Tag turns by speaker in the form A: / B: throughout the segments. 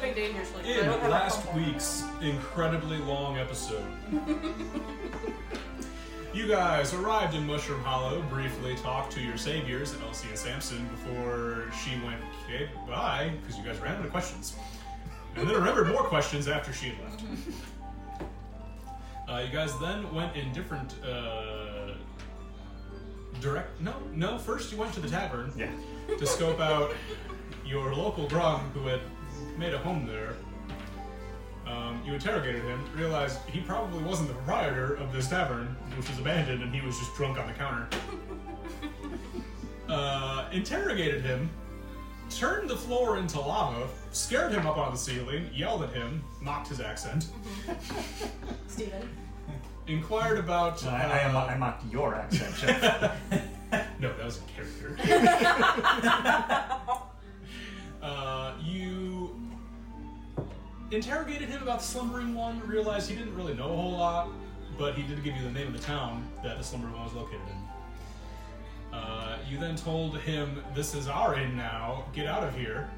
A: too dangerously. 'cause I
B: In
A: don't have a
B: last
A: combo.
B: week's incredibly long episode, you guys arrived in Mushroom Hollow, briefly talked to your saviors, Elsie and Samson, before she went okay, bye, because you guys ran out of questions. And then remembered more questions after she had left. Uh, you guys then went in different. Uh, direct. No, no, first you went to the tavern
C: Yeah.
B: to scope out your local grog who had made a home there. Um, you interrogated him, realized he probably wasn't the proprietor of this tavern, which was abandoned, and he was just drunk on the counter. Uh, interrogated him, turned the floor into lava, scared him up on the ceiling, yelled at him, mocked his accent,
A: Steven.
B: inquired about. uh,
C: I, I, am, I mocked your accent, Jeff.
B: No, that was a character. uh, you interrogated him about the slumbering one, realized he didn't really know a whole lot, but he did give you the name of the town that the slumbering one was located in. Uh, you then told him, This is our inn now, get out of here.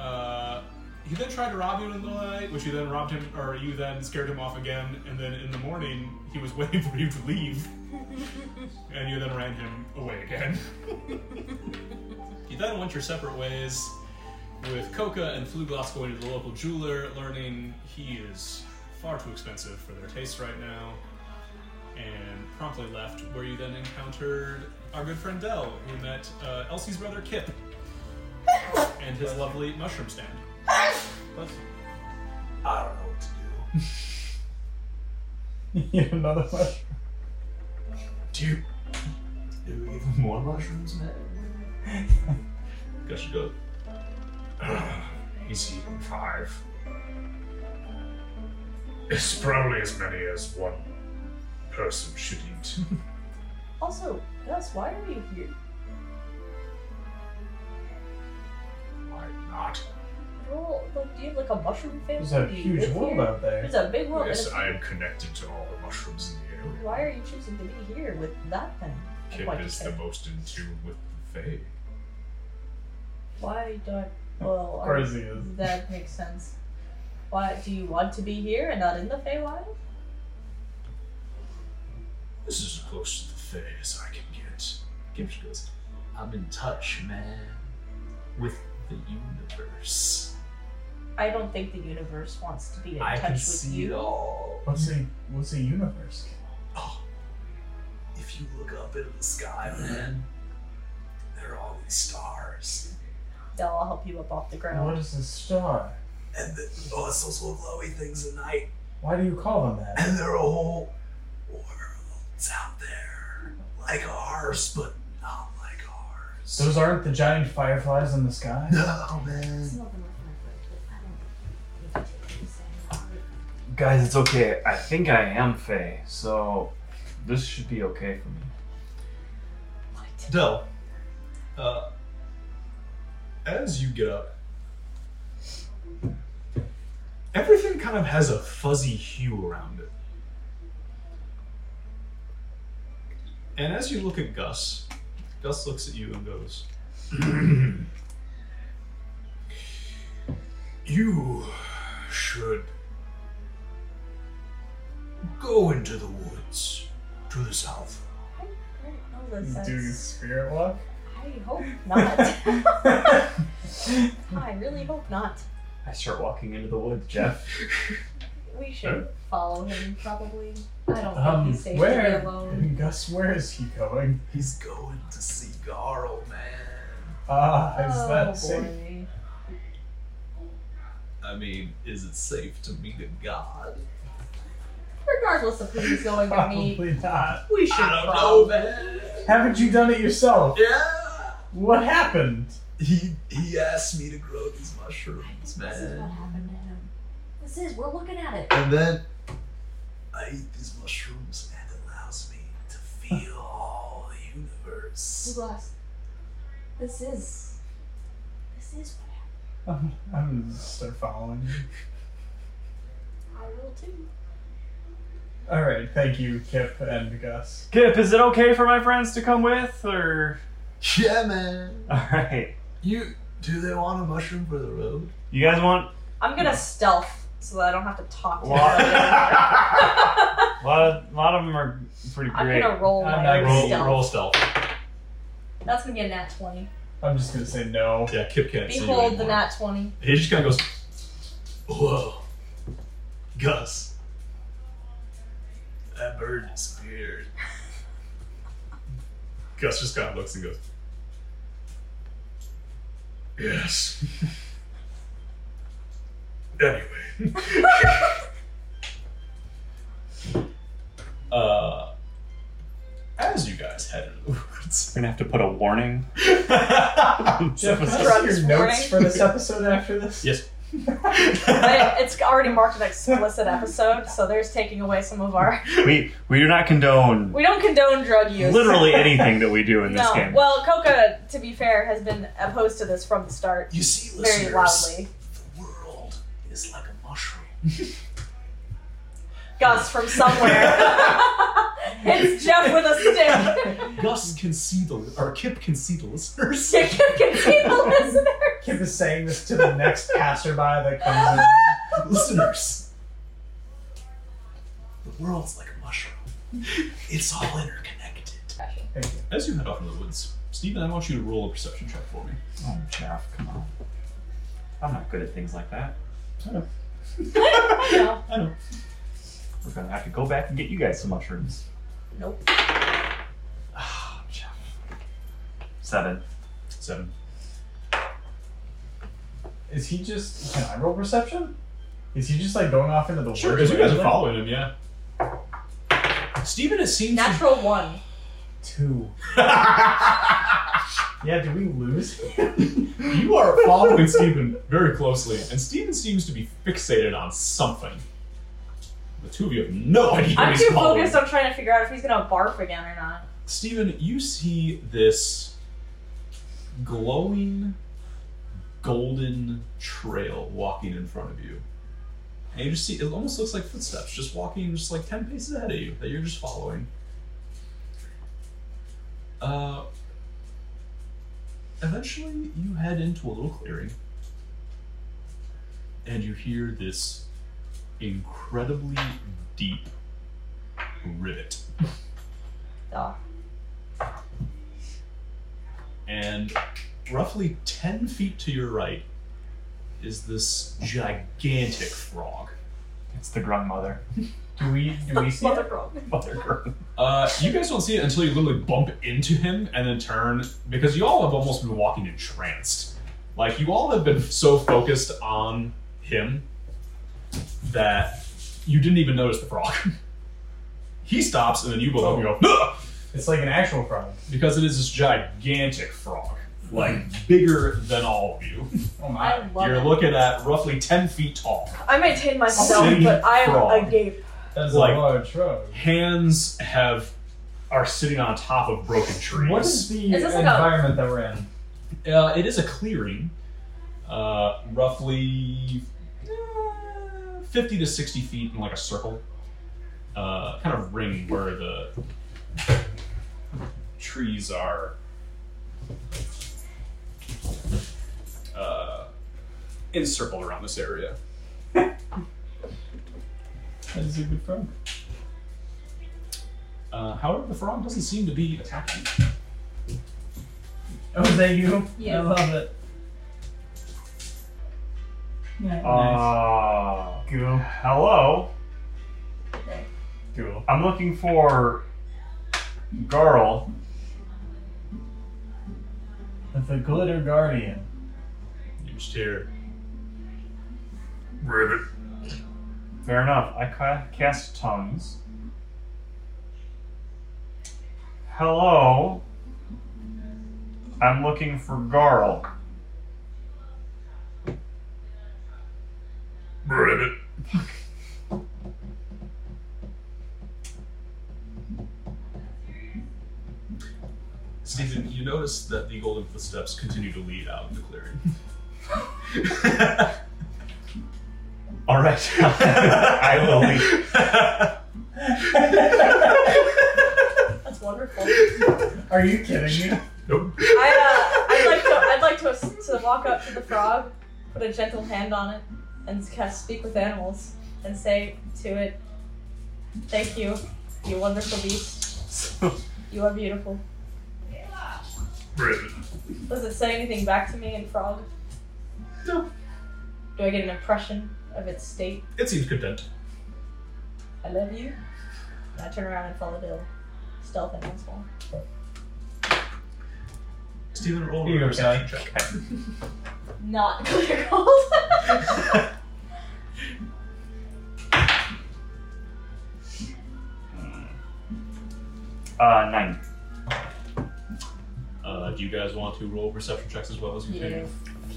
B: Uh, he then tried to rob you in the night, which you then robbed him, or you then scared him off again, and then in the morning, he was waiting for you to leave and you then ran him away again. you then went your separate ways with Coca and Fluglass going to the local jeweler, learning he is far too expensive for their taste right now, and promptly left, where you then encountered our good friend Dell, who met uh, Elsie's brother Kip and his lovely mushroom stand.
D: I don't know what to do.
C: you another mushroom.
D: Do you? Do we give him more mushrooms, man?
B: Guess you go.
D: He's eaten five. It's probably as many as one person should eat.
E: Also, Gus, why are you here?
D: Why not?
E: Well, like, do you have like a mushroom family?
F: There's a
E: Do you
F: huge
E: live
F: world
E: here?
F: out there.
E: There's a big world.
D: Yes,
E: and
D: I am connected to all the mushrooms in the
E: it's-
D: area.
E: Why are you choosing to be here with that thing? Like,
D: Kip
E: why'd you
D: is
E: say-
D: the most in tune with the Fae.
E: Why do I? Well, I-
F: Crazy is.
E: that makes sense. Why do you want to be here and not in the Feywild?
D: This is as close to the Fae as I can get. Kip just goes, I'm in touch, man, with the universe.
E: I don't think the universe wants to be in
D: I
E: touch
D: can
E: with
D: see
E: you.
D: it all.
F: What's a what's a universe?
D: Oh, if you look up into the sky, man, there are all these stars.
E: Del, I'll help you up off the
F: What
E: ground.
F: is a star?
D: And the, oh, it's those little glowy things at night.
F: Why do you call them that?
D: And there are whole worlds out there. Like ours, but not like ours.
F: Those aren't the giant fireflies in the sky.
D: no, man.
A: It's nothing like my foot, but I don't need to take it. It's fine.
G: Guys, it's okay. I think I am Faye, so this should be okay for me.
D: Dell, uh, as you get up, everything kind of has a fuzzy hue around it. And as you look at Gus, Gus looks at you and goes, You should go into the woods to the south.
E: I don't know this.
F: Do you
E: That's-
F: spirit walk?
E: I hope not. I really hope not.
G: I start walking into the woods, Jeff.
E: We should follow him, probably. I don't think
F: um,
E: he's safe to
F: where?
E: be alone.
F: Gus, where is he going?
D: He's going to see Garl, man.
F: Ah, is
E: oh,
F: that safe?
E: boy.
D: I mean, is it safe to meet a god?
E: Regardless of who he's going to meet,
F: Probably not.
E: we should
D: I don't
E: follow
D: know, man.
F: Haven't you done it yourself?
D: Yeah.
F: What happened?
D: He he asked me to grow these mushrooms,
A: This is what
D: man.
A: happened to him. This is, we're looking at it.
D: And then I eat these mushrooms, and it allows me to feel all the universe.
A: Glass. This is. This is what happened.
F: I'm, I'm gonna start following.
A: I will too.
F: All right, thank you, Kip and Gus.
G: Kip, is it okay for my friends to come with, or?
D: Yeah, man.
G: Alright.
D: You Do they want a mushroom for the road?
H: You guys want
A: I'm gonna stealth so that I don't have to talk to
H: Why?
A: them.
H: a lot of a lot of them are pretty
A: I'm
H: great.
A: gonna roll
F: I'm
A: my
F: not
D: Roll,
A: stealth.
D: roll stealth.
A: That's gonna get a nat 20.
F: I'm just gonna say no.
D: Yeah, Kip can't see you
A: Behold the
D: anymore.
A: nat 20.
D: He just kind of goes, Whoa. Gus. That bird disappeared. Gus just kind of looks and goes, Yes. anyway. uh, as you guys head into the woods.
H: We're gonna have to put a warning.
F: Jeff, can I
A: Drugs
F: see your notes
A: warning.
F: for this episode after this?
D: yes.
A: But it's already marked an explicit episode, so there's taking away some of our.
H: We we do not condone
A: We don't condone drug use.
H: literally anything that we do in this
A: No.
H: game.
A: Well, Coca, to be fair, has been opposed to this from the start.
D: You see, listeners.
A: Very loudly.
D: The world is like a mushroom.
A: Gus from somewhere. it's Jeff with a stick.
D: Gus can see the, or Kip can see the listeners.
A: Stick can see the listener.
F: Kip is saying this to the next passerby that comes in.
D: listeners, the world's like a mushroom. It's all interconnected.
F: Thank you.
B: As you head off into the woods, Steven, I want you to roll a perception check for me.
H: Oh, Jeff, come on. I'm not good at things like that.
A: No.
B: I know.
H: We're gonna have to go back and get you guys some mushrooms.
A: Nope.
H: Oh, Jeff. Seven.
B: Seven.
F: Is he just? Can I roll perception? Is he just like going off into the
B: Sure,
F: woods?
B: as you guys are
F: randomly?
B: following him, yeah. Steven has seen some
A: Natural one.
F: Two. Yeah, do we lose?
B: you are following Stephen very closely, and Stephen seems to be fixated on something. The two of you have no idea what
A: I'm
B: he's
A: too
B: following.
A: focused on trying to figure out if he's gonna barf again or not.
B: Stephen, you see this glowing golden trail walking in front of you. And you just see, it almost looks like footsteps, just walking just like 10 paces ahead of you that you're just following. Uh, eventually, you head into a little clearing. And you hear this incredibly deep rivet.
A: Duh.
B: and roughly 10 feet to your right is this gigantic frog.
H: It's the grandmother.
F: Do we? Do we see?
A: Mother
F: It?
A: frog.
H: Mother grung.
B: Uh, you guys don't see it until you literally bump into him and then turn because you all have almost been walking entranced. Like, you all have been so focused on him that you didn't even notice the frog. he stops, and then you both up and go, "Ugh!"
F: It's like an actual problem.
B: because it is this gigantic frog. Like, bigger than all of you.
F: Oh
A: I
F: my!
A: love
B: You're
A: it.
B: looking at roughly 10 feet tall.
A: I maintain myself,
B: City
A: but I am
B: frog.
A: agape.
F: That is
B: like-
F: a large shrub.
B: hands have are sitting on top of broken trees.
F: What is the
A: Is this like a-
F: environment that we're in?
B: Uh, it is a clearing, uh, roughly uh, fifty to sixty feet in like a circle, uh, kind of ring where the trees are. Uh, encircled around this area.
F: That is a good frog.
B: Uh, however, the frog doesn't seem to be attacking.
F: Oh, is that you?
A: Yeah.
F: I love it. Yeah, nice.
H: Uh, hello.
F: Cool.
H: I'm looking for girl.
F: The glitter guardian.
B: You just hear
H: Fair enough. I ca- cast tongues. Hello. I'm looking for Garl.
B: Ribbit. Stephen, you notice that the golden footsteps continue to lead out of the clearing.
H: All right. I will leave.
A: That's wonderful.
F: Are you kidding me?
B: Nope.
A: I, uh, I'd like to. I'd like
I: to, a, to walk up to the frog, put a gentle hand on it, and cast speak with animals, and say to it, "Thank you, you wonderful beast.
B: So,
I: You are beautiful."
B: Bridget.
I: Does it say anything back to me in frog?
B: No.
I: Do I get an impression of its state?
B: It seems content.
I: I love you. And I turn around and follow Bill, stealth and once more.
B: Steven, roll
D: Here you
B: a
D: go,
B: perception check.
I: Not clear gold.
H: Uh, nine.
B: Uh, do you guys want to roll perception checks as well as you
I: yeah.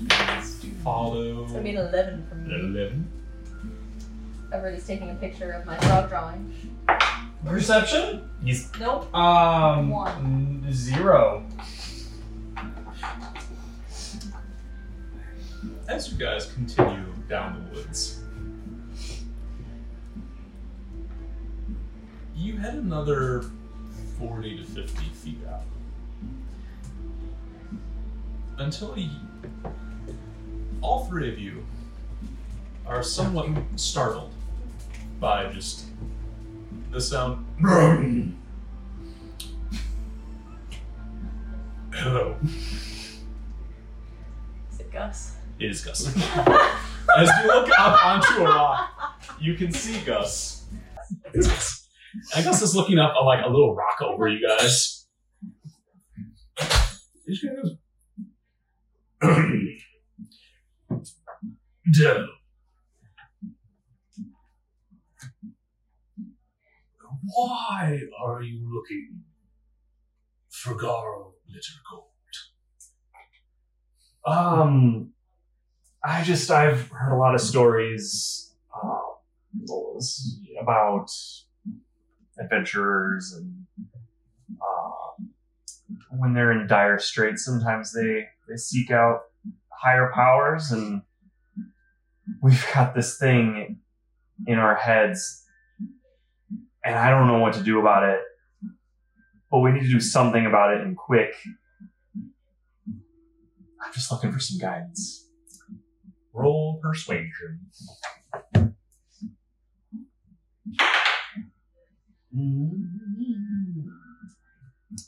B: can? Follow.
I: It's gonna be an eleven for
B: an
I: me.
B: eleven.
I: Everybody's taking a picture of my frog drawing.
F: Perception?
I: Nope.
F: Um,
I: One.
F: n- zero.
B: As you guys continue down the woods, you head another forty to fifty feet out until you, all three of you are somewhat startled by just the sound. Hello.
I: Is it Gus?
B: It is Gus. As you look up onto a rock, you can see Gus. It's Gus. And Gus is looking up uh, like a little rock over you guys. He's gonna go- Dell. Why are you looking for Garo Litter Gold?
H: Um, I just I've heard a lot of stories uh, about adventurers and uh, when they're in dire straits, sometimes they they seek out higher powers, and we've got this thing in our heads, and I don't know what to do about it. But we need to do something about it and quick. I'm just looking for some guidance.
B: Roll persuasion.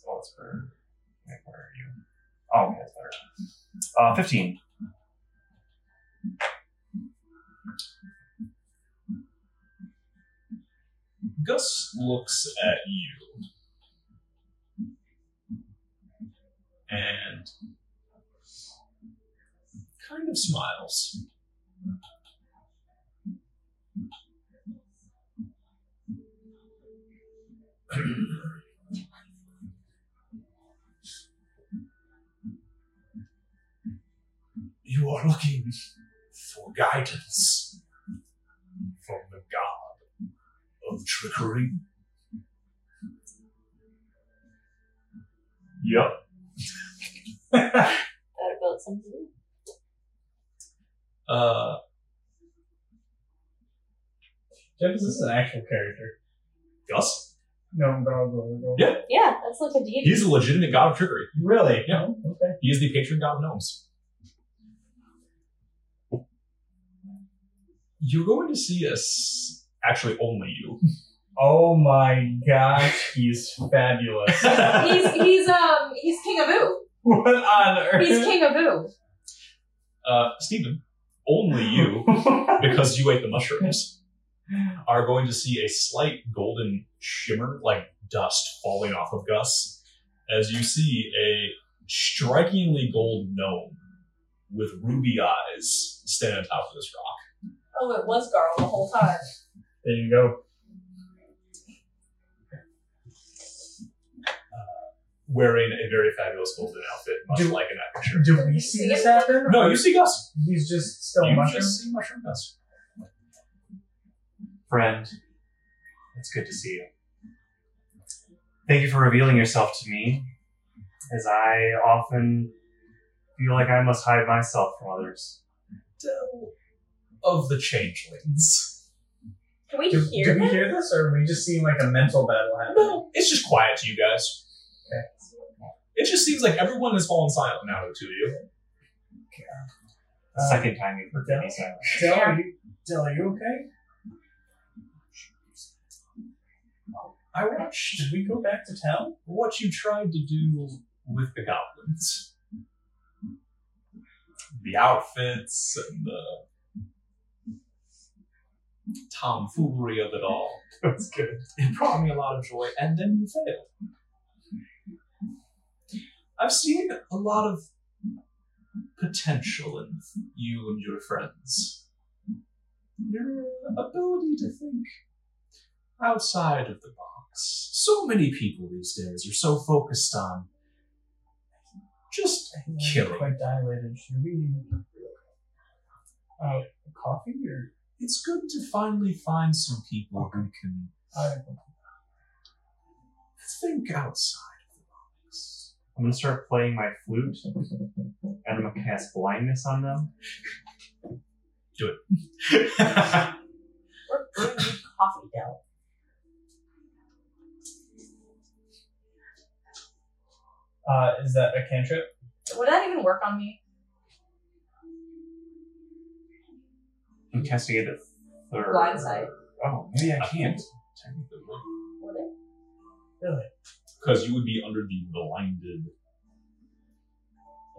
H: Well, it's for. Wait, where are you? Oh, okay, it's better. Uh, 15.
B: Gus looks at you. And kind of smiles. you are looking for guidance from the god of trickery.
H: Yep.
A: That about something.
B: Uh,
F: Jeff, is this an actual character?
B: Gus?
F: No, but I'll go. I'll go.
B: Yeah.
A: Yeah, that's like a deity.
B: He's a legitimate god of trickery.
F: Really?
B: Yeah.
F: Oh, okay.
B: He is the patron god of gnomes. You're going to see us. Actually, only you.
F: Oh my gosh, he's fabulous.
I: he's he's um he's King Abu.
F: what on earth?
I: He's King Abu.
B: uh, Stephen, only you, because you ate the mushrooms, are going to see a slight golden shimmer, like dust, falling off of Gus as you see a strikingly gold gnome with ruby eyes stand on top of this rock.
I: Oh, it was Garl the whole time.
F: there you go.
B: wearing a very fabulous golden outfit, much
F: Do-
B: like an actor.
F: Do we see this happen?
B: No, you see Gus.
F: He's just still
B: you
F: mushroom.
B: just see Mushroom Gus.
H: Friend, it's good to see you. Thank you for revealing yourself to me, as I often feel like I must hide myself from others.
B: Dell of the Changelings.
I: Can we
F: Do,
I: hear
F: do we
I: him?
F: hear this, or are we just seeing like a mental battle happen?
B: No, it's just quiet to you guys.
F: Okay.
B: It just seems like everyone has fallen silent now to you.
D: Uh,
H: The second time you've heard any sound.
F: Del, are you, Del, are you okay?
D: I watched
F: Should we go back to town?
D: what you tried to do with the goblins. The outfits and the tomfoolery of it all.
F: That's good.
D: It brought me a lot of joy, and then you failed. I've seen a lot of potential in you and your friends. Your ability to think outside of the box. So many people these days are so focused on just Killing.
F: Quite dilated. Should we uh, coffee or
D: it's good to finally find some people who can uh,
F: I
D: think outside of the box.
H: I'm gonna start playing my flute, and I'm gonna cast blindness on them.
A: We're brewing you coffee, Dell.
F: uh, is that a cantrip?
A: Would that even work on me?
H: I'm casting it at third.
A: Blindsight.
H: Oh, maybe I can't.
D: Technically, right?
A: Would it?
F: Really?
D: Because you would be under the blinded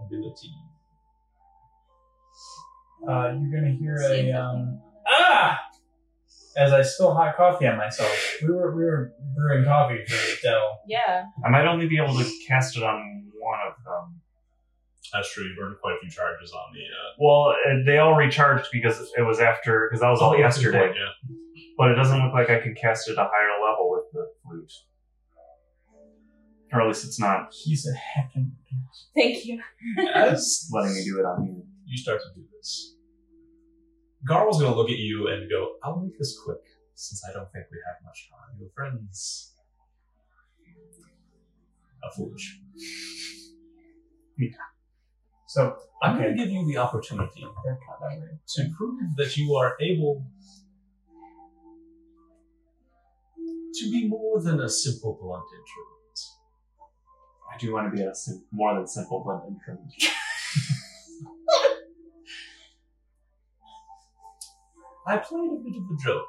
D: ability.
F: Uh, you're gonna hear
A: See
F: a
A: if
F: um, ah. As I spill hot coffee on myself. We were we were brewing coffee for Dell.
A: Yeah.
H: I might only be able to cast it on one of them.
D: That's true. You burned quite a few charges on the. Uh,
H: Well, uh, they all recharged because it was after because that was
F: Oh,
D: Oh,
H: all yesterday.
D: Yeah.
H: But it doesn't look like I could cast it at a higher level with the flute, or at least it's not
F: He's a heckin'
A: Thank you.
D: As
H: letting me do it on here.
D: you start to do this, Garl's gonna look at you and go, "I'll make this quick, since I don't think we have much time. Your friends." How foolish.
F: so
D: I'm going to give you the opportunity
F: they're kind of weird.
D: to prove that you are able to be more than a simple blunt introvert.
H: I do want to be a sim- more than simple blend intro.
D: I played a bit of a joke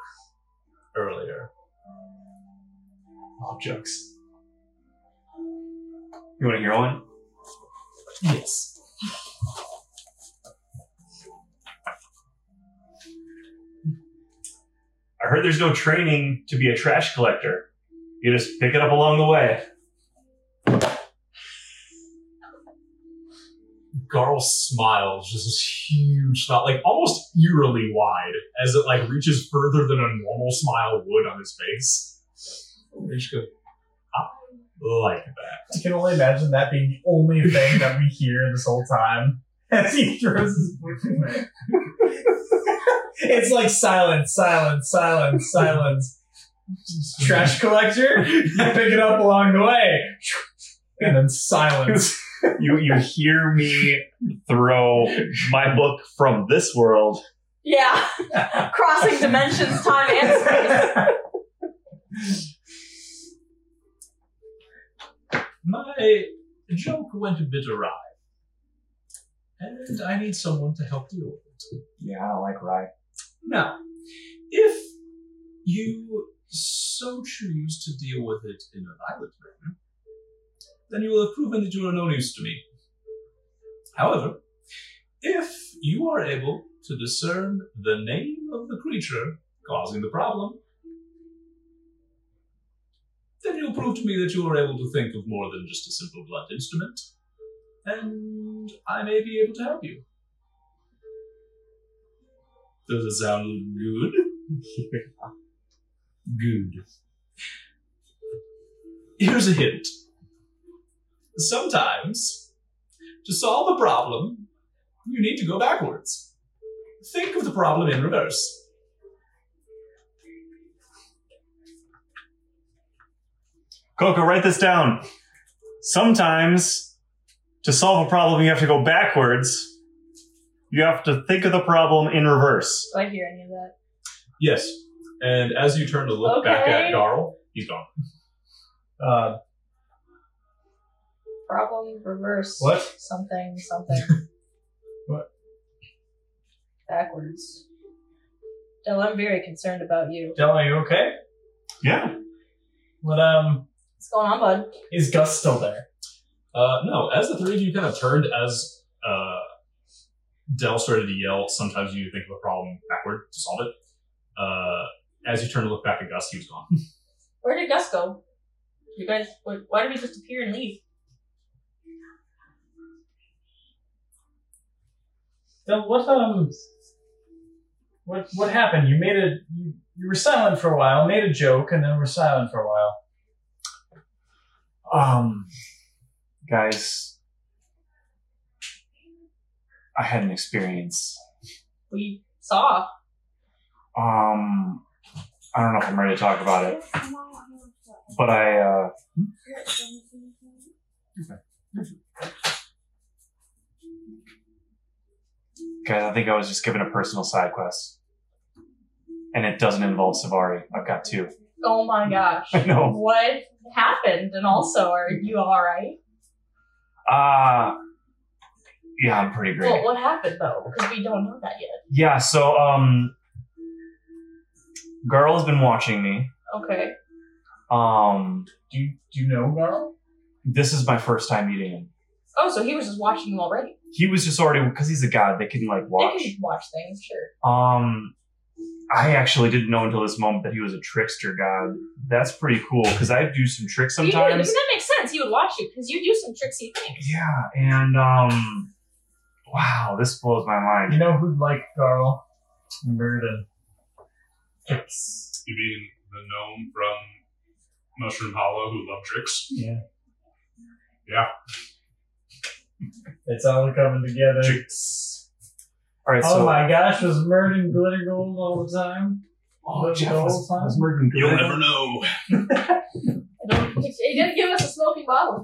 D: earlier.
H: All Oh, jokes. You want to hear one?
D: Yes.
H: I heard there's no training to be a trash collector. You just pick it up along the way.
D: Garl smiles, just this huge smile, like almost eerily wide, as it like reaches further than a normal smile would on his face. And you just go, I like that.
F: I can only imagine that being the only thing that we hear this whole time as he throws his book away. It's like silence, silence, silence, silence. Trash collector, you pick it up along the way, and then silence.
H: You you hear me throw my book from this world.
A: Yeah. Crossing dimensions, time, and space.
D: My joke went a bit awry. And I need someone to help deal with it.
H: Yeah, I don't like rye.
D: Now, if you so choose to deal with it in a violent manner, then you will have proven that you are no use to me. However, if you are able to discern the name of the creature causing the problem, then you'll prove to me that you are able to think of more than just a simple blunt instrument, and I may be able to help you. Does it sound good? good. Here's a hint. Sometimes, to solve a problem, you need to go backwards. Think of the problem in reverse.
H: Coco, write this down. Sometimes to solve a problem you have to go backwards. You have to think of the problem in reverse.
A: Do I hear any of that?
D: Yes. And as you turn to look back
A: Okay.
D: at Garl, he's gone.
F: Uh,
A: Problem reverse.
F: what?
A: Something, something.
F: What?
A: backwards. Del, I'm very concerned about you.
F: Del, are you okay?
J: Yeah.
F: What um
A: What's going on, bud?
F: is Gus still there?
B: Uh, no, as the three of you kind of turned, as uh, Dell started to yell, sometimes you think of a problem backward to solve it. Uh, as you turn to look back at Gus, he was gone.
A: Where did Gus go? You guys, wh- why did he just appear and leave?
F: Del, what um what what happened? You made a you, you were silent for a while, made a joke, and then were silent for a while.
H: Um, guys, I had an experience.
A: We saw.
H: Um, I don't know if I'm ready to talk about it, but I uh, guys, I think I was just given a personal side quest, and it doesn't involve Savari. I've got two.
A: Oh my gosh.
H: I know.
A: What happened? And also, are you alright?
H: Ah, yeah, I'm pretty great.
A: Well, what happened though? Because we don't know that yet.
H: Yeah, so um, girl has been watching me.
A: Okay.
H: Um,
F: Do you do you know Garl?
H: this is my first time meeting him.
A: Oh, so he was just watching you already.
H: He was just already because he's a god. They can like watch.
A: They can watch things, sure.
H: Um, I actually didn't know until this moment that he was a trickster god. That's pretty cool because I do some tricks
A: You do,
H: sometimes.
A: because that makes sense. He would watch you because you do some tricksy things.
H: Yeah, and um, wow, this blows my
F: You
H: mind.
F: know who'd like Garl? Murden.
J: You mean the gnome from Mushroom Hollow who loved tricks?
F: It's all coming together.
J: Tricks.
H: All right,
F: Oh
H: so
F: my gosh, was Murden glitter gold all the time?
H: oh,
F: Glitter
H: Jeff
F: gold
H: was,
F: all the
H: was
F: time?
H: Merton good?
J: You'll never know.
A: I don't- He didn't give us a smoking bottle.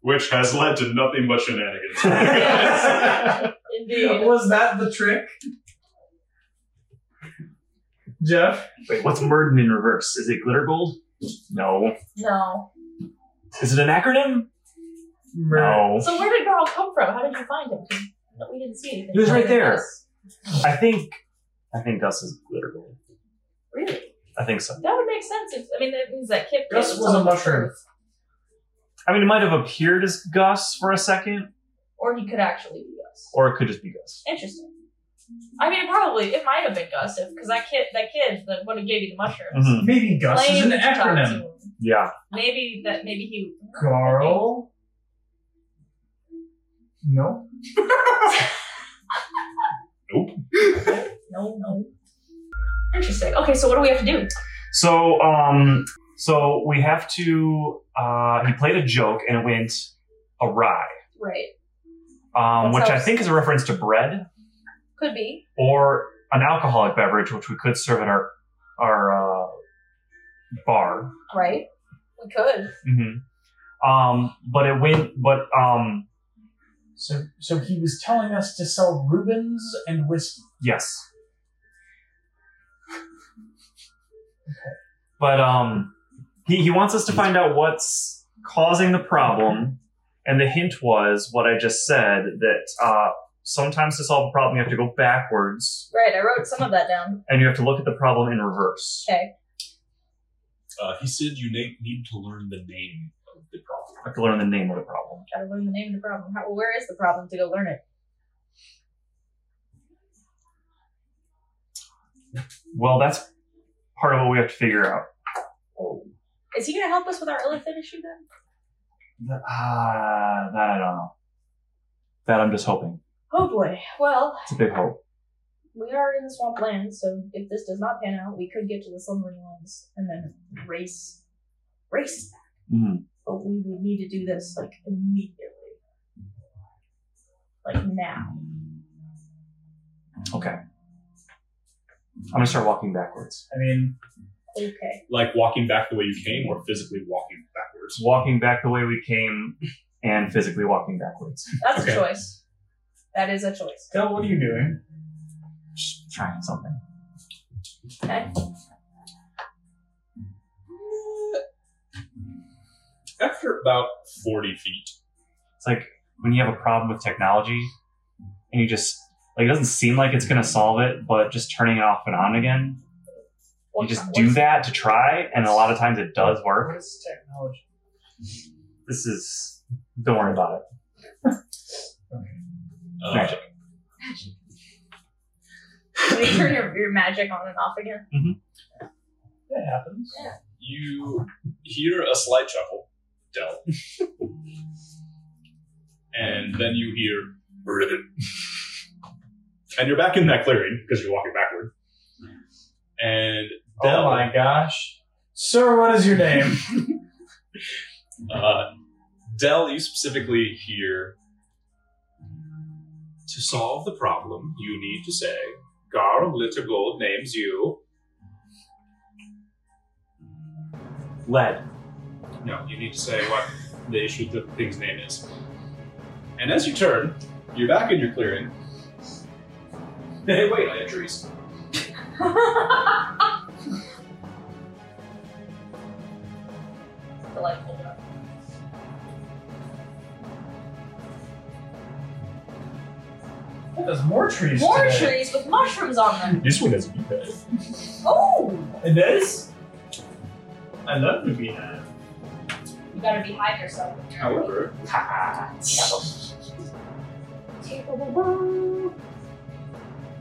J: Which has led to nothing but shenanigans.
A: Indeed.
F: Was that the trick? Jeff?
H: Wait, what's Merton in reverse? Is it glitter gold? No.
A: No.
H: Is it an acronym?
F: Murden.
H: No.
A: So where did Garl come from? How did you find him? 'Cause We didn't see anything.
H: He was right
A: other than
H: there.
A: us.
H: I think I think Gus is glitter gold.
A: Really?
H: I think so.
A: That would make sense. If, I mean, that means that Kip.
F: Gus
A: Kip
F: was a
A: telling the
F: mushroom.
A: truth.
H: I mean, it might have appeared as Gus for a second,
A: Or he could actually be Gus.
H: or it could just be Gus.
A: Interesting. I mean, probably it might have been Gus because that kid, that kid, that would have gave you the mushrooms.
H: Mhm.
F: Maybe Gus Mm, is an
A: Claimed to talk to
F: acronym.
A: him.
H: Yeah.
A: Maybe that. Maybe he.
F: Garl? No.
A: No, no. Interesting. Okay, so what do we have to do?
H: So, um, so we have to. Uh, he played a joke and it went awry,
A: Right.
H: um,
A: That
H: which I
A: sounds-
H: think is a reference to bread
A: Could be.
H: or an alcoholic beverage, which we could serve at our our uh, bar.
A: Right. We could.
H: hmm Um, but it went. But um,
F: So so he was telling us to sell Rubens and whiskey.
H: yes. But um, he he wants us to find out what's causing the problem, and the hint was what I just said that uh, sometimes to solve a problem you have to go backwards
A: Right. I wrote some of that down.
H: and you have to look at the problem in reverse.
A: Okay.
B: Uh, he said you na- need to learn the name of the problem.
H: You have to learn the name of the problem.
A: Try to learn the name of the problem. How, where is the problem to go learn it?
H: Well, that's part of what we have to figure out.
B: Oh.
A: Is he going to help us with our illithid issue then?
H: Th- Ah, that I don't know. That I'm just hoping.
A: Oh boy. Well,
H: It's a big hope.
A: we are in the swamp land, so if this does not pan out, we could get to the slumbering ones and then race, race
H: Mhm.
A: but we would need to do this like immediately. Like now.
H: Okay. I'm gonna start walking backwards.
F: I mean,
A: Okay.
B: Like walking back the way you came or physically walking backwards.
H: Walking back the way we came, and physically walking backwards.
A: That's
B: Okay.
A: a choice. That is a choice.
F: Del, what are you doing?
H: Just trying something.
A: Okay.
B: After about 40 feet,
H: It's like when you have a problem with technology and you just Like it doesn't seem like it's gonna solve it, but just turning it off and on again. You
E: What-
H: just
E: what-
H: do that to try, and a lot of times it does work.
F: What is technology?
H: This is don't worry about it.
B: Uh,
H: Magic.
E: When you turn your, your magic on and off again.
F: That happens.
B: you hear a slight chuckle, Dell. and then you hear ribbit. And you're back in that clearing because you're walking backward. And Dell,
F: Oh my gosh. Sir, what is your name?
B: uh, Dell, you specifically hear to solve the problem, you need to say, Gar Littergold names you.
H: Lead.
B: No, you need to say what the issue, the thing's name is. And as you turn, you're back in your clearing. Hey, wait, I had trees.
E: Delightful.
F: There's more trees.
E: More
F: today.
E: trees with mushrooms on them.
B: This one has meat in it.
E: Oh!
F: It is? I love the beehive.
E: You gotta behind yourself.
B: However,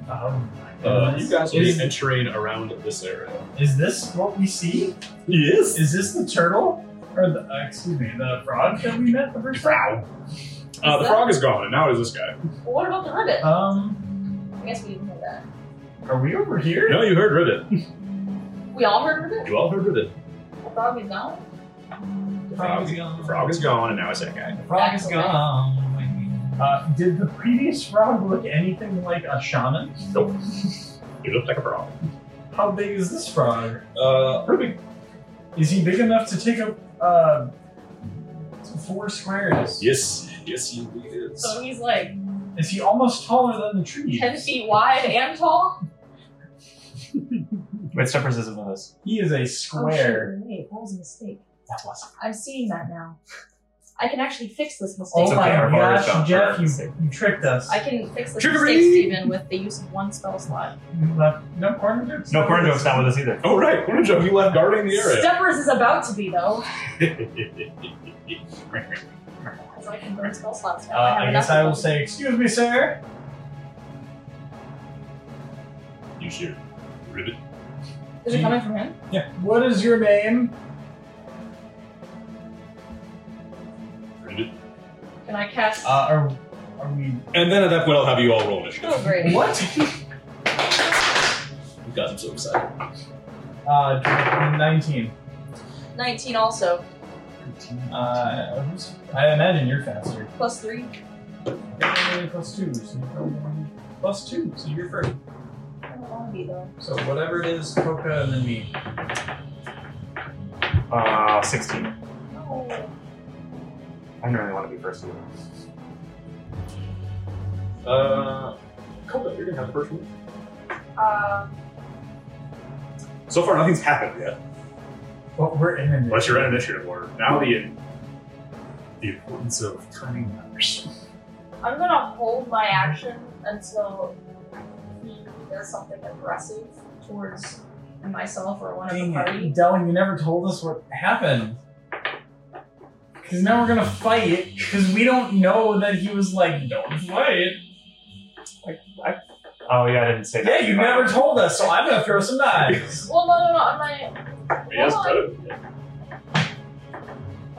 F: Oh my
B: uh,
F: goodness.
B: you guys will be
F: is,
B: entering around this area.
F: is this what we see?
B: Yes.
F: Is this the turtle? Or the, uh, excuse me, the frog that we met the first time?
B: Uh, the frog is gone, and now it is this guy.
E: Well, what about the ribbit?
F: Um,
E: I guess we didn't hear that.
F: are we over here?
B: No, you heard Ribbit.
E: We all heard ribbit?
B: You all heard Ribbit.
E: The frog is gone?
F: The
B: frog is
F: gone.
B: The frog is gone, and now it's that guy.
F: The frog is gone. Uh, did the previous frog look anything like a shaman?
B: Nope. He looked like a frog.
F: How big is this frog?
B: Uh, Ruby.
F: Is he big enough to take up uh, four squares?
B: Yes. Yes, he is.
E: So he's like
F: Is he almost taller than the tree?
E: 10 feet wide and tall?
H: Wait, Steppers isn't with us.
F: He is a square.
E: Oh, shoot, wait, that was a mistake.
H: That wasn't.
E: I'm seeing that now. I can actually fix this mistake.
F: Oh,
H: It's
F: my
H: okay, our bar is
F: gosh,
H: up.
F: Jeff, you, you tricked us.
E: I can fix this
B: Trickery!
E: mistake, Steven, with the use of one spell slot.
F: You left no corner jokes.
H: No, Cornjoke's not with us either.
B: Oh, right. Cornerjump, you left guarding the area.
E: Steppers is about to be, though. Because I can burn spell slots
F: Uh,
E: now. I have
F: I
E: enough
F: guess I
E: of
F: will
E: them.
F: say, excuse me, sir.
B: you shoot Ribbit.
E: Is it coming from him?
F: What is your name?
B: Ribbit.
E: Can I cast?
F: Uh, are, are we?
B: And then at that point, I'll have you all roll initiative.
E: oh, great.
F: What?
B: You guys, I'm so excited.
F: Uh, nineteen.
E: 19 also.
F: Uh, who's- I imagine you're faster.
E: Plus 3.
F: Okay, Plus two. So you're probably plus two. So you're first.
E: I don't want to be, though.
F: So whatever it is, Coca and then me.
H: Uh, 16.
E: No.
H: I don't really want to be first either.
B: Uh, Coda, you're gonna have the first move.
E: Uh,
B: So far, nothing's happened yet.
F: But we're in an
B: Unless you're at initiative order. Now the the importance of turning numbers.
E: I'm gonna hold my action until he does something aggressive towards myself or one of the
F: Dang
E: party.
F: it, Delling, you never told us what happened. Because now we're gonna fight, because we don't know that he was like, don't fight.
H: Oh, yeah, I didn't say
F: Yeah,
H: that.
F: you never told us, so I'm gonna throw some knives.
E: Well, no, no, no. I'm not.
B: He has
E: Hold
B: better.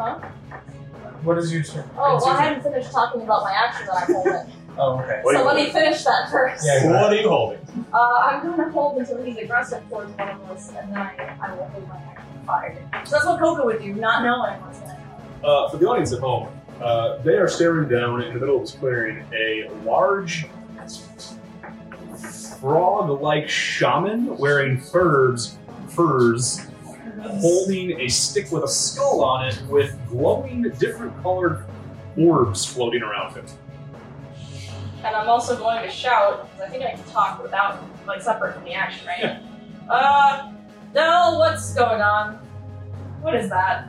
F: What is your turn?
E: Oh, well, I hadn't finished talking about my action that I'm holding.
F: Oh, okay.
B: What are
E: so
B: you
E: let me
B: holding?
E: finish that first.
F: Yeah,
B: What are you holding?
E: Uh, I'm gonna hold until he's aggressive towards one of us, and then I, I will hold my action to fire. So that's what Coco would do, not knowing what's gonna happen.
B: Uh, for the audience at home, uh, they are staring down in the middle of this clearing a large frog-like shaman wearing furs, furs holding a stick with a skull on it with glowing different colored orbs floating around him.
E: And I'm also going to shout, because I think I can talk without, like, separate from the action, right? Uh, Dell, what's going on? What is that?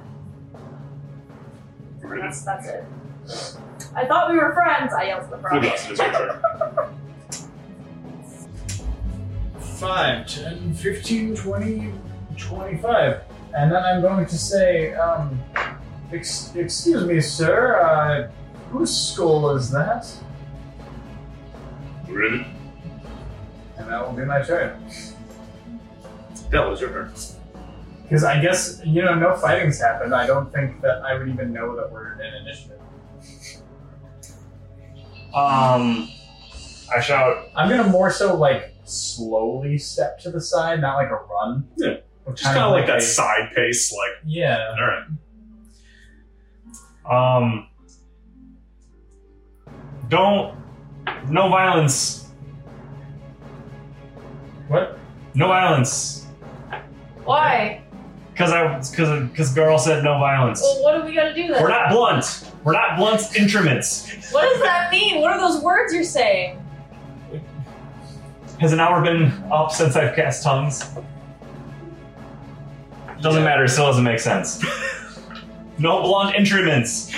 E: That's, that's it. I thought we were friends, I yelled to the
B: Blue
E: frog.
B: Dust, it's your turn.
F: 5, 10, 15, 20, 25. And then I'm going to say, um, ex- excuse me, sir, uh, whose skull is that?
D: Really?
F: And that will be my turn.
D: That was your turn.
F: Because I guess, you know, no fighting's happened. I don't think that I would even know that we're in initiative.
D: Um, I shout.
F: I'm going to more so, like, slowly step to the side, not like a run.
D: Yeah.
F: But
D: Just kind of like that
F: a-
D: side pace, like
F: Yeah.
D: all right. Um,
H: Don't. No violence.
F: What?
H: No violence.
E: Why?
H: Because I, because, because girl said no violence.
E: Well, what do we gotta do then?
H: We're not blunt. We're not blunt instruments.
E: What does that mean? What are those words you're saying?
H: Has an hour been up since I've cast tongues? Doesn't matter. Still doesn't make sense. no blunt instruments.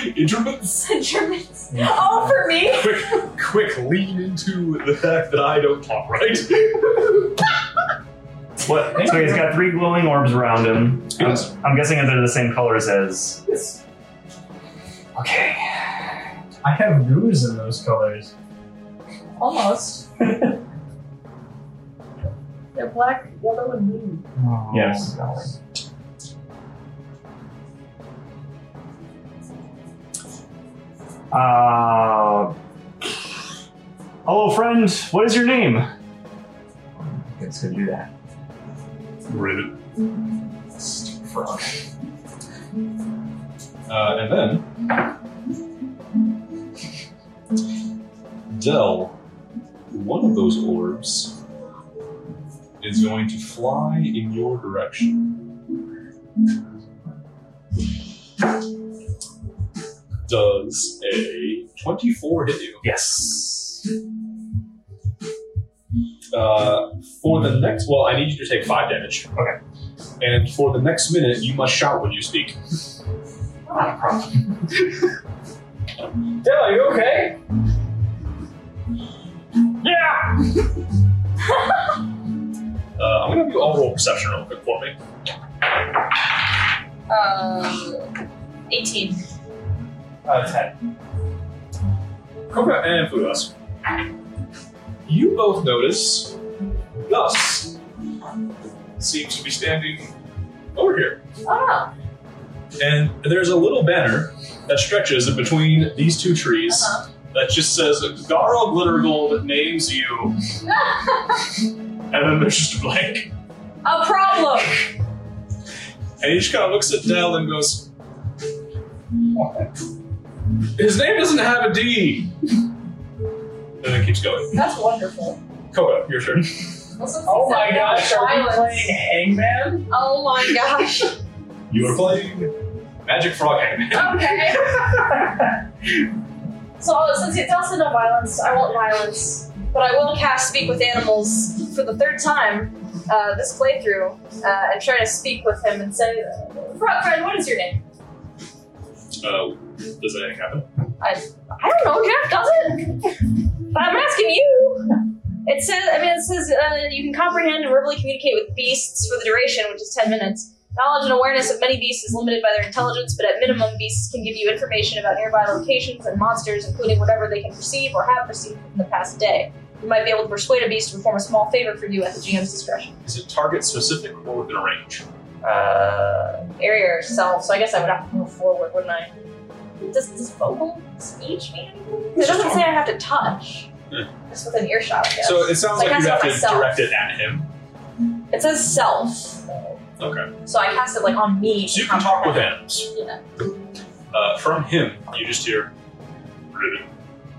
E: Sentiments. Oh, for me?
D: quick, quick lean into the fact that I don't talk right.
H: What? So he's got three glowing orbs around him.
D: Yes.
H: I'm, I'm guessing that they're the same colors as. Okay.
F: I have goos in those colors.
E: Almost. They're black, yellow, and blue.
H: Oh, Yes. Uh, hello, friend. What is your name? I guess gonna do that.
D: Really?
H: Frog.
B: Uh, and then Dell, one of those orbs is going to fly in your direction. Does a 24 hit you?
H: Yes.
B: Uh, for the next, well, I need you to take five damage. Okay. And for the next minute, you must shout when you speak.
F: Dell, are you okay?
B: Uh, I'm gonna have you all roll perception real quick for me.
E: Um, 18.
F: Uh, 10.
B: Coca and Fugas. You both notice Gus seems to be standing over here.
E: Oh,
B: And there's a little banner that stretches in between these two trees
E: uh-huh.
B: that just says Garo Glittergold names you. and then there's just a blank.
E: A problem!
B: And he just kind of looks at Dell and goes, His name doesn't have a D. and then keeps going.
E: That's wonderful.
B: Coca, your turn.
E: Well, since
F: Oh
E: he said
F: my
E: no
F: gosh, are we
E: violence-
F: playing Hangman?
E: Oh my gosh.
B: You are playing Magic Frog Hangman.
E: Okay. so since it does no violence, I want violence, but I will cast Speak with Animals for the third time uh, this playthrough uh, and try to speak with him and say, "Frog friend, what is your name?"
B: Uh, does anything happen?
E: I don't know, Jack doesn't. But I'm asking you. It says, I mean, it says uh, you can comprehend and verbally communicate with beasts for the duration, which is 10 minutes. Knowledge and awareness of many beasts is limited by their intelligence, but at minimum, beasts can give you information about nearby locations and monsters, including whatever they can perceive or have perceived in the past day. You might be able to persuade a beast to perform a small favor for you at the GM's discretion.
B: Is it target specific or within a range?
E: Uh, area yourself, so I guess I would have to move forward, wouldn't I? Does, does vocal speech mean anything? It doesn't say I have to touch.
B: Hmm.
E: Just with an earshot, I guess.
B: So it sounds like
E: So I
B: you
E: cast
B: have
E: it
B: to
E: myself.
B: direct it at him.
E: It says self.
B: Okay.
E: So I cast it like on me.
B: So you can talk with animals.
E: Yeah.
B: Uh, from him, you just hear. "Ribbon."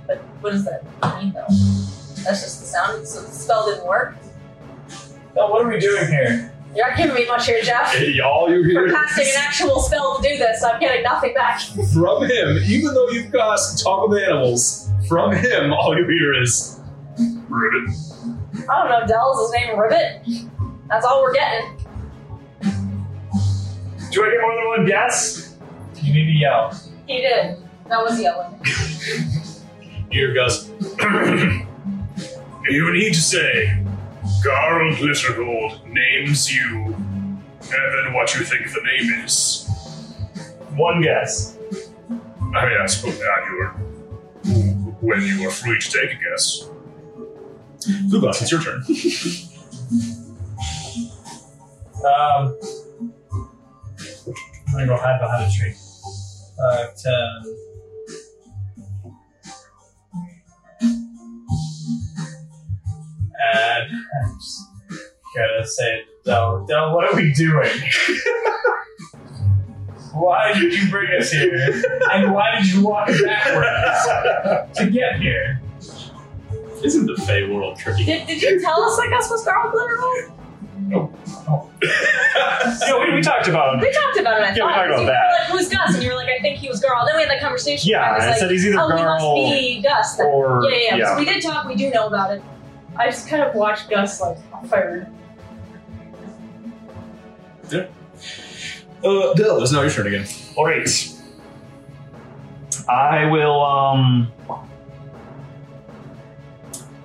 E: But what does that mean though? That's just the sound. So the spell didn't work.
F: Dell, what are we doing here?
E: You're not giving me much here, Jeff.
B: Hey, All you
E: For
B: hear
E: casting an actual spell to do this, I'm getting nothing back.
B: is from him, even though you've cast talk with animals, from him, all you hear is. "Ribbon."
E: I don't know, Dell's his name Ribbit. That's all we're getting.
H: Do I get more than one guess?
F: You need to yell.
E: He did. That was yelling.
B: You hear Gus. you need to say, Garl Glittergold names you, and then what you think the name is.
H: One guess.
B: I mean, I suppose that you were when you are free to take a guess. Flubus, it's your turn.
F: Um, I'm gonna go hide behind a tree. Uh, ten. um, And I'm just gonna say, Del, Del, what are we doing? why did you bring us here? And why did you walk backwards to get here?
K: Isn't the Fey world tricky?
A: Did, did you tell us that Gus was Garl Glittergold?
H: No, we, we talked about him.
A: We talked about it, I
H: Yeah, we
A: thought.
H: talked about
A: you were
H: that.
A: like, who's Gus? And you were like, I think he was Garl. Then we had that conversation. where
H: Yeah,
A: I was
H: I
A: like,
H: said he's either
A: oh, he must
H: Garl
A: be Gus then.
H: or
A: Yeah, yeah, yeah. So we did talk. We do know about it. I just kind of watched Gus like fired.
B: Uh, Dell, it's now your turn again.
H: All right. I will. Um,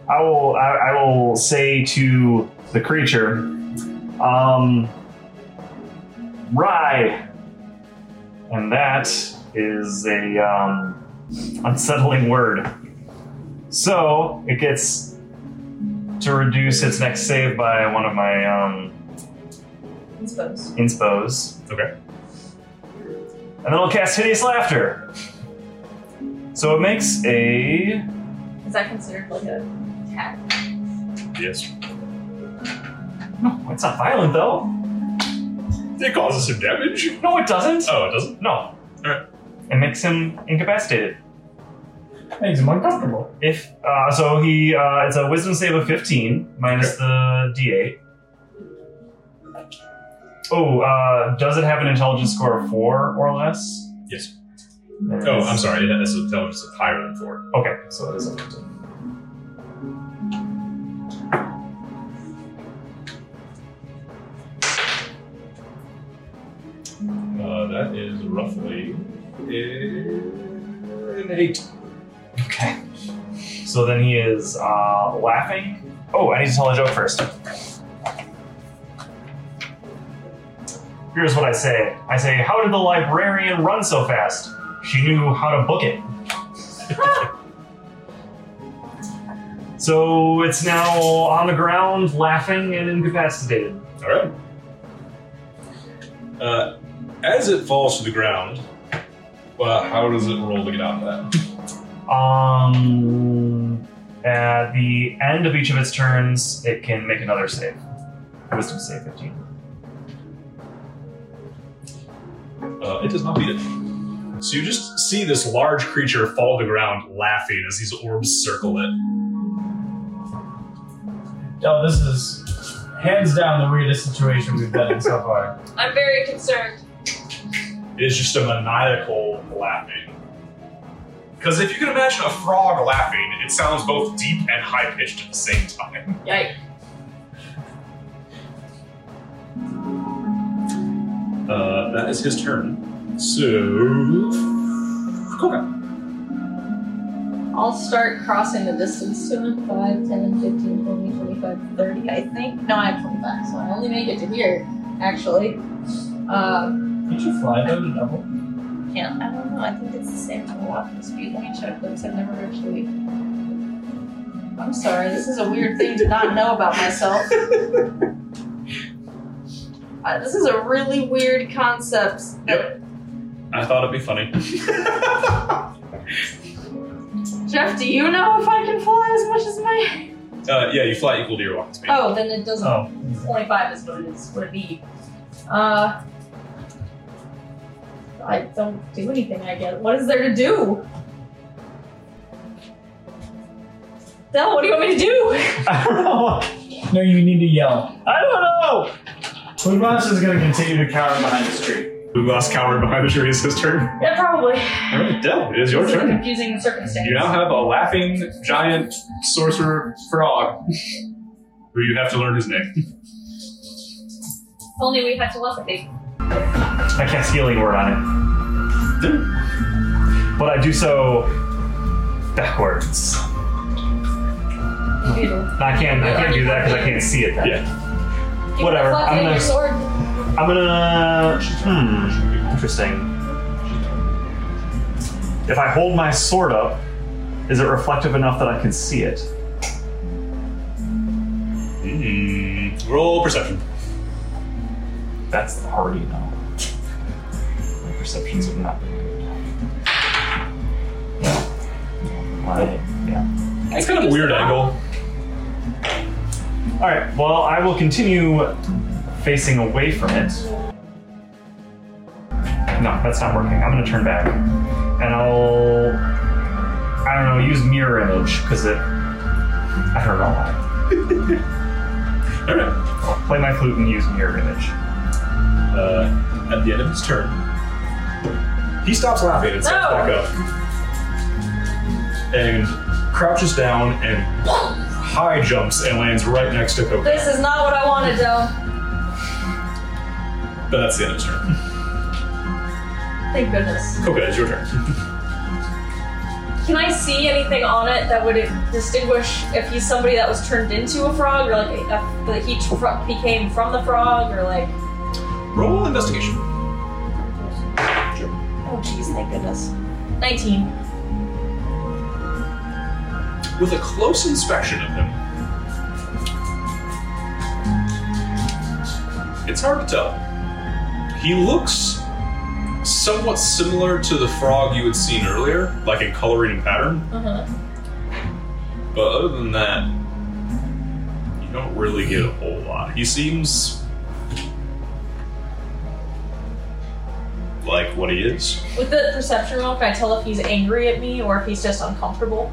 H: I will. I, I will say to the creature, um, "Rye," and that is a um, unsettling word. So it gets to reduce its next save by one of my um,
A: I suppose.
H: inspos.
B: Okay.
H: And then I'll cast Hideous Laughter. So it makes a.
A: Is that considered like a attack?
B: Yes.
H: No, it's not violent though.
B: It causes some damage.
H: No, it doesn't.
B: Oh, it doesn't?
H: No.
B: Alright.
H: It makes him incapacitated.
L: Makes him uncomfortable.
H: If uh, so, he uh, it's a Wisdom save of fifteen minus the D8. Oh, uh, does it have an intelligence score of four or less?
B: Yes.
H: Then it
B: Oh,
H: is-
B: I'm sorry. Yeah, that's intelligence of higher than four.
H: Okay, so it is a fifteen.
B: Uh, that is roughly an eight.
H: Okay. So then he is uh, laughing. Oh, I need to tell a joke first. Here's what I say I say, How did the librarian run so fast? She knew how to book it. so it's now on the ground, laughing and incapacitated.
B: All right. Uh, as it falls to the ground, well, how does it roll to get out of that?
H: Um, at the end of each of its turns, it can make another save. Wisdom save 15.
B: Uh, it does not beat it. So you just see this large creature fall to the ground, laughing as these orbs circle it.
F: Del, Oh, this is hands down the weirdest situation we've been in so far.
A: I'm very concerned.
B: It is just a maniacal laughing. Because if you can imagine a frog laughing, it sounds both deep and high pitched at the same time.
A: Yikes.
B: Uh, that is his turn. So, Koga.
E: I'll start crossing the distance to him 5, 10, 15, 20, 25, 30, I think. No, I have 25, so I only make it to here, actually. Uh,
F: Did you fly though to double?
E: can't, I don't know, I think it's the same for walking speed. Let me check those, I've never actually. I'm sorry, this is a weird thing to not know about myself. Uh, this is a really weird concept.
B: I thought it'd be funny.
E: Jeff, do you know if I can fly as much as my.
B: Uh, yeah, you fly equal to your walking speed.
E: Oh, then it doesn't.
F: Oh.
E: 25 is what it is, what it be. Uh, I don't do anything, I guess. What is there to do? Del, what do you want me to do?
H: I don't know.
F: No, you need to yell.
H: I don't know.
L: Foodboss is going to continue to cower behind the tree.
B: Who last cowered behind the tree is his turn.
A: Yeah, probably.
B: Alright, Dell, it is your
E: This is a
B: turn.
E: confusing circumstance.
B: You now have a laughing giant sorcerer frog. Who you have to learn his name.
A: Only we have telepathy.
H: I can't see a healing word on it. But I do so backwards.
E: Peter.
H: I can't. I can't do that because I can't see it. Then.
E: You
H: Whatever,
E: can
H: I'm
E: Fucking
H: gonna-
E: your sword.
H: I'm gonna. Hmm. Interesting. If I hold my sword up, is it reflective enough that I can see it?
B: Mm, roll perception.
H: That's already no. My perceptions have not been good. My- yeah.
B: It's kind of a weird angle.
H: All right. Well, I will continue facing away from it. No, that's not working. I'm gonna turn back, and I'll. I don't know. Use mirror image because it. I don't know why.
B: All right.
H: I'll play my flute and use mirror image.
B: Uh, at the end of his turn, he stops laughing and stands
A: No.
B: back up, and crouches down and high jumps and lands right next to Coco.
A: This is not what I wanted, though.
B: But that's the end of his turn.
E: Thank goodness.
B: Coco, it's your turn.
A: Can I see anything on it that would distinguish if he's somebody that was turned into a frog, or like if that he tr- became from the frog, or like?
B: Roll investigation.
E: Oh, jeez, thank goodness.
A: 19.
B: With a close inspection of him, it's hard to tell. He looks somewhat similar to the frog you had seen earlier, like in coloring and pattern,
A: Uh-huh.
B: but other than that, you don't really get a whole lot. He seems like what he is.
A: With the perception roll, can I tell if he's angry at me or if he's just uncomfortable?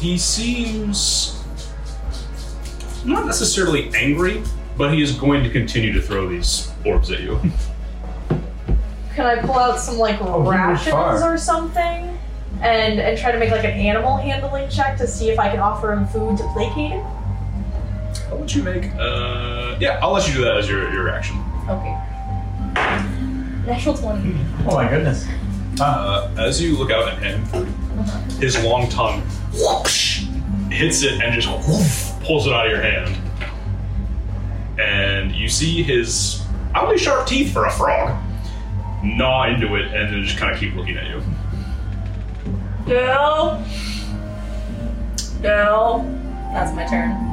B: He seems not necessarily angry, but he is going to continue to throw these orbs at you.
A: Can I pull out some like
F: Oh, he was
A: rations
F: far.
A: or something, and and try to make like an animal handling check to see if I can offer him food to placate him?
B: I'll let you make. Uh, yeah, I'll let you do that as your, your action.
A: Okay. Natural 20.
M: Oh my goodness.
B: Uh, as you look out at him, his long tongue whoosh, hits it and just whoosh, pulls it out of your hand. And you see his oddly sharp teeth for a frog gnaw into it and then just kind of keep looking at you.
A: Girl. Girl. That's my turn.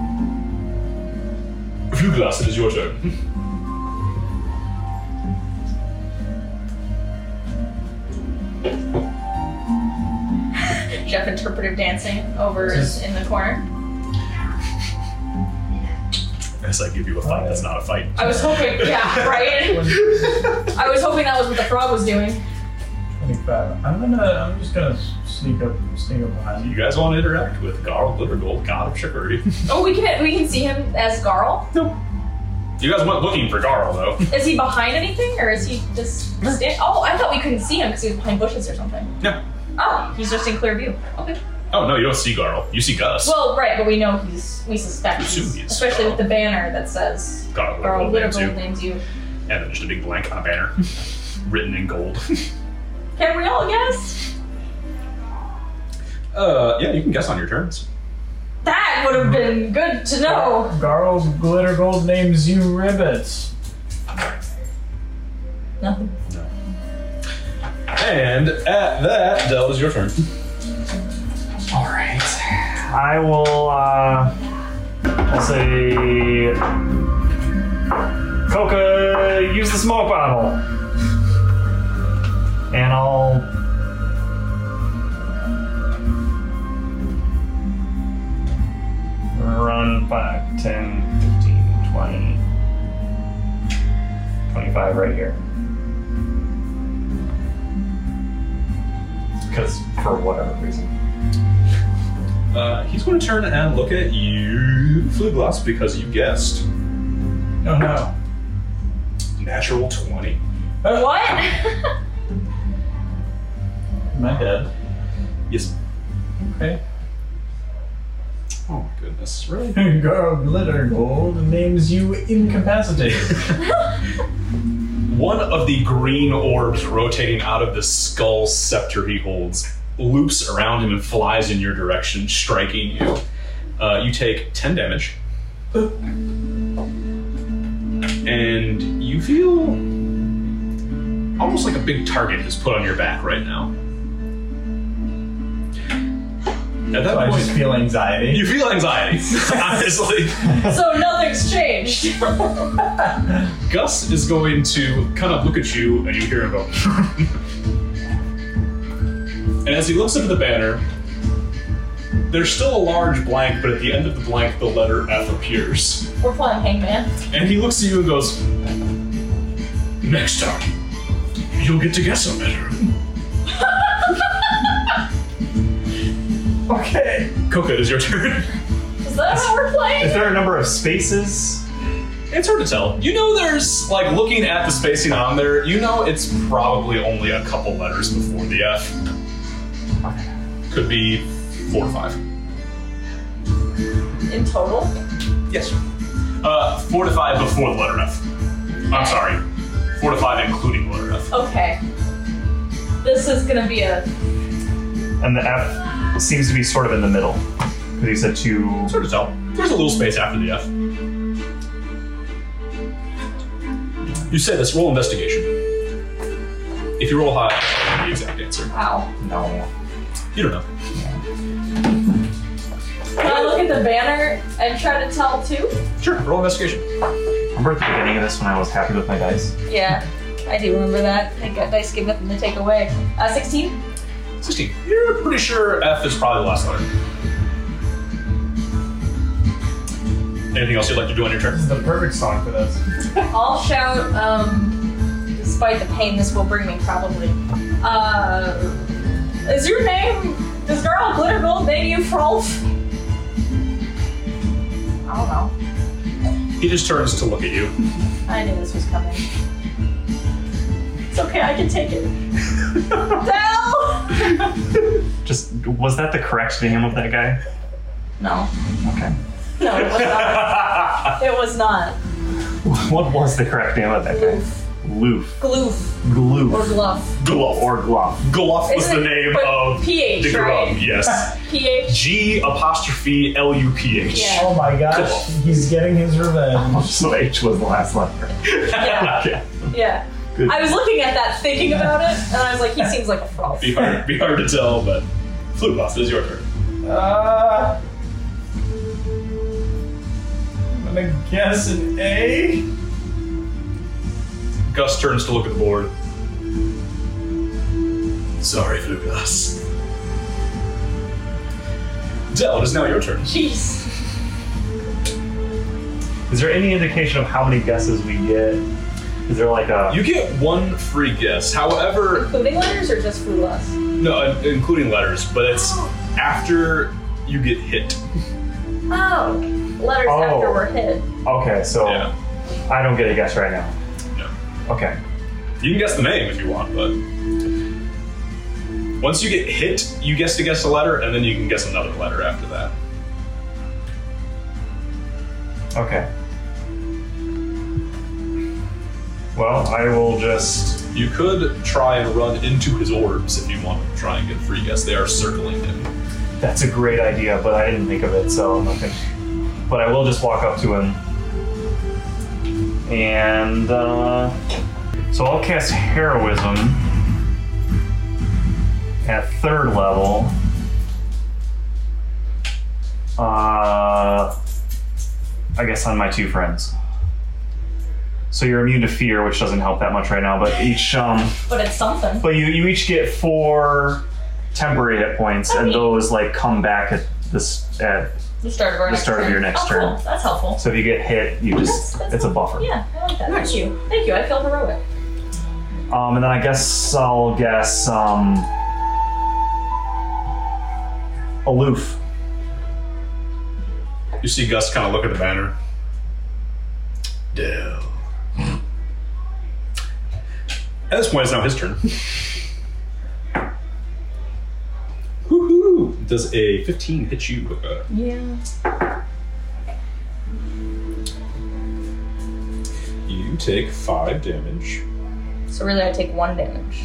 B: Vuglas, it is your turn.
A: Jeff interpretive dancing over
F: Yes.
A: in the corner.
B: As I give you a fight, that's not a fight.
A: I was hoping, yeah, right? I was hoping that was what the frog was doing.
F: Twenty-five. I'm gonna. I'm just gonna sneak up. Sneak up behind
B: You guys want to interact with Garl Glittergold, God of Trickery.
A: Oh, we can we can see him as Garl.
B: You guys went looking for Garl, though.
A: Is he behind anything, or is he just stand- Oh, I thought we couldn't see him because he was behind bushes or something.
B: No.
A: Oh, he's just in clear view. Okay.
B: Oh, no, you don't see Garl. You see Gus.
A: Well, right, but we know he's we suspect,
B: You assume
A: he's,
B: he is
A: especially
B: Garl.
A: with the banner that says
B: Garl
A: Garl
B: Glittergold names you.
A: Whittaker names you.
B: And then just a big blank on a banner written in gold.
A: Can we all guess?
B: Uh, yeah, you can guess on your turns.
A: That would have been good to know.
F: Garo Glitter Gold names you Ribbit.
A: Nothing.
B: And at that, Dell is your turn.
H: All right. I will. Uh, I'll say. Coca, use the smoke bottle. And I'll. Run 5, 10, 15, 20, 25 right here. Because for whatever reason.
B: Uh, he's going to turn and look at you, Fluglass, because you guessed
F: Oh no.
B: natural 20.
A: What?
F: My head.
B: Yes.
F: Okay.
B: Oh, my goodness. Really?
F: Garo Glitter Gold names you incapacitated.
B: One of the green orbs rotating out of the skull scepter he holds loops around him and flies in your direction, striking you. Uh, you take 10 damage. And you feel almost like a big target is put on your back right now. At that
F: So I
B: point,
F: just feel anxiety.
B: you feel anxiety, honestly.
E: So nothing's changed.
B: Gus is going to kind of look at you, and you hear him go. and as he looks up at the banner, there's still a large blank, but at the end of the blank, the letter F appears.
A: We're playing Hangman.
B: And he looks at you and goes, Next time, you'll get to guess it better.
H: Okay.
B: Coca, it is your turn.
E: Is that how we're playing?
H: Is there a number of spaces?
B: It's hard to tell. You know, there's, like, looking at the spacing on there, you know it's probably only a couple letters before the F. Could be four or five.
A: In total?
B: Yes. Uh, four to five before the letter F. I'm sorry. Four to five including the letter F.
A: Okay. This is gonna be a.
H: And the F seems to be sort of in the middle. Because you said two.
B: Sort of tell. There's a little space after the F. You say this, roll investigation. If you roll high, I'll give you the exact answer.
A: Wow.
H: No.
B: You don't know.
A: Can I look at the banner and try to tell too?
B: Sure, roll investigation.
H: Remember at the beginning of this when I was happy with my dice?
A: Yeah, I do remember that. I got dice give nothing to take away. Uh, 16?
B: 16. You're pretty sure F is probably the last letter. Anything else you'd like to do on your turn?
F: This is the perfect song for this.
A: I'll shout, um, despite the pain this will bring me, probably. Uh, is your name, does Girl Glitter Gold name you Frolf? I don't know.
B: He just turns to look at you.
A: I knew this was coming. It's okay, I can take it. no!
H: Just, was that the correct name of that guy?
A: No.
H: Okay.
A: No, it was not. It was not.
H: What was the correct name of that guy? Loof.
A: Gloof
H: Gloof.
A: or Gluff.
B: Gluff.
H: Or Gluff.
B: Gluff was
A: Isn't
B: the
A: it-
B: name
A: but
B: of
A: PH,
B: the grub,
A: right?
B: yes.
A: PH.
B: G apostrophe L U P H.
A: Yeah.
F: Oh my gosh, he's getting his revenge.
H: So H was the last letter.
A: Yeah.
H: Okay.
A: Yeah.
H: Good.
A: I was looking at that, thinking about it, and I was like, he seems like a frog.
B: Be hard, be hard to tell, but flute buff is your turn.
F: Uh, I'm gonna guess an A.
B: Gus turns to look at the board. Sorry, flute Gus. Dell, it is now your turn.
A: Jeez.
H: Is there any indication of how many guesses we get? Is there like a.
B: You get one free guess. However,
A: Including letters or just food loss?
B: no, including letters, but it's after you get hit.
A: Oh. Letters
H: Oh.
A: after we're hit.
H: okay, so
B: Yeah.
H: I don't get a guess right now.
B: No.
H: Okay.
B: You can guess the name if you want, but once you get hit, you guess to guess a letter, and then you can guess another letter after that.
H: Okay. Well, I will just.
B: You could try and run into his orbs if you want to try and get a free guess. They are circling him.
H: That's a great idea, but I didn't think of it, so I'm not gonna. But I will just walk up to him. And, uh. So I'll cast Heroism at third level. Uh. I guess on my two friends. So you're immune to fear, which doesn't help that much right now, but each, um.
A: But it's something.
H: But you, you each get four temporary hit points, and those like come back at this at.
A: The start of our
H: The
A: next
H: start of
A: turn.
H: your next
A: oh,
H: turn.
A: Cool. That's helpful.
H: So if you get hit, you just
A: That's- that's
H: it's a buffer.
A: Yeah, I like that. Thank you. Thank you. I feel heroic.
H: Um, and then I guess I'll guess um, aloof.
B: You see Gus kind of look at the banner. Dell. At this point, it's now his turn. Woohoo! Does a 15 hit you? Uh,
A: Yeah.
B: You take five damage.
A: So really, I take one damage.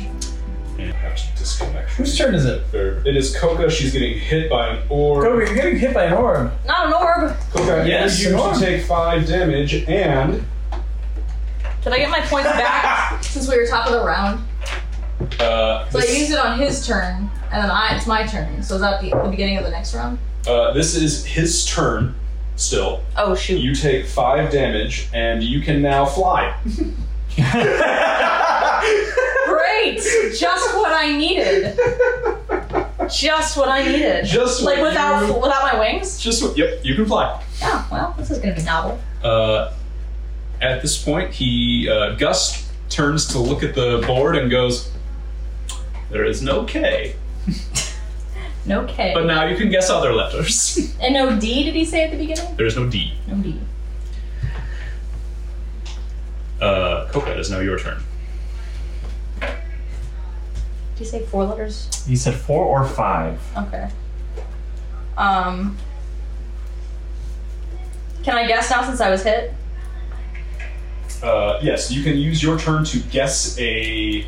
B: and have to disconnect.
F: Whose turn is it?
B: There- It is Coca. She's getting hit by an orb.
F: Kobe, you're getting hit by an orb.
N: Not an orb.
B: Coca,
F: Yes,
B: you
F: an orb.
B: to take five damage and
A: Did I get my points back since we were top of the round?
B: uh,
A: So I
B: this,
A: used it on his turn, and then I, it's my turn. So is that the, the beginning of the next round?
B: uh, this is his turn. Still,
A: Oh shoot.
B: you take five damage and you can now fly.
A: Great! Just what I needed. Just what I needed.
B: Just
A: like
B: what
A: without
B: you-
A: without my wings?
B: Just yep, you can fly.
A: Yeah, well, this is gonna be novel.
B: Uh, at this point, he uh, Gus turns to look at the board and goes, "There is no K,
A: No K.
B: but now you can guess other letters.
A: and no D did he say at the beginning?
B: there is no D."
A: No D.
B: Uh, Coca, it is now your turn.
A: Did he say four letters?
H: He said four or five.
A: Okay. Um. Can I guess now since I was hit?
B: Uh, yes, you can use your turn to guess a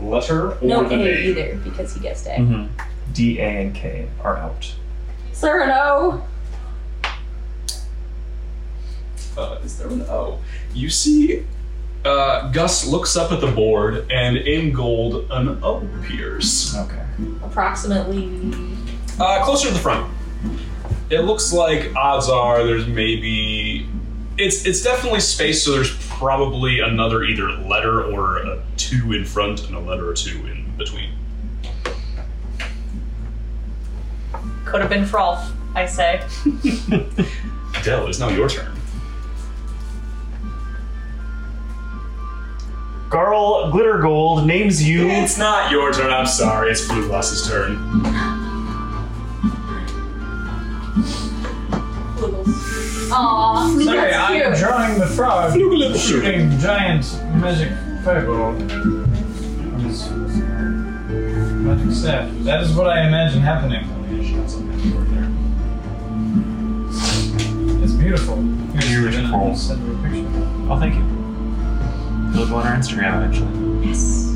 B: letter or
A: no
B: the
A: K
B: name.
A: either because he guessed A.
H: Mm-hmm. D, A, and K are out.
A: Cyrano.
B: Uh, is there an O? You see, uh, Gus looks up at the board, and in gold, an O appears.
H: Okay.
A: Approximately.
B: Uh, closer to the front. It looks like odds are there's maybe it's it's definitely space, so there's probably another either letter or a two in front and a letter or two in between.
N: Could have been Frolf, I say.
B: Dell, it's now your turn.
H: Garl Glittergold names you.
B: It's not your turn. I'm sorry. It's Blue Glass's turn.
A: Aw,
F: Sorry,
A: that's cute.
F: I'm drawing the frog shooting giant magic fireball. From his Magic staff. That is what I imagine happening. It's beautiful. Here's the
H: Beautiful.
F: center picture.
H: Oh, thank you. You'll go on our Instagram eventually.
N: Yes.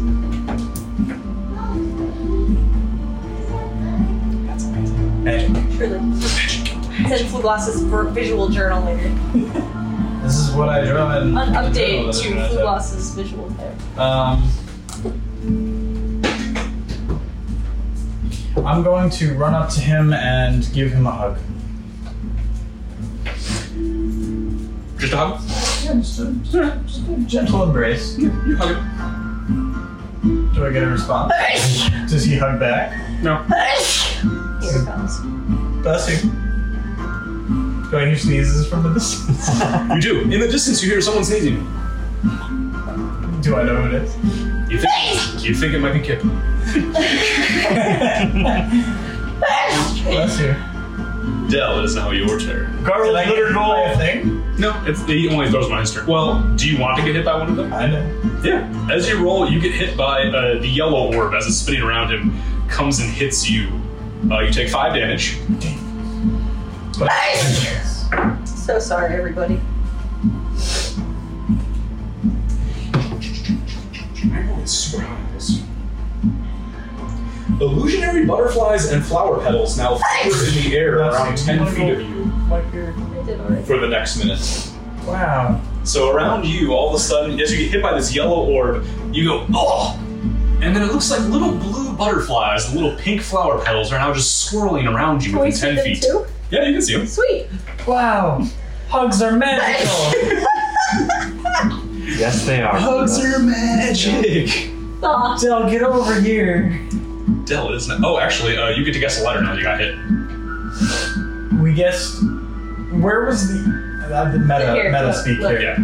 H: That's amazing.
N: Truly. Send full glasses for visual journal later.
F: This is what I draw in
N: An
F: the journal
N: update
F: that I
N: to
F: draw.
N: full glasses visual there.
F: Um, I'm going to run up to him and give him a hug.
B: Just a hug.
F: Yeah, just a, just a gentle embrace.
B: You hug it.
F: Do I get a response? Does he hug back?
B: No.
A: Here it comes.
F: Bless you. Do I hear sneezes from a distance?
B: You do. In the distance, you hear someone sneezing.
F: Do I know who it is?
B: You think you think it might be Kip.
F: Bless you.
B: Dell, it is now your turn.
F: Did I
H: Garl
F: get hit by a
H: Glittergold.
F: thing?
B: No, it's, he only throws one on his turn. Well, do you want to get hit by one of them?
F: I know.
B: Yeah. As you roll, you get hit by uh, the yellow orb as it's spinning around him, comes and hits you. Uh, you take five damage.
F: But
A: So sorry, everybody.
B: Illusionary butterflies and flower petals now flutter in the air around 10 feet of you
F: like you're-
A: I did already.
B: for the next minute.
F: wow.
B: So around you, all of a sudden, as you get hit by this yellow orb, you go, oh! And then it looks like little blue butterflies, and little pink flower petals are now just swirling around you
A: Can we
B: within
A: see
B: 10
A: them
B: feet.
A: too?
B: Yeah, you can see them.
A: Sweet.
F: Wow. Hugs are magical.
H: Yes, they are.
B: Hugs are magic!
A: Aw.
F: Del, get over here.
B: Dell, isn't it? Oh, actually, uh, you get to guess a letter now that you got hit.
F: We guessed. Where was the uh, the meta
A: The character.
F: meta speak
A: Look.
F: here?
B: Yeah.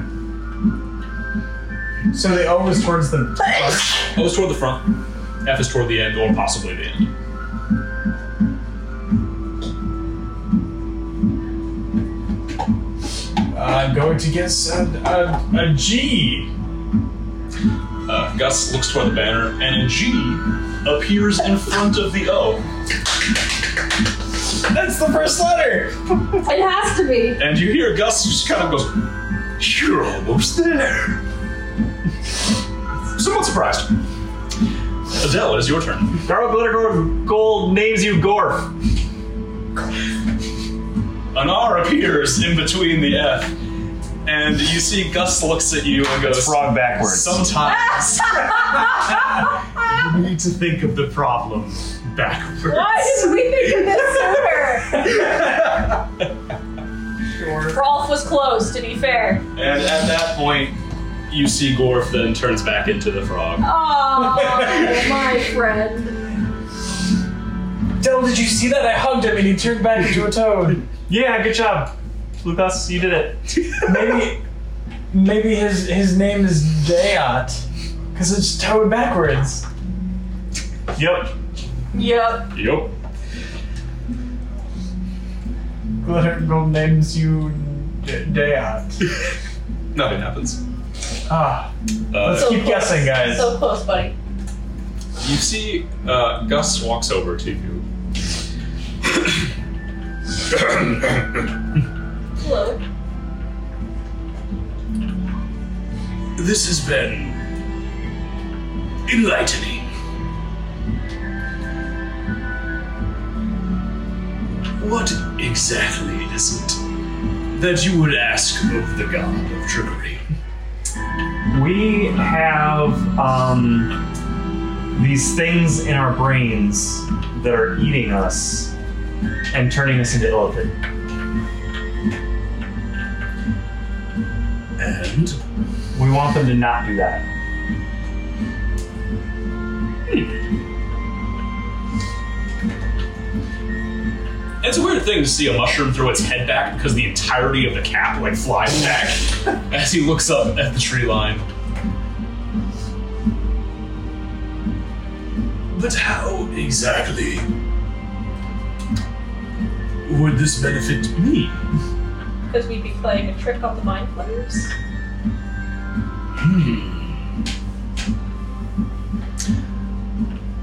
F: So the O was towards the.
B: O is Oh, toward the front. F is toward the end, or possibly the end.
F: Uh, I'm going to guess a, a, a G.
B: Uh, Gus looks toward the banner, and a G appears in front of the O,
F: That's the first letter.
A: It has to be.
B: and you hear Gus just kind of goes, "You're almost there." Somewhat surprised. Adele, it is your turn.
H: Garlic glitter gold names you Gorf.
B: An R appears in between the F, and you see Gus looks at you and goes,
H: It's frog backwards.
B: Sometimes you need to think of the problem backwards.
A: Why did we think of this sooner? Rolf was close, to be fair.
B: And at that point, you see Gorf then turns back into the frog.
A: Oh, my friend.
F: Del, did you see that? I hugged him and he turned back into a toad.
H: Yeah, good job. Lucas, you did it.
F: Maybe, maybe his his name is Dayot, because it's toad backwards.
H: Yep.
A: Yep.
B: Yup.
F: Glitter gold names you D- Dayot.
B: Nothing happens.
F: Ah,
B: Uh,
A: So
F: keep
A: close.
F: guessing, guys.
A: So close, buddy.
B: You see, uh, Gus walks over to you.
A: Hello.
B: This has been enlightening. What exactly is it that you would ask of the god of trickery?
H: We have um, these things in our brains that are eating us and turning us into elephant.
B: And
H: We want them to not do that.
B: it's a weird thing to see a mushroom throw its head back because the entirety of the cap like flies back as he looks up at the tree line. But how exactly would this benefit me?
A: Because we'd be playing a trick on the mind players.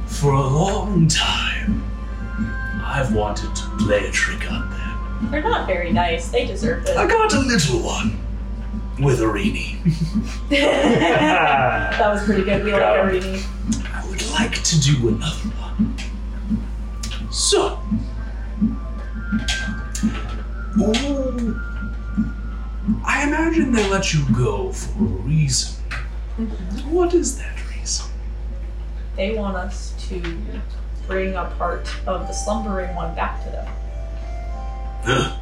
B: For a long time, I've wanted to play a trick on them.
A: They're not very nice. They deserve
B: I
A: it.
B: got a little one with a Rini.
A: that
H: Ah,
A: was pretty good. We like
H: Got
A: everything.
B: I would like to do another one. So, Ooh. I imagine they let you go for a reason. What is that reason?
A: They want us to bring a part of the slumbering one back to them.
B: Huh.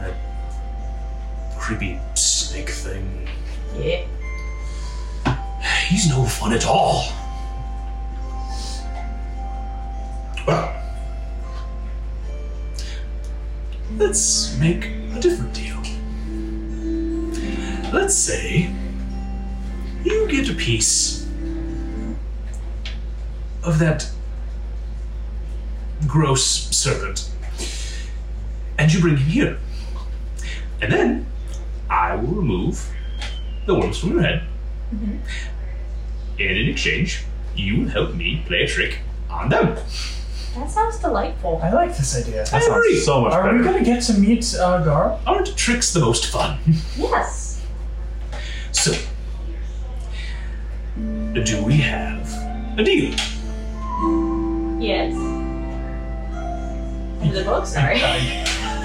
B: That creepy snake thing.
A: Yeah.
B: He's no fun at all. Well, let's make a different deal. Let's say you get a piece of that gross serpent, and you bring him here. And then I will remove the worms from your head. And in exchange, you will help me play a trick on them.
A: That sounds delightful.
F: I like this idea.
H: that
B: Henry!
H: sounds so much
F: Are we
H: better.
F: gonna get to meet uh, Gar?
B: Aren't tricks the most fun?
A: Yes.
B: So, do we have a deal?
A: Yes. In the book, sorry.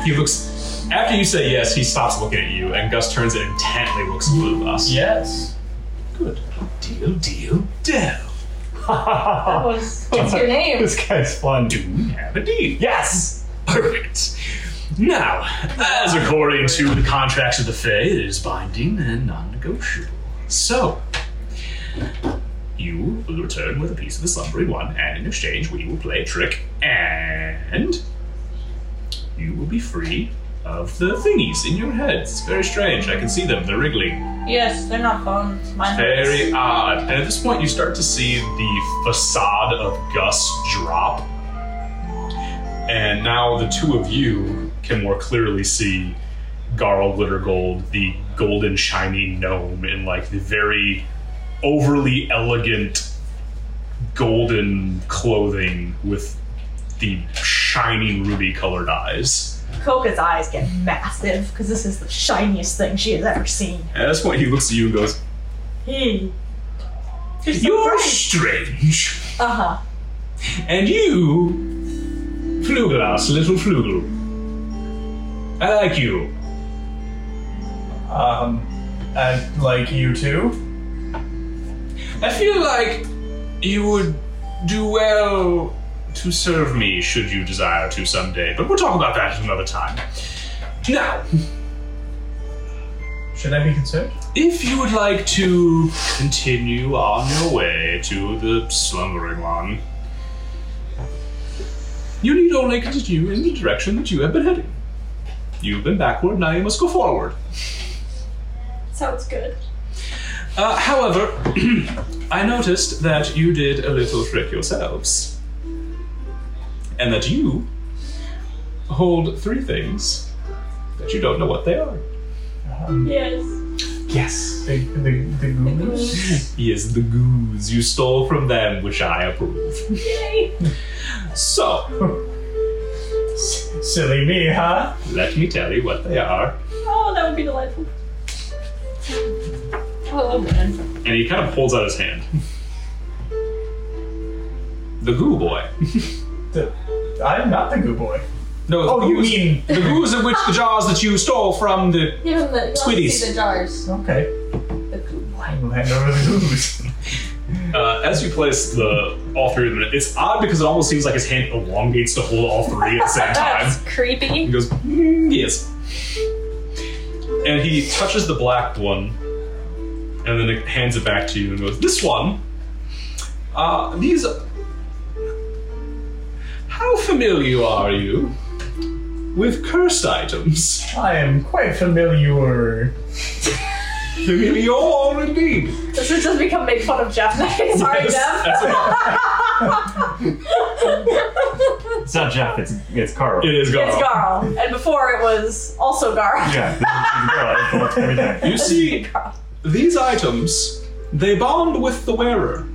B: He looks. After you say yes, he stops looking at you, and Gus turns and intently looks at Blue Gus.
F: Yes.
B: Good. Deal, deal, deal.
A: That was. What's your name?
H: this guy's fun.
B: Do we have a deal?
H: Yes!
B: Perfect. Now, as according to the contracts of the Fae, it is binding and non negotiable. So, you will return with a piece of the slumbery one, and in exchange, we will play a trick, and you will be free of the thingies in your head. It's very strange. I can see them, they're wriggling.
A: Yes, they're not fun. Mine hurts.
B: Very odd. And at this point, you start to see the facade of Gus drop and now the two of you can more clearly see Garl Glittergold, the golden shiny gnome, in like the very overly elegant golden clothing with the shining ruby colored eyes.
A: Coca's eyes get massive because this is the shiniest thing she has ever seen.
B: At this point, he looks at you and goes,
A: He.
B: You're strange.
A: Uh huh.
B: And you, Fluglass, little Flugel. I like you.
F: Um, and like you too.
B: I feel like you would do well to serve me should you desire to someday, but we'll talk about that at another time. Now,
F: Should I be concerned?
B: if you would like to continue on your way to the slumbering one, you need only continue in the direction that you have been heading. You've been backward, now you must go forward.
E: Sounds good.
B: Uh, however, I noticed that you did a little trick yourselves. And that you hold three things that you don't know what they are.
E: Yes.
B: Yes.
F: The, the, the goobers?
B: Yes, the goose you stole from them, which I approve.
E: Yay.
B: So,
F: Silly me, huh?
B: let me tell you what they are.
E: Oh, that would be delightful.
A: Oh man.
B: And he kind of holds out his hand. The goo boy.
F: I'm not the goo boy.
B: No, the
F: Oh, you
B: goose-
F: mean.
B: the goose of which the jars that you stole from the
A: Give him the.
B: Squiddies.
A: See the jars.
F: Okay.
A: The goo boy.
F: I'm hand over the goobers.
B: Uh, as you place the all three of them, it's odd because it almost seems like his hand elongates to hold all three at the same time.
E: That's creepy.
B: He goes, "Mm, yes. And he touches the black one, and then it hands it back to you and goes, this one. Uh, these. How familiar are you with cursed items?
F: I am quite familiar.
B: Familiar indeed.
E: This has just become make fun of Jeff. Sorry,
B: Yes,
E: Jeff.
B: that's what-
H: It's not Jeff, it's, it's Carl.
B: it is gone.
E: It's Garl. And before it was also Garl.
H: Yeah, this is Carl. It's the one every time.
B: You see, these items, they bond with the wearer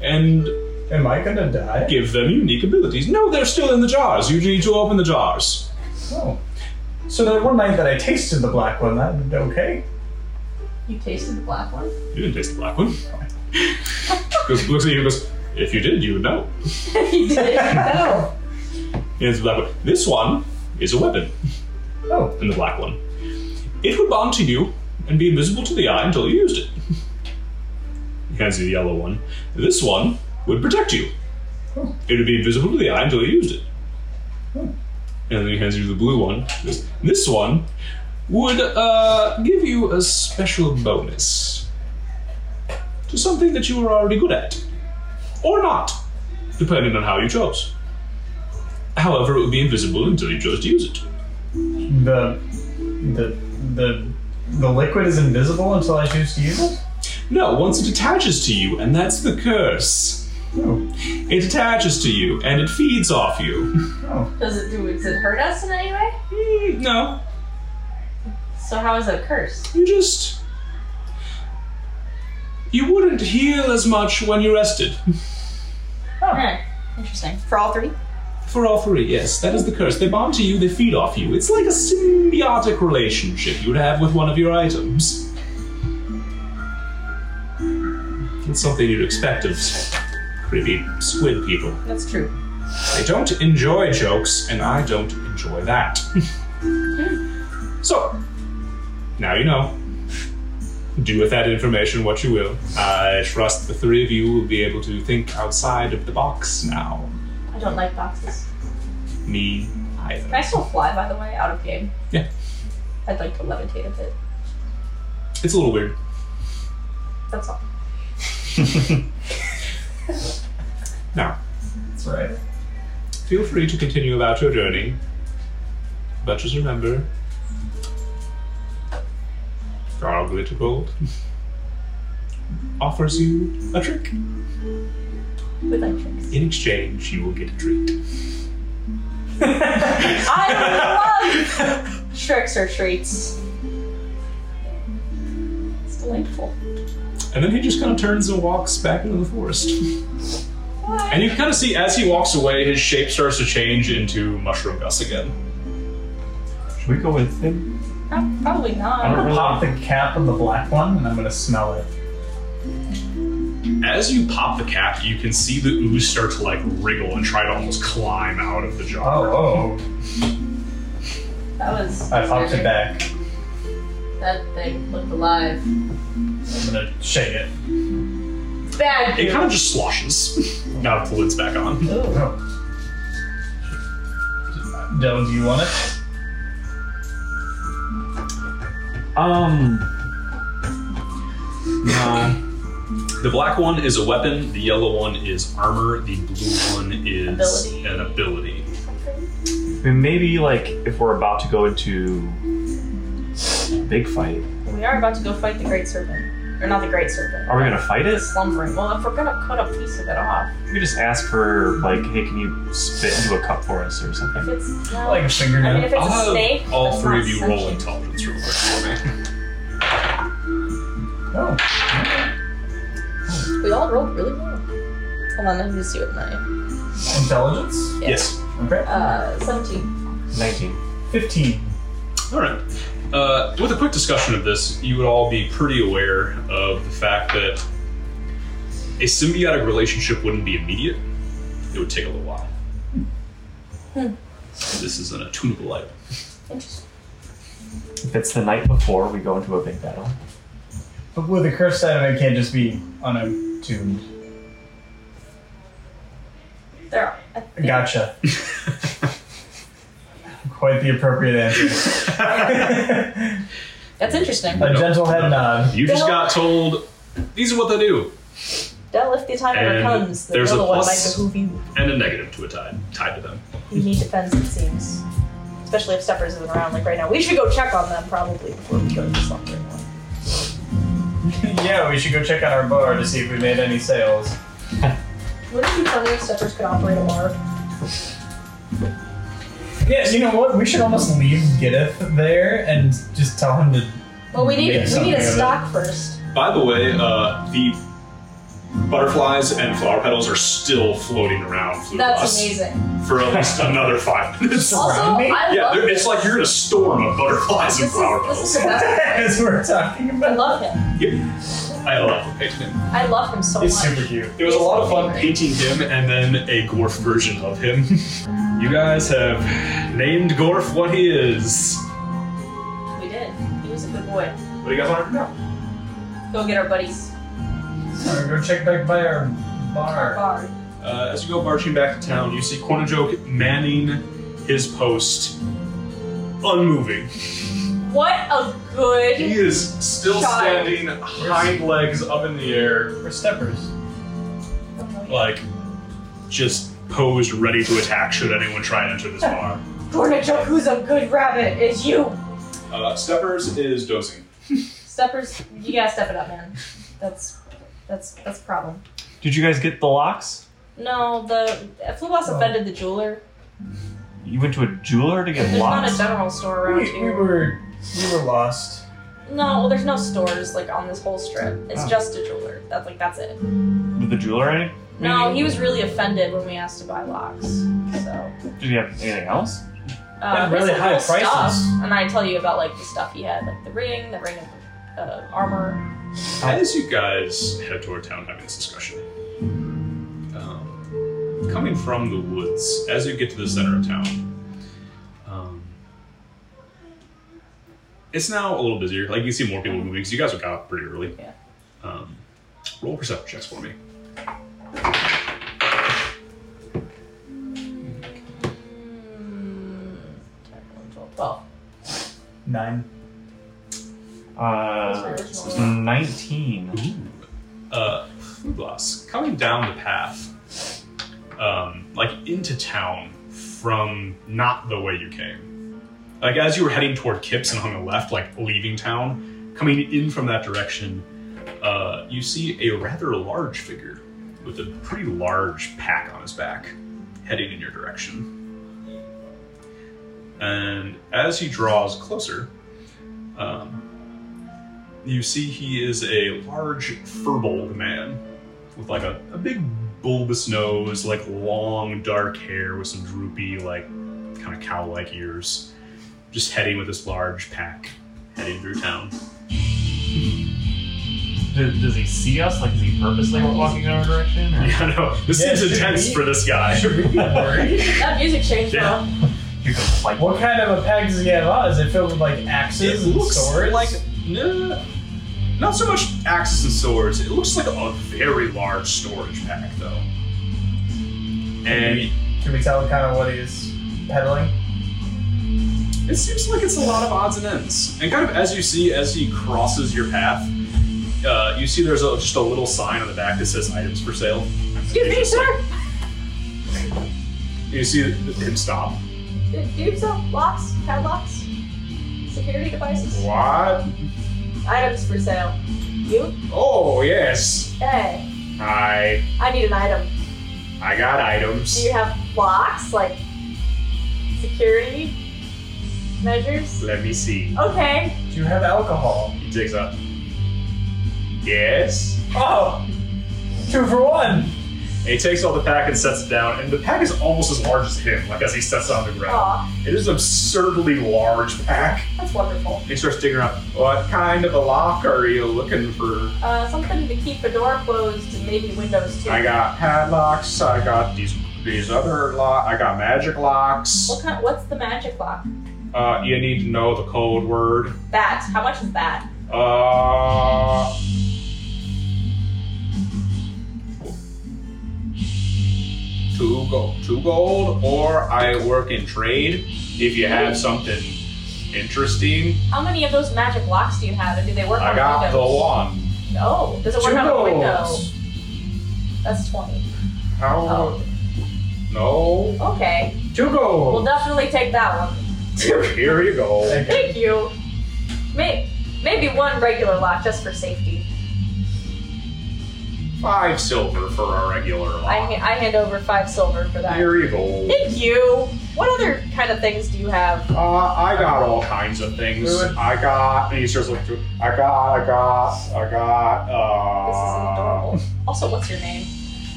B: and
F: Am I gonna die?
B: give them unique abilities. No, they're still in the jars. You need to open the jars.
F: Oh. So that one night that I tasted the black one, that okay?
A: You tasted the black one.
B: You didn't taste the black one. Goes- looks at you and goes, if you did, you would know.
A: you did. No.
B: He hands the black one. This one is a weapon.
F: Oh.
B: And the black one. It would bond to you and be invisible to the eye until you used it. He hands you the yellow one. This one would protect you. It would be invisible to the eye until you used it. And then he hands you the blue one. This, this one would uh, give you a special bonus to something that you were already good at. Or not, depending on how you chose. However, it would be invisible until you chose to use it.
F: The the the the liquid is invisible until I choose to use it?
B: No, once it attaches to you, and that's the curse.
F: Oh.
B: It attaches to you, and it feeds off you.
F: Oh.
A: Does it do? Does it hurt us in any way?
B: Mm, no,
A: So how is it a curse?
B: you just. You wouldn't heal as much when you rested.
A: Eh, Interesting.
E: For all three?
B: For all three, yes, that is the curse. They bond to you, they feed off you. It's like a symbiotic relationship you would have with one of your items. It's something you'd expect of creepy squid people.
A: That's true.
B: I don't enjoy jokes, and I don't enjoy that. so, now you know. Do with that information what you will. I trust the three of you will be able to think outside of the box now.
A: I don't like boxes.
B: Me
A: Can I
B: either.
A: still fly, by the way, out of game?
B: Yeah.
A: I'd like to levitate a bit.
B: It's a little weird.
A: That's all.
B: Now,
F: That's right.
B: feel free to continue about your journey. But just remember, Carl Glittergold offers you a trick.
A: We like tricks.
B: In exchange, you will get a treat.
A: I love tricks or treats. It's delightful.
B: And then he just kind of turns and walks back into the forest. And you can kind of see as he walks away, his shape starts to change into Mushroom Gus again.
H: Should we go with him?
A: Prob- Probably
H: I don't
A: not.
H: really
F: Pop the cap of the black one and I'm gonna smell it.
B: As you pop the cap, you can see the ooze start to like wriggle and try to almost climb out of the jar.
F: Oh, oh.
A: That was.
F: I popped it back.
A: That thing looked alive.
F: I'm gonna shake it.
A: Bad.
B: It
A: dude.
B: kind of just sloshes. now that the lid's back on.
A: Ooh.
F: Dylan, do you want it?
B: Um. No. The black one is a weapon, the yellow one is armor, the blue one is
A: Ability.
B: an ability.
H: I mean, maybe like if we're about to go into a big fight,
A: We are about to go fight the Great Serpent. Or not the Great Serpent.
H: are we gonna fight
A: The
H: it?
A: slumbering. Well, if we're gonna cut a piece of it off,
H: We just ask for like, hey, can you spit into a cup for us or
A: if
H: something?
A: it's. Well,
F: Like a
A: I mean,
F: fingernail.
A: if it's
B: I'll
A: a
B: have
A: snake.
B: All
A: that's
B: three
A: not
B: of you roll
A: sentient.
B: intelligence real quick for me.
F: Oh.
A: We all rolled really well. Hold on, let me see what my.
F: Intelligence?
A: Yeah.
B: Yes.
F: Okay.
A: Uh, 17.
H: Nineteen.
F: 15.
B: All right. Uh, with a quick discussion of this, you would all be pretty aware of the fact that a symbiotic relationship wouldn't be immediate. It would take a little while.
A: Hmm.
B: This is an attunable light.
A: Interesting.
H: If it's the night before we go into a big battle,
F: But with the curse side of it, it can't just be unattuned.
A: There are. I think-
F: Gotcha. Quite the appropriate answer.
A: That's interesting.
F: A gentle head nod.
B: You just got told these are what they do,
A: Del, if the time ever
B: And
A: comes, the
B: there's a
A: yellow one might
B: plus.
A: behoove you.
B: and a negative to a tide tied to them.
A: You need defense, it seems. Especially if steppers have been around like right now. We should go check on them probably before we go to the slumbering one.
F: yeah, we should go check on our bar to see if we made any sales.
A: Wouldn't it be funny if steppers could operate a bar?
F: Yeah, you know what? We should almost leave Giddith there and just tell him to.
A: Well, we need
F: Make
A: we
F: something
A: need
F: of
A: a
F: it.
A: stock first.
B: By the way, uh, the butterflies and flower petals are still floating around Fluid
A: That's
B: Lost
A: amazing.
B: for at least another five minutes.
A: Also,
F: me?
A: I
B: Yeah,
A: love
B: there- it's
A: this.
B: like you're in a storm of butterflies and
A: This is,
B: flower
A: this is
B: petals.
A: the best.
F: As we're talking
A: I
F: about.
A: love him.
B: I love painting him.
A: I love him so
F: He's
A: much.
F: super cute.
B: It was a lot of fun painting him and then a Gorf version of him. you guys have named Gorf what he is.
A: We did. He was a good boy.
B: What do you guys want to know?
A: Go get our buddies.
F: Alright, go check back by our bar.
A: Our bar.
B: Uh, as you go marching back to town, you see Cornajoke manning his post, unmoving.
A: What a good.
B: He is still
A: Shot.
B: standing, hind legs up in the air,
F: We're steppers.
B: like just posed, ready to attack should anyone try and enter this bar.
A: Gornichuk, who's a good rabbit, is you.
B: Uh, Steppers is dozing.
A: Steppers, you gotta step it up, man. That's that's that's a problem.
H: did you guys get the locks?
A: No, the Flubos
F: Oh.
A: offended the jeweler.
H: You went to a jeweler to get
A: There's not a
H: locks.
A: general store around
F: We, we
A: here.
F: were we were lost.
A: No, well, there's no stores like on this whole strip.
F: Oh.
A: It's just a jeweler. That's like that's it.
H: Did the jeweler any?
A: No, he was really offended when we asked to buy locks. So
H: Did he have anything else?
A: uh,
F: At really
A: there's some
F: high
A: cool stuff,
F: prices.
A: and I tell you about like the stuff he had, like the ring, the ring of uh, armor.
B: As you guys head toward town having this discussion, um, coming from the woods, as you get to the center of town, um, it's now a little busier. Like, you see more people moving because you guys are out pretty early.
A: Yeah.
B: Um, roll perception checks for me.
A: Mm, 10, 11, 12, 12.
F: Nine.
H: Uh,
A: That's my original.
H: nineteen.
B: uh, Fuglas, coming down the path, um, like into town from not the way you came. Like as you were heading toward Kips and on the left, like leaving town, coming in from that direction, uh, you see a rather large figure with a pretty large pack on his back, heading in your direction. And as he draws closer, um, you see he is a large furballed man with like a, a big bulbous nose like long dark hair with some droopy like kind of cow-like ears just heading with this large pack heading through town
H: Does, does he see us? Like, is he purposely walking in our direction? Or?
B: I know. This
F: Yeah,
B: seems
F: should
B: intense
F: we-
B: for this guy.
A: That music changed
B: Yeah.
A: though.
H: You can fight.
F: What kind of a pack does he have on? Is it filled with like
B: It
F: axes and
B: looks
F: swords?
B: like no, not so much axes and swords. It looks like a very large storage pack, though. And
F: Can we tell kind of what he's peddling?
B: it seems like it's a lot of odds and ends. And kind of as you see, as he crosses your path, uh, you see there's a, just a little sign on the back that says "items for sale."
A: Excuse me, sir.
B: You see him stop.
A: Do, do you sell locks, padlocks, security devices,
B: What?
A: items for sale? You?
B: Oh yes,
A: Hey,
B: I
A: I need an item.
B: I got items.
A: Do you have locks, like security measures?
B: Let me see.
A: Okay.
F: Do you have alcohol?
B: He takes up. Yes.
F: Oh, two for one.
B: And he takes all the pack and sets it down, and the pack is almost as large as him, like as he sets it on the ground.
A: Aw,
B: It is an absurdly large pack.
A: that's wonderful.
B: And he starts digging up, what kind of a lock are you looking for?
A: Uh, something to keep a door closed and maybe windows too.
B: I got padlocks, I got these these other lock I got magic locks.
A: What kind? What's the magic lock?
B: Uh, you need to know the code word.
A: That. How much is that?
B: Uh Two gold, two gold, or I work in trade. If you have something interesting,
A: How many of those magic locks do you have, and do they work
B: I
A: on
B: got the
A: windows?
B: one.
A: No, does it work
F: Two
A: on a window?
F: goals.
A: That's twenty.
B: How?
A: Oh,
B: No.
A: okay.
F: Two
A: We'll
F: gold.
A: definitely take that one.
B: Here, here you go.
F: Okay.
A: Thank you. May- maybe one regular lock just for safety.
B: Five silver for our regular
A: I,
B: lot.
A: ha- I hand over five silver for that.
B: Here you go.
A: Thank you. What other kind of things do you have?
B: Uh, I got all kinds of things.
F: Wait, wait.
B: I got. And he starts looking through. I got. I got. I got.
A: This is
B: Uh,
A: adorable. Also, what's your name?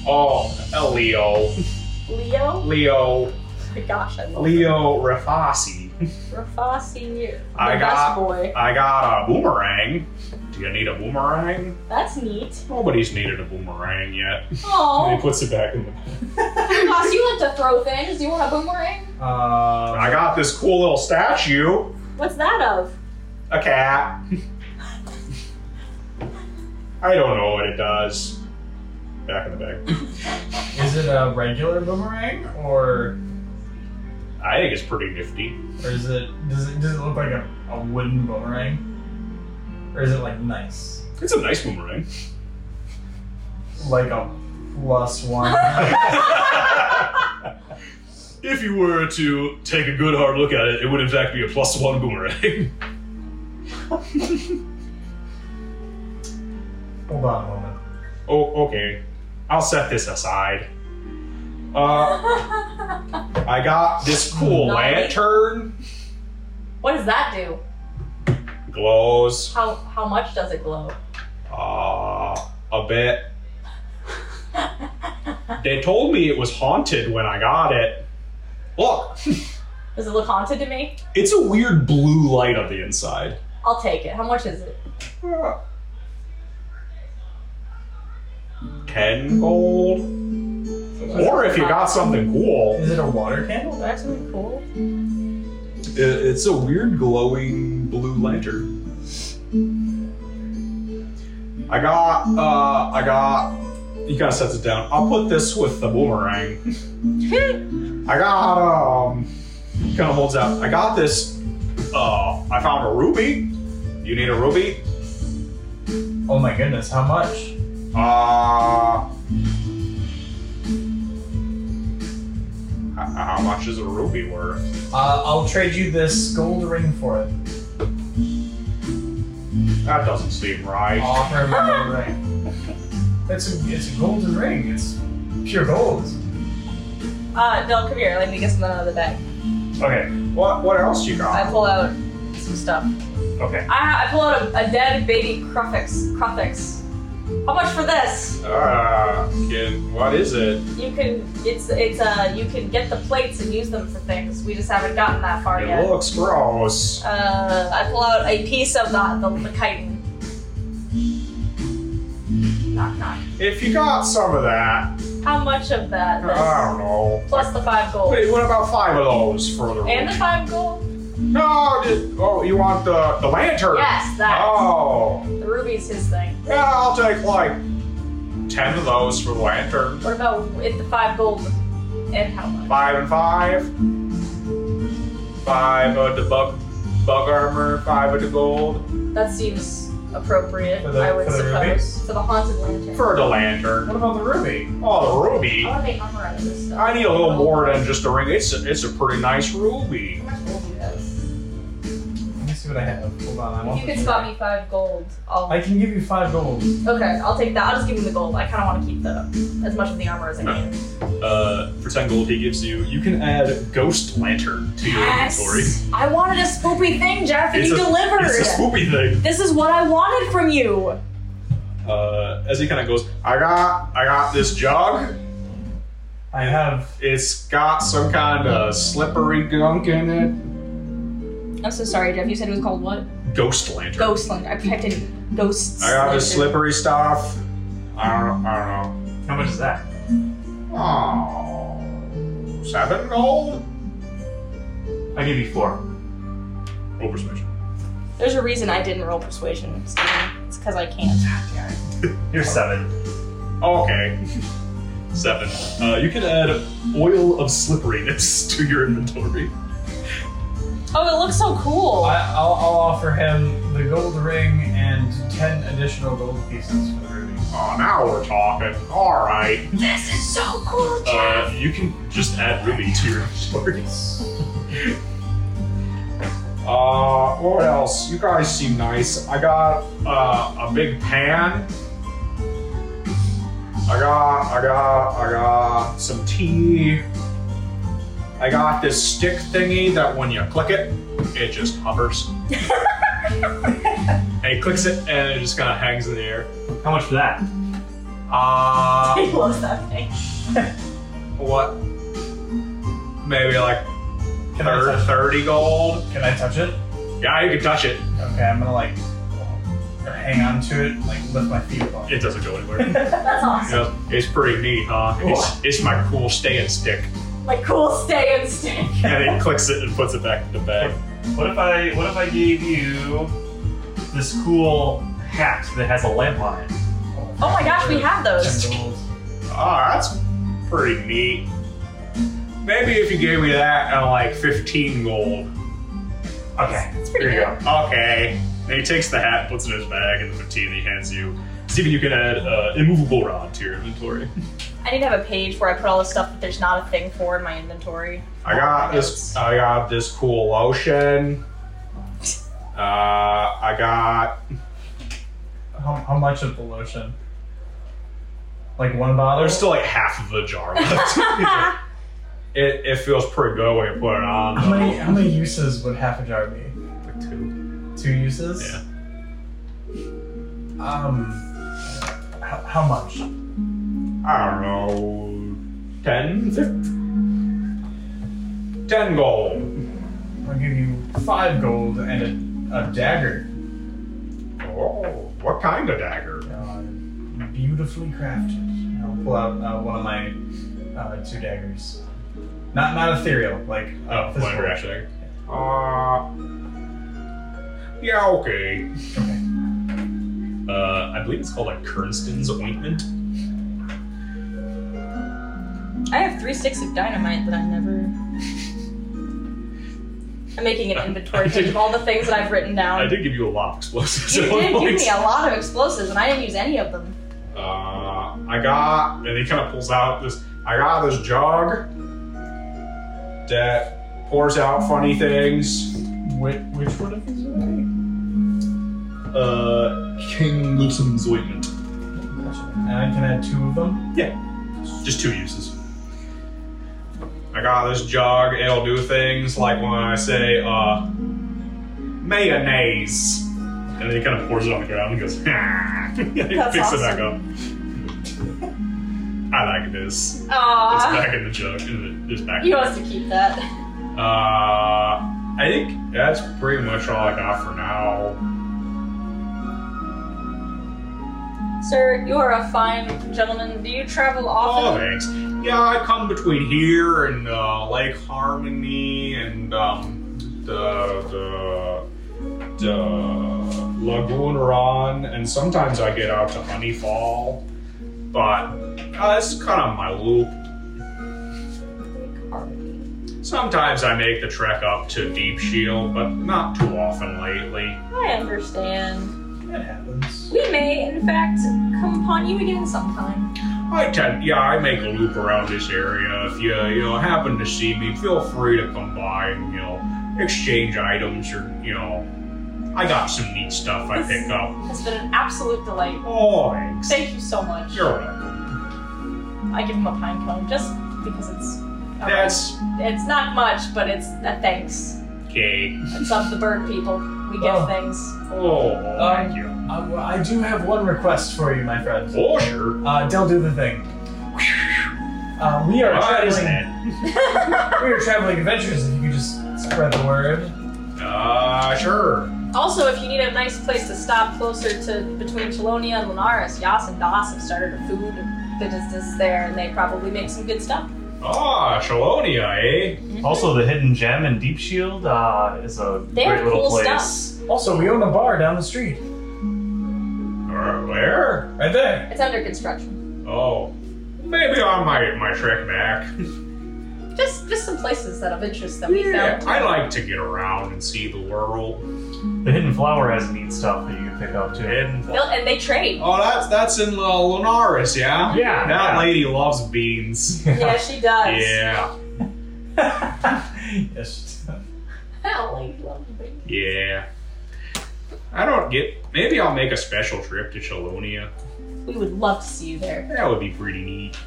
B: oh, uh, Leo.
A: Leo?
B: Leo.
A: Oh my gosh, I love
B: Leo Rafasi.
A: it. Rafa Senior. The
B: I
A: best
B: got-
A: boy.
B: I got a boomerang. Do you need a boomerang?
A: That's neat.
B: Nobody's needed a boomerang yet. And
A: Oh,
B: he puts it back in the.
A: Ross, you like to throw things. Do you want a boomerang?
F: Uh,
B: I got this cool little statue.
A: What's that of?
B: A cat. I don't know what it does. Back in the bag.
F: Uh, is it a regular boomerang or
B: I think it's pretty nifty.
F: or is it does it does it look like a, a wooden boomerang or is it like nice
B: It's a nice boomerang.
F: like a plus one?
B: if you were to take a good hard look at it, it would in fact be a plus one boomerang.
F: Hold on a moment.
B: oh, okay. I'll set this aside. Uh, I got this cool
A: Not me.
B: lantern.
A: What does that do?
B: Glows.
A: How how much does it glow?
B: Uh, a bit. They told me it was haunted when I got it. Look,
A: Does it look haunted to me?
B: it's a weird blue light on the inside.
A: I'll take it. How much is it?
B: Ten gold. Or if you got something cool,
F: Is it a water candle?
A: That's really cool.
B: i- it's a weird glowing blue lantern. I got, uh, I got. He kind of sets it down. I'll put this with the boomerang. I got, um. He kind of holds out. I got this. Uh, I found a ruby. You need a ruby?
F: Oh my goodness, how much?
B: Uh, h- how much is a ruby worth?
F: Uh, I'll trade you this gold ring for it.
B: That doesn't seem right.
F: Offer him a ring. It's a it's a golden ring. It's pure gold.
A: Uh, no, come here. Let me get something out of the bag.
B: Okay, what what else you
A: I
B: got?
A: pull out some stuff.
B: Okay,
A: I, I pull out a, a dead baby Cruffix. Cruffix. How much for this?
B: uh, can, what is it?
A: You can. It's it's uh. You can get the plates and use them for things. We just haven't gotten that
I: Oh,
A: far
B: It
A: yet.
B: looks gross.
A: Uh, I pull out a piece of the the, the chitin.
E: knock, knock.
B: If you got some of that,
E: How much of that?
B: I
E: That's
B: don't know.
E: plus the five gold.
B: Wait, what about five of those for the
E: And the five gold?
B: No, just, oh, you want the the lantern?
E: Yes, that.
B: Oh,
E: The ruby's his thing.
B: yeah, I'll take like ten of those for the lantern.
E: What about if the five gold and how much?
B: Five and five. Five of the bug bug armor. Five of the gold
E: That seems appropriate,
F: For the-
E: I would
F: for the
E: suppose. for the haunted lantern.
B: for the lantern.
F: What about the ruby?
B: Oh, the ruby.
E: I want to make armor out of this stuff.
B: I need a little more than just a ring. It's a, it's a pretty nice ruby.
E: How much gold do you have?
F: Let me see what I have. Hold on. I'm
E: If
F: off
E: you
F: the
E: could
F: track.
E: spot me five gold, I'll.
F: I can give you five gold.
E: okay, I'll take that. I'll just give him the gold. I kind of want to keep the as much of the armor as I can.
B: Uh, for ten gold, he gives you. You can add ghost lantern to your inventory.
E: I wanted a spoopy thing, Jeff, and
B: It's
E: you
B: a-
E: delivered.
B: It's a spoopy thing.
E: this is what I wanted from you.
B: uh, as he kind of goes, I got, I got this jug.
F: I have.
B: It's got some kind of slippery gunk in it.
E: I'm so sorry, Jeff. You said it was called what?
B: Ghost lantern.
E: Ghost lantern. I typed in ghosts.
B: I got this
E: lantern.
B: slippery stuff. I don't, I don't
H: How much is that?
B: know. Oh, seven gold.
H: I give you four.
B: Roll persuasion.
E: There's a reason I didn't roll persuasion, Steven. It's because I can't.
H: You're seven.
B: Okay. Seven. Uh, you can add oil of slipperiness to your inventory.
E: Oh, it looks so cool.
F: I, I'll, I'll offer him the gold ring and ten additional gold pieces for the ruby.
B: Oh, now we're talking. All right.
E: this is so cool, Jeff.
B: Uh, you can just add ruby to your inventory. Uh, what else? You guys seem nice. I got uh, a big pan. I got, I got, I got some tea. I got this stick thingy that when you click it, it just hovers. and he clicks it, and it just kind of hangs in the air.
H: How much for that?
B: Uh,
E: he loves that thing.
B: what? Maybe like
F: Can I,
B: thir-
F: touch,
B: 30 gold?
F: can I touch it?
B: Yeah, you can touch it.
F: Okay, I'm gonna like hang on to it, like lift my feet up.
B: It doesn't go anywhere.
E: That's awesome.
B: Yeah, it's pretty neat, huh? It's, it's my cool stand stick.
E: Like cool stay and stay.
B: And he clicks it and puts it back in the bag.
H: What if I what if I gave you this cool hat that has a lamp on it?
E: Oh my gosh, we have those.
B: Ah, that's pretty neat. Maybe if you gave me that and like 15 gold.
H: Okay.
E: It's
B: Here
E: pretty
B: you
E: good.
B: go. Okay. And he takes the hat, puts it in his bag, and the 15 he hands you. Steven, you can add uh, immovable rod to your inventory.
E: I need to have a page where I put all the stuff that there's not a thing for in my inventory.
B: I got this. I got this cool lotion. Uh, I got
F: How, how much of the lotion? Like one bottle?
B: There's still like half of a jar left. it, it feels pretty good when you put it on.
F: How
B: though.
F: many how many uses would half a jar be?
B: Like two.
F: Two uses?
B: Yeah.
F: Um. How, how much?
B: I don't know. Ten? Fif- Ten gold.
F: I'll give you five gold and a, a dagger.
B: Oh, what kind of dagger?
F: Uh, beautifully crafted. I'll pull out uh, one of my uh, two daggers. Not not ethereal, like
B: Oh,
F: uh,
B: physical.
F: physical.
B: dagger. Uh, yeah, okay.
F: Okay.
B: Uh, I believe it's called like Kernstein's ointment.
E: I have three sticks of dynamite that I never. I'm making an inventory page of all the things that I've written down.
B: I did give you a lot of explosives.
E: You
B: at
E: did
B: one
E: give
B: point.
E: me a lot of explosives, and I didn't use any of them.
B: Uh, I got, and he kind of pulls out this. I got this jug that pours out funny things.
F: Which, which one of these would it be?
B: Uh, King Luton's ointment.
F: And I can add two of them.
B: Just two uses. I got this jug. It'll do things like when I say uh, mayonnaise, and then he kind of pours it on the ground and goes. and he
E: That's
B: picks
E: awesome.
B: it back up. I like this. It's
E: Aww.
B: back in the jug. and It's back.
E: He wants to keep that.
B: Uh, I think that's pretty much all I got for now.
A: Sir, you are a fine gentleman. Do you travel
B: Oh,
A: often?
B: thanks. Yeah, I come between here and uh, Lake Harmony and um, the the the Lagoon Run, and sometimes I get out to Honey Fall. But uh, this is kind of my loop. Sometimes I make the trek up to Deep Shield, but not too often lately.
A: I understand.
F: That happens.
A: We may, in fact, come upon you again sometime.
B: I tend, yeah, I make a loop around this area. If you, you know, happen to see me, feel free to come by and, you know, exchange items or, you know, I got some neat stuff I pick up.
A: It's been an absolute delight.
B: Oh, thanks.
A: Thank you so much.
B: You're welcome.
A: I give him a pine cone just because it's.
B: That's
A: It's not much, but it's a thanks.
B: okay.
A: It's of the bird people. We give
F: Oh.
A: things.
B: Oh, thank you.
F: Um, well, I do have one request for you, my friend.
B: Oh, sure.
F: Uh, Del, do the thing. Uh, we are
B: Why is
F: traveling.
B: that?
F: We are traveling adventures. If you could just spread the word.
B: Uh, sure.
A: Also, if you need a nice place to stop closer to between Chelonia and Linares, Yas and Das have started a food business there, and they probably make some good stuff.
B: Ah, Chelonia, eh?
A: Mhm.
H: Also, the hidden gem in Deep Shield uh, is a
A: They
H: great
A: have
H: little
A: cool
H: place.
A: stuff.
F: Also, we own a bar down the street.
B: Or where?
F: Right there.
A: It's under construction.
B: Oh, maybe on my, my trek back.
A: Just, just some places that of interest that we
B: Yeah,
A: found.
B: I like to get around and see the world.
H: The hidden flower has neat stuff that you can pick up too.
B: And
A: They'll- and they trade.
B: Oh, that's that's in uh, Lunaris, yeah.
H: Yeah,
B: That
H: yeah.
B: lady loves beans.
A: yeah, she does.
B: yeah,
F: yes.
A: I like love beans.
B: yeah. I don't get. Maybe I'll make a special trip to Chelonia.
A: We would love to see you there.
B: That would be pretty neat.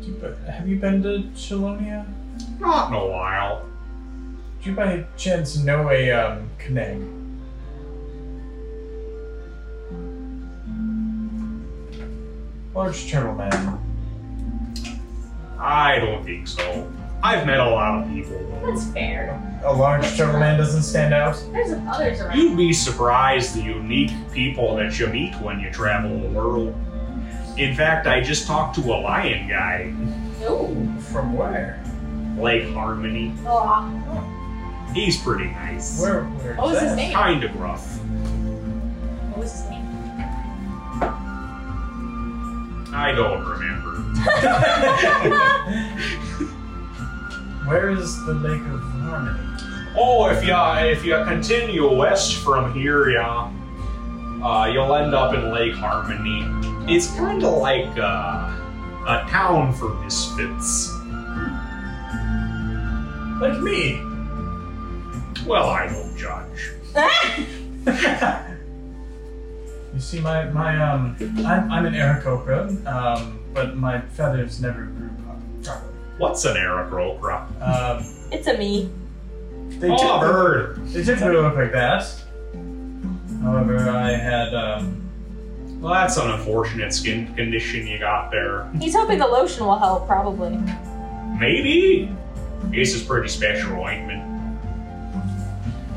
F: Do you bu- Have you been to Chelonia?
B: Not in a while.
F: Do you by chance know a um, Kneg? Large turtle man.
B: I don't think so. I've met a lot of people.
A: That's fair.
F: A large turtle man doesn't stand out.
A: There's others around.
B: You'd be surprised the unique people that you meet when you travel the world. In fact, I just talked to a lion guy,
A: Ooh.
F: From where?
B: Lake Harmony.
A: Oh,
B: He's pretty nice.
F: Where? Where?
A: what was his name?
B: Kind of rough.
A: What was his name?
B: I don't remember.
F: Where is the Lake of Harmony?
B: Oh, if you if you continue west from here, yeah, uh, you'll end up in Lake Harmony. It's kind of like uh, a town for misfits.
F: Like me.
B: Well, I don't judge.
F: You see, my my um, I'm, I'm an Aarakocra, um, but my feathers never grew pro- properly.
B: What's an Aracrocra?
F: Um,
A: It's a me.
F: they
B: Oh, a
F: took-
B: bird.
F: They typically look like that. However, I had um,
B: Well, that's an unfortunate skin condition you got there.
A: He's hoping the lotion will help, probably.
B: Maybe. This is pretty special ointment.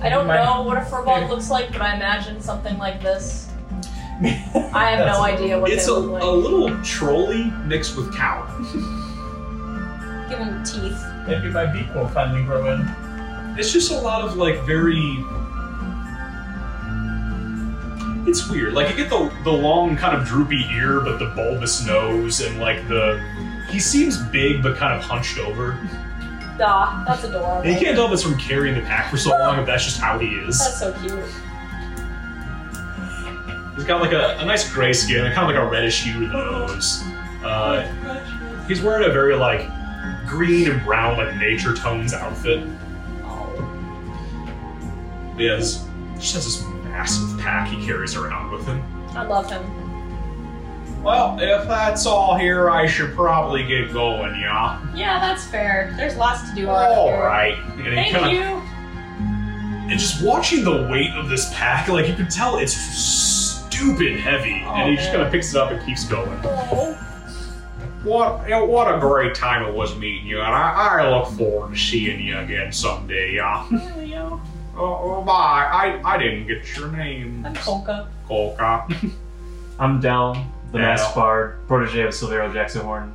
A: I don't
F: My-
A: know what a furball looks like, but I imagine something like this. I have no idea what
E: It's
A: they
E: a,
A: look
E: a
A: like.
E: little trolley mixed with cow.
A: Give him teeth.
F: maybe my beak will finally grow in.
E: It's just a lot of like very.
B: It's weird. Like you get the the long kind of droopy ear, but the bulbous nose, and like the he seems big but kind of hunched over.
A: Duh, that's adorable.
B: And you can't tell if it's from carrying the pack for so long, if that's just how he is.
A: That's so cute.
B: He's got like a, a nice gray skin, and kind of like a reddish hue to the nose. Uh, he's wearing a very like green and brown, like nature tones outfit. He has just has this massive pack he carries around with him.
A: I love him.
B: Well, if that's all here, I should probably get going, yeah.
A: Yeah, that's fair. There's lots to do around
O: Oh,
B: All
A: here.
B: right. And he
A: Thank
B: kinda-
A: you.
B: and just watching the weight of this pack, like you can tell it's stupid heavy,
A: Oh,
B: and he just kind of picks it up and keeps going. What you know, what a great time it was meeting you, and I, I look forward to seeing you again someday. Yeah. Oh, oh, bye. I I didn't get your name.
A: I'm Polka.
P: Kolka.
G: I'm down. The
P: Yeah.
G: masked bard, protege of Silvero Jacksonhorn,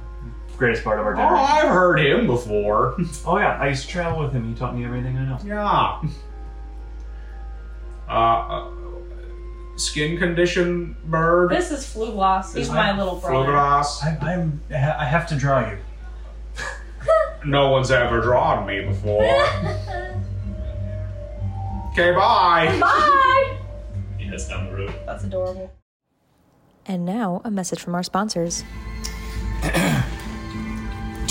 G: greatest bard of our
P: Oh,
G: generation.
P: I've heard him before.
G: Oh yeah, I used to travel with him. He taught me everything I know.
P: Yeah. Uh, uh, skin condition bird.
A: This is Flugloss. He's
P: Is
A: my
P: that
A: little brother.
P: Flugras.
O: I'm, I'm, I ha- I have to draw you.
P: No one's ever drawn me before. okay, bye.
A: Bye.
C: Yes, down the road.
A: That's adorable.
Q: And now, a message from our sponsors.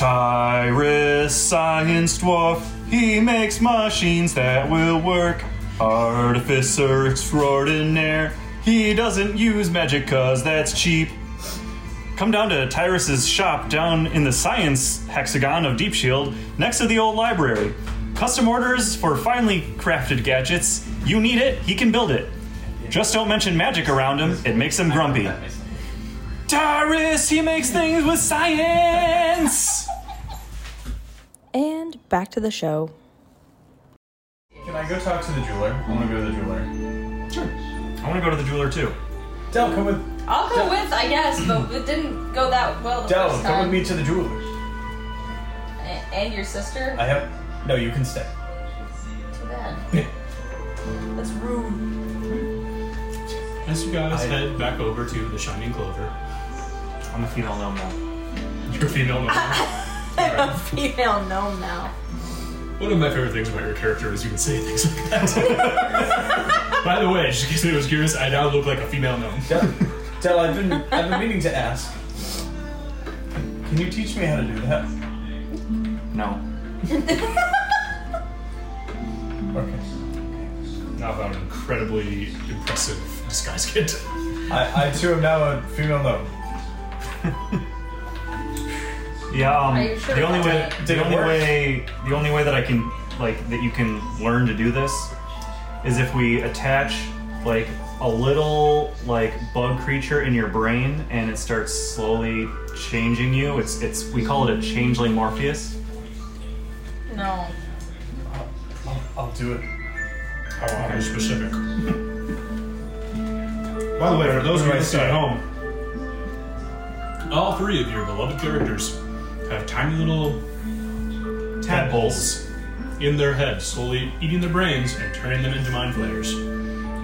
H: Tyrus Science Dwarf, he makes machines that will work. Artificer extraordinaire, he doesn't use magic cause that's cheap. Come down to Tyrus's shop down in the science hexagon of Deep Shield, next to the old library. Custom orders for finely crafted gadgets. You need it, he can build it. Just don't mention magic around him, it makes him grumpy. Tyrus, he makes things with science!
Q: And back to the show.
O: Can I go talk to the jeweler? I want to go to the jeweler.
H: I want to go to the jeweler too.
O: Del, come with.
A: I'll go with, I guess, but it didn't go that well the
O: Del,
A: first
O: come
A: time.
O: with me to the jeweler.
A: A- And your sister.
O: I have. No, you can stay.
A: Too bad. That's rude.
B: As you guys
O: I-
B: head back over to the Shining Clover,
H: I'm a female gnome now.
B: your female gnome.
A: I'm a female gnome now.
B: One of my favorite things about your character is you can say things like that. By the way, just in case anyone was curious, I now look like a female gnome.
O: Del, Del, I've been, I've been meaning to ask. Can you teach me how to do that?
H: No.
O: Okay.
B: Now about an incredibly impressive disguise kit.
O: I, I too am now a female gnome.
H: Yeah. Um,
A: Are you sure
H: the only
A: about
H: way,
A: that?
H: the
O: Did it
H: only
O: work?
H: way, the only way that I can like that you can learn to do this is if we attach like a little like bug creature in your brain and it starts slowly changing you. It's it's we call it a changeling Morpheus.
A: No.
O: I'll, I'll do it.
B: How very specific. By the way, for those of you listening at home, all three of your beloved characters have tiny little tadpoles in their heads, slowly eating their brains and turning them into mind flayers.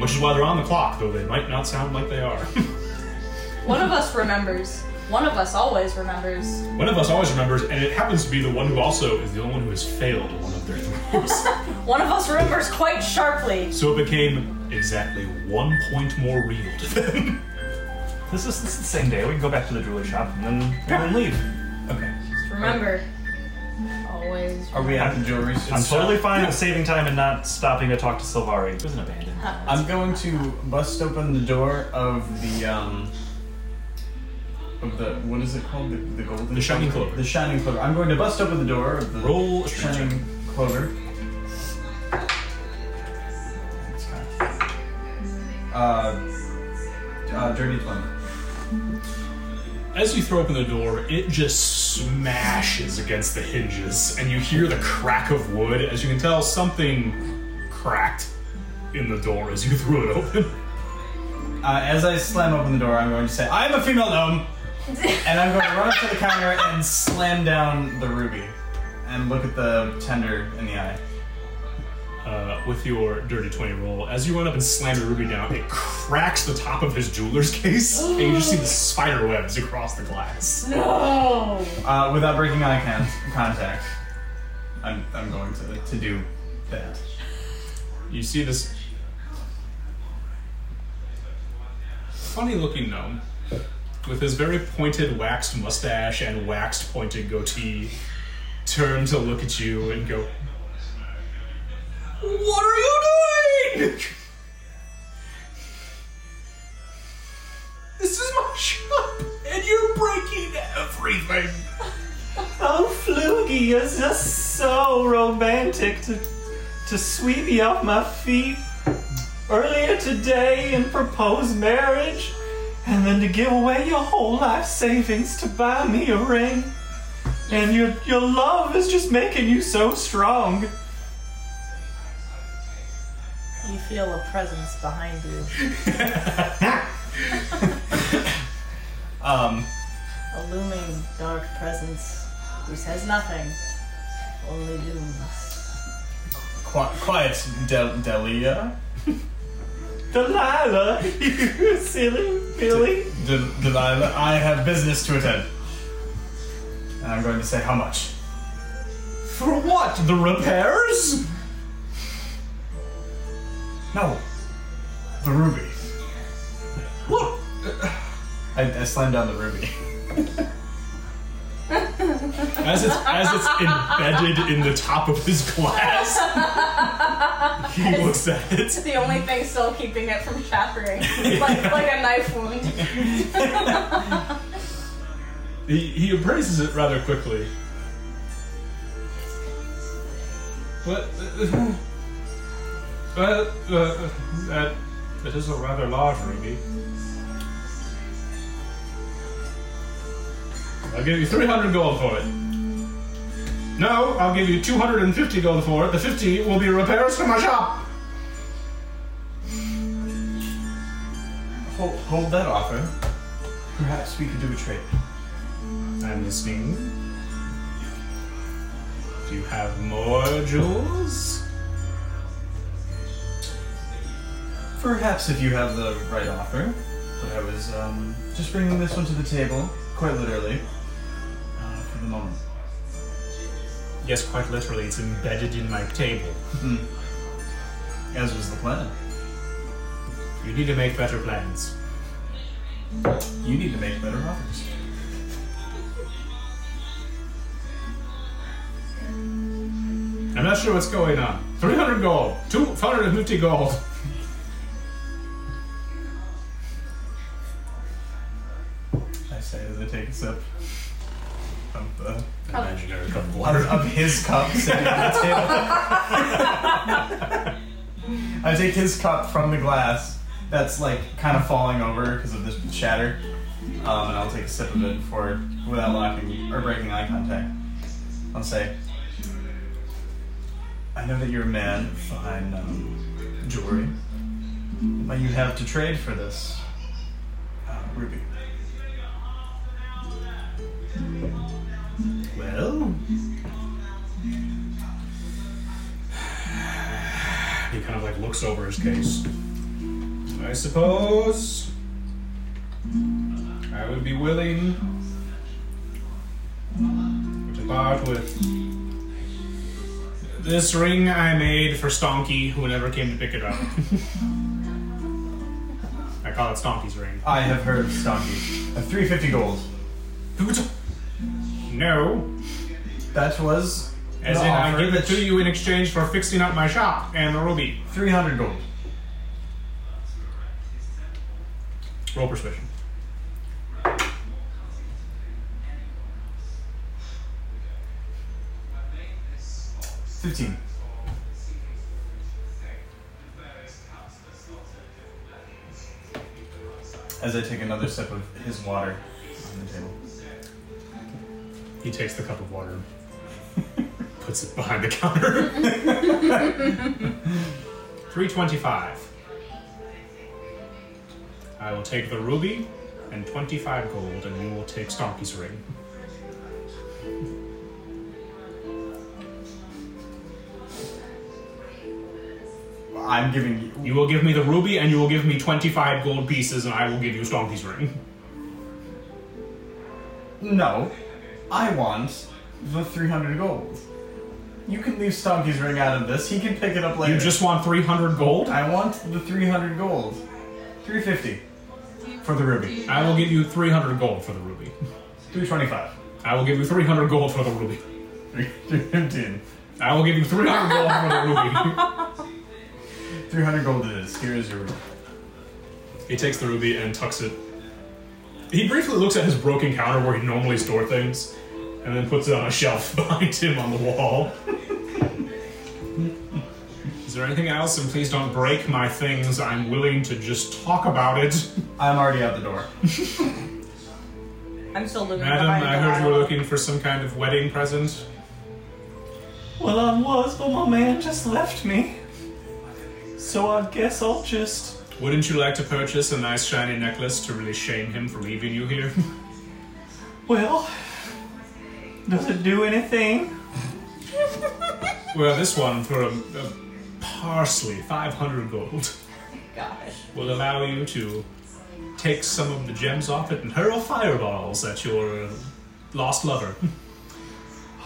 B: Which is why they're on the clock, though they might not sound like they are.
A: One of us remembers. One of us always remembers.
B: one of us always remembers, and it happens to be the one who also is the only one who has failed one of their throws.
A: One of us remembers quite sharply.
B: so it became exactly one point more real to them.
H: This is this is the same day. We can go back to the jeweler shop and then and then leave.
O: Okay.
A: Just remember. Always.
O: Are we at the jewelry?
H: I'm uh, totally fine with saving time and not stopping to talk to Silvari. It was an abandoned.
O: I'm going to bust open the door of the um of the what is it called? The, the golden
B: The shining clover.
O: The shining clover. I'm going to bust open the door of the
B: Roll a strength
O: shining clover. Uh, uh, dirty twenty.
B: As you throw open the door, it just smashes against the hinges, and you hear the crack of wood. As you can tell, something cracked in the door as you threw it open.
O: Uh, as I slam open the door, I'm going to say, "I'm a female gnome," and I'm going to run up to the counter and slam down the ruby, and look at the tender in the eye.
B: Uh, with your dirty 20 roll, as you run up and slam the ruby down, it cracks the top of his jeweler's case, and you just see the spider webs across the glass.
A: No.
O: Uh, without breaking eye con- contact, I'm, I'm going to, to do that.
B: You see this funny looking gnome with his very pointed waxed mustache and waxed pointed goatee turn to look at you and go, What are you doing? This is my shop and you're breaking everything.
H: Oh, Flugie, you're just so romantic to, to sweep me off my feet earlier today and propose marriage, and then to give away your whole life savings to buy me a ring. And your, your love is just making you so strong.
A: You
I: you feel a presence behind you,
O: Um,
I: a looming dark presence who says nothing, only looms.
O: qu- quiet, Del- Delia.
I: Delilah,
O: you silly Billy. De- Delilah, I have business to attend. And I'm going to say how much. For what? The repairs? No. The ruby. Look! I, I slammed down the ruby.
B: As it's as it's embedded in the top of his glass, he looks at it.
A: It's the only thing still keeping it from shattering, like like a knife wound.
B: He, he appraises it rather quickly. What? Uh, uh, uh, that, that is a rather large ruby. I'll give you 300 gold for it. No, I'll give you 250 gold for it. The 50 will be repairs from my shop.
O: Hold, hold that offer. Perhaps we could do a trade.
B: I'm listening. Do you have more jewels?
O: Perhaps if you have the right offer. But I was um, just bringing this one to the table, quite literally, uh, for the moment.
B: Yes, quite literally, it's embedded in my table.
O: Hmm. As was the plan.
B: You need to make better plans.
O: You need to make better offers.
B: I'm not sure what's going on. 300 gold, 250 gold.
O: I say as I take a sip of the
B: imaginary cup of
O: of, of his cup sitting at the table. I take his cup from the glass that's like kind of falling over because of this shatter, um, and I'll take a sip of it before, without locking or breaking eye contact. I'll say, I know that you're a man of fine um, jewelry, but you have to trade for this uh, ruby. Well,
B: He kind of like looks over his case. I suppose I would be willing to part with this ring I made for Stonky, who never came to pick it up. I call it Stonky's ring.
O: I have heard of Stonky. A 350 gold.
B: No,
O: That was
B: as
O: an
B: in I
O: offer
B: give it
O: that
B: to you in exchange for fixing up my shop and the ruby.
O: 300 gold.
B: Roll persuasion.
O: Fifteen. As I take another sip of his water on the table.
B: He takes the cup of water, puts it behind the counter. 325. I will take the ruby and 25 gold, and we will take Stonky's ring.
O: I'm giving you.
B: You will give me the ruby, and you will give me 25 gold pieces, and I will give you Stonky's ring.
O: No. I want the 300 gold. You can leave Stonky's ring out of this. He can pick it up later.
B: You just want 300 gold?
O: I want the 300 gold. 350 for the ruby.
B: I will give you 300 gold for the ruby.
O: 325.
B: I will give you 300 gold for the ruby.
O: 315.
B: I will give you 300 gold for the ruby.
O: 300 gold it is. Here is your ruby.
B: He takes the ruby and tucks it. He briefly looks at his broken counter where he normally stores things, and then puts it on a shelf behind him on the wall. Is there anything else? And please don't break my things. I'm willing to just talk about it.
O: I'm already out the door.
I: I'm still looming
B: Madam,
I: behind
B: I heard you were
I: Delilah.
B: looking for some kind of wedding present.
G: Well, I was, but my man just left me.
H: So I guess I'll just.
B: Wouldn't you like to purchase a nice shiny necklace to really shame him for leaving you here?
H: Well, does it do anything?
B: well, this one for a, a parsley, 500 gold,
A: Gosh.
B: will allow you to take some of the gems off it and hurl fireballs at your uh, lost lover.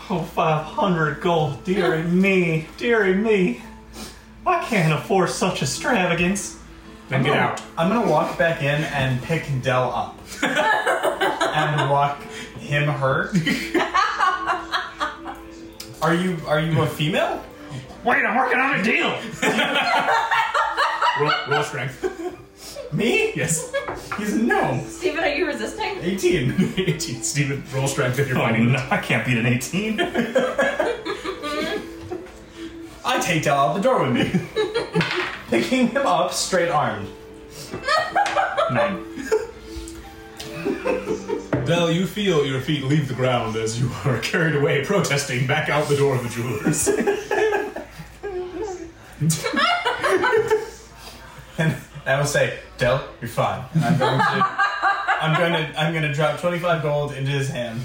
H: Oh, 500 gold. Deary me. Deary me. I can't afford such extravagance.
O: I'm gonna- I'm gonna walk back in and pick Dell up. and walk him hurt. are you are you a female?
H: Wait, I'm working on a deal!
B: roll, roll strength.
O: Me?
B: Yes.
O: He's a gnome.
A: Steven, are you resisting?
O: 18.
B: 18. Steven, roll strength if you're
H: Oh,
B: fighting.
H: no, I can't beat an 18.
O: I take Dell out the door with me. Picking him up straight armed.
H: Nine.
B: Dell, you feel your feet leave the ground as you are carried away protesting back out the door of the jeweler's.
O: And I will say, Dell, you're fine. And I'm going to I'm gonna I'm gonna drop 25 gold into his hand.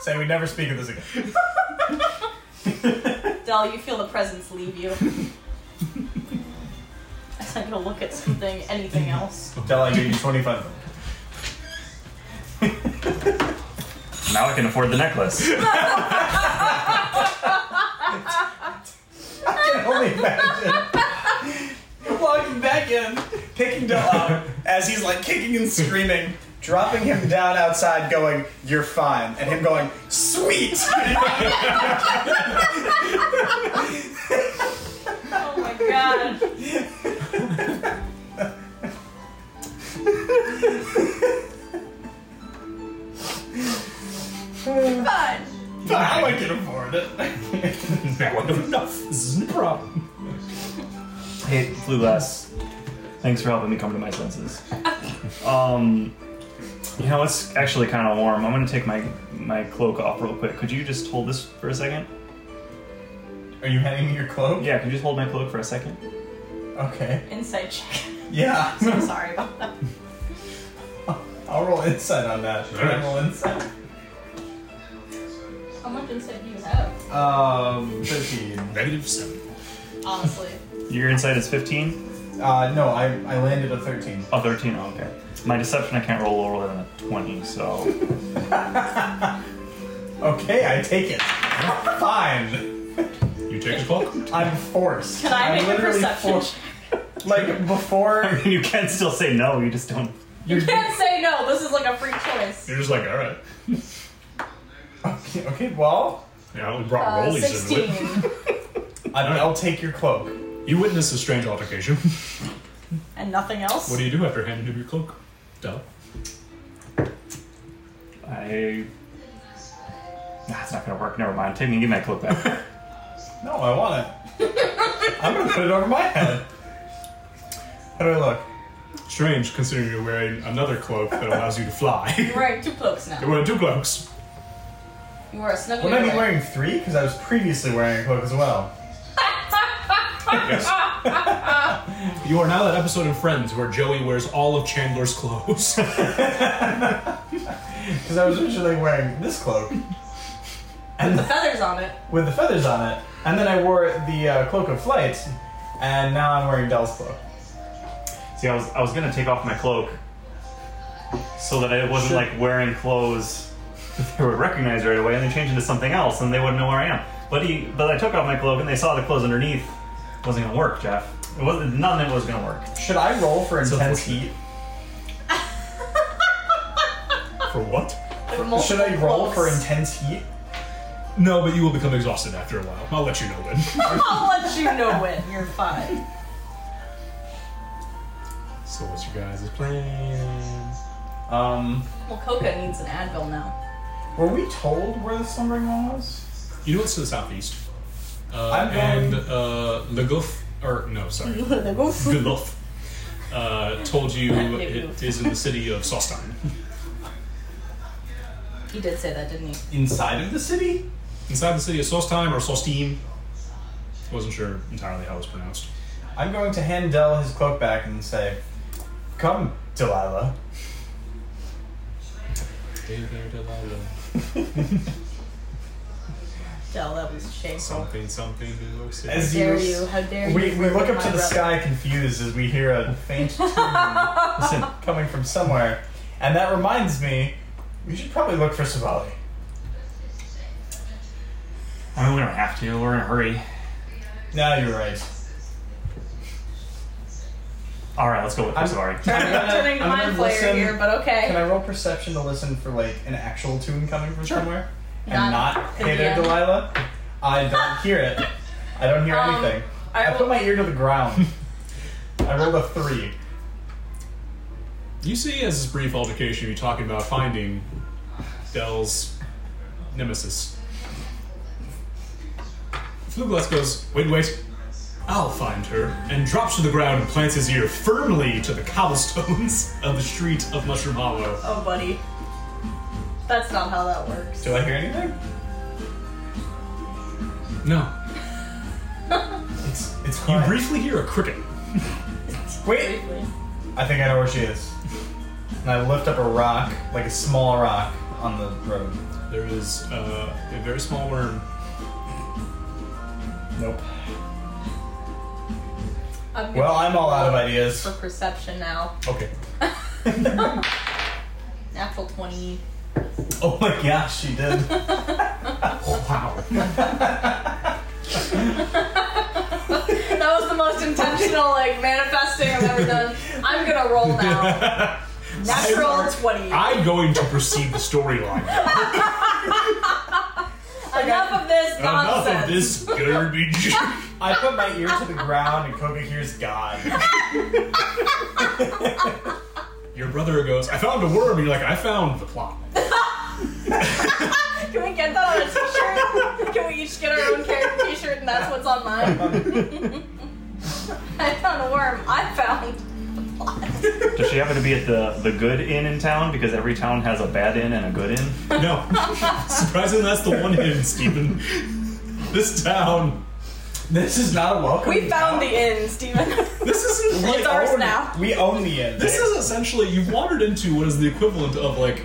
O: Say we never speak of this again.
I: Dell, you feel the presence leave you. I said go look at something, anything else.
O: Dell, I gave you 25 gold.
H: Now I can afford the necklace.
O: I can only imagine. You're walking back in, picking Dell up as he's like kicking and screaming, dropping him down outside, going, You're fine. And him going, Sweet!
I: Oh my god.
A: Fun.
O: Now I can afford it.
B: now I have enough. This isn't a problem.
H: Hey, flew less. Thanks for helping me come to my senses. Um, you know, it's actually kind of warm. I'm gonna take my my cloak off real quick. Could you just hold this for a second?
O: Are you handing me your cloak?
H: Yeah, could you just hold my cloak for a second?
O: Okay.
I: Inside check.
O: Yeah.
I: So sorry about that.
O: I'll roll insight on that. Can I roll insight?
A: How much insight do you have?
O: Um, 13.
B: Negative seven.
A: Honestly.
H: Your insight is 15.
O: Uh, no, I, I landed a 13.
H: Oh, 13. Oh, okay. My deception I can't roll lower than a 20, so
O: Okay, I take it. Fine.
B: You take the clock.
O: I'm forced.
I: Can I
O: I'm
I: make a
O: literally
I: perception
O: forced. Like, before.
H: you can still say no. You just don't.
O: You're,
I: Can't say no, this is like a free choice.
B: You're just like, all right.
O: okay, okay, well,
B: Yeah, we brought
I: Uh,
B: rollies into it.
I: 16.
O: I, I'll take your cloak.
B: You witness a strange altercation.
I: and nothing else?
B: what do you do after handing him your cloak? Dell.
H: I. That's not gonna work. Never mind. Take me. Give my cloak back.
O: No, I want it. I'm gonna put it over my head. How do I look?
B: Strange, considering you're wearing another cloak that allows you to fly.
A: You're wearing two cloaks
B: you're
A: now.
B: wearing two cloaks.
A: You are a snuggly.
O: Wouldn't I be
A: boy.
O: wearing three? Because I was previously wearing a cloak as well.
B: You are now that episode in Friends where Joey wears all of Chandler's clothes.
O: Because I was originally wearing this cloak
A: the feathers on it.
O: with the feathers on it, and then I wore the uh, cloak of flight, and now I'm wearing Dell's cloak.
H: See, I was I was gonna take off my cloak so that I wasn't like wearing clothes that they would recognize right away, and then change into something else, and they wouldn't know where I am. But he, but I took off my cloak, and they saw the clothes underneath. It wasn't gonna work, Jeff. It wasn't. None of it was gonna work.
O: Should I roll for
H: So
O: intense
H: fortunate.
O: heat?
B: For what?
O: Should I roll for intense heat?
B: No, but you will become exhausted after a while. I'll let you know when.
I: I'll let you know when you're fine.
B: so what's your guys' plan?
O: Um,
I: Well, Coca needs an Advil now.
O: were we told where the Sunburn one was?
B: You know it's to the southeast. Uh,
O: I'm
B: and
O: going-
B: uh, Leguf, or no, sorry,
I: Go
B: Guluf, uh, told you
I: Legouf.
B: it is in the city of Sostan.
I: He did say that, didn't he?
O: Inside of the city?
B: Inside the city of Sostheim or Solstein, Wasn't sure entirely how it was pronounced.
O: I'm going to hand Dell his cloak back and say, Come, Delilah.
B: Stay there, Delilah.
I: Del, that was shameful.
B: Something, something to look at.
O: As
I: dare
O: you-
I: you? How dare you?
O: We, we look up
I: my
O: to the
I: brother.
O: sky confused as we hear a faint tune listen, coming from somewhere. And that reminds me, we should probably look for Savali.
G: I mean, we don't have to. We're in a hurry.
O: No, you're right.
G: All right, let's go with Sorry.
O: I'm gonna-
I: Turning the
O: I'm gonna
I: mind player
O: listen-
I: here, but okay.
O: Can I roll perception to listen for like an actual tune coming from somewhere? And
I: Not
O: not, hey there,
I: the-
O: Delilah. I don't hear it. I don't hear
I: Um,
O: anything.
I: I
O: I, put my ear to the ground. I rolled a three.
B: You see, as this brief altercation, you're talking about finding Dell's nemesis. Fluglass goes, wait, wait, I'll find her, and drops to the ground and plants his ear firmly to the cobblestones of the street of Mushroom Hollow.
I: Oh, buddy. That's not how that works.
O: Do I hear anything?
B: No.
O: it's it's
B: You briefly hear a cricket.
O: Wait. I think I know where she is. And I lift up a rock, like a small rock, on the road.
B: There is uh, a very small worm.
O: Nope.
I: I'm gonna
O: Well, I'm all out of
I: roll
O: ideas.
I: For perception now.
B: Okay.
I: Natural 20.
O: Oh my gosh, she did.
B: wow.
I: That was the most intentional, like, manifesting I've ever done. I'm gonna roll now. Natural 20.
B: I'm going to proceed the storyline.
I: Enough of this
B: Enough
I: nonsense.
B: of this garbage.
O: I put my ear to the ground, and Koga hears God.
B: Your brother goes, I found a worm, and you're like, I found the plot.
I: Can we get that on a t-shirt? Can we each get our own character t-shirt and that's what's on mine? I found a worm. I found.
G: Does she happen to be at the the good inn in town? Because every town has a bad inn and a good inn.
B: No. Surprisingly, that's the one inn, Stephen. This town.
O: This is not a welcome.
I: We found the inn, Steven.
B: This isn't like
I: It's ours
B: our-
I: now.
O: We own the end.
B: This is essentially you've wandered into what is the equivalent of like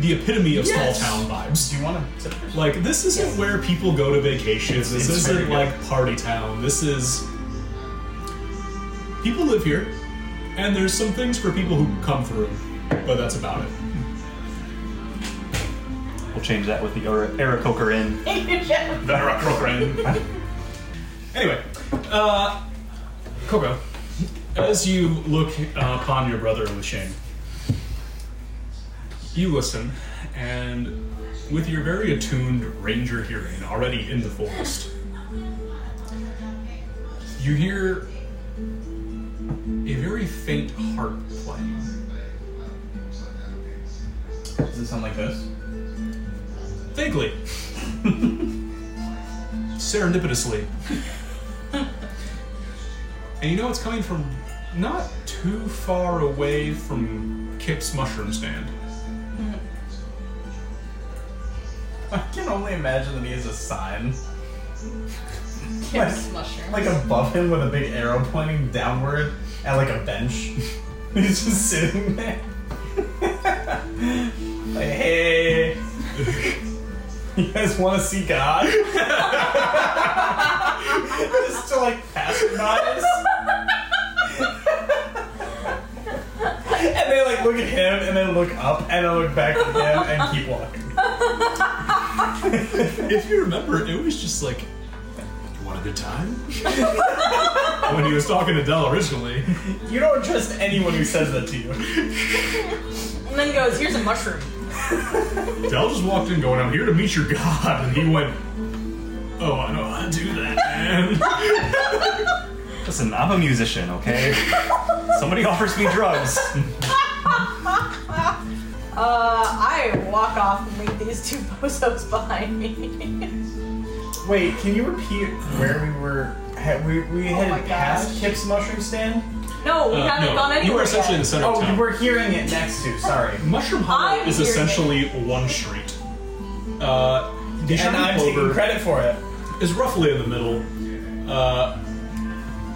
B: the epitome of
O: Yes.
B: small town vibes.
O: Do you want to?
B: Like this isn't where people go to vacations. This
O: It's very
B: isn't
O: good.
B: like party town. This is people live here, and there's some things for people who come through, but that's about it.
G: We'll change that with the Eric Eric Coker Inn.
B: That rock roll friend. anyway, uh, Coco, as you look uh, upon your brother with shame, you listen, and with your very attuned ranger hearing already in the forest, you hear a very faint harp playing.
O: Does it sound like this?
B: Vaguely. Serendipitously. and you know it's coming from not too far away from Kip's mushroom stand.
O: I can only imagine that he has a sign,
I: Kip's mushroom.
O: like above him with a big arrow pointing downward at like a bench. He's just sitting there. like, hey, you guys want to see God? just to like passerbys. and they like look at him and then look up and then look back at him and keep walking.
B: If you remember, it was just like, you want a good time? when he was talking to Dell originally.
O: You don't trust anyone who says that to you.
I: And then goes, here's a mushroom.
B: Dell just walked in going, I'm here to meet your god. And he went, Oh, I know how to do that, man.
G: Listen, I'm a musician, okay? Somebody offers me drugs.
I: Uh, I walk off and leave these two bozos behind me.
O: Wait, can you repeat where we were? Had, we we
I: Oh my
O: headed
I: gosh.
O: past Kip's mushroom stand.
I: no, we
B: Uh,
I: haven't
B: no,
I: gone anywhere.
B: you were essentially in the
I: yet.
B: center of
O: Oh,
B: town.
O: you were hearing it next to. Sorry.
B: Mushroom Hollow
I: I'm
B: is
I: hearing
B: essentially one street. Uh, the
O: and
B: Sherman
O: I'm taking
B: Clover
O: credit for it.
B: is roughly in the middle. Uh,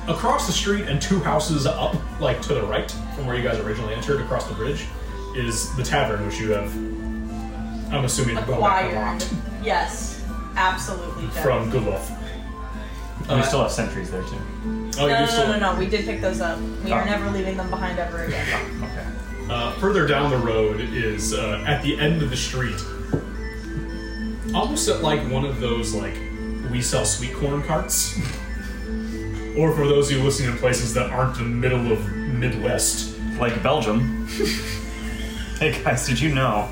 B: across the street and two houses up, like to the right from where you guys originally entered, across the bridge, is the tavern, which you have. I'm assuming go back and
I: Acquired.
B: locked
I: Yes, absolutely. Done.
B: from Goodluff.
H: we still have sentries there
I: no,
H: too.
I: no, no, no, no. We did pick those up. We
B: Oh.
I: are never leaving them behind ever again.
B: Uh, further down the road is uh, at the end of the street, almost at like one of those like we sell sweet corn carts, or for those of you listening in places that aren't the middle of Midwest,
H: like Belgium. hey guys, did you know?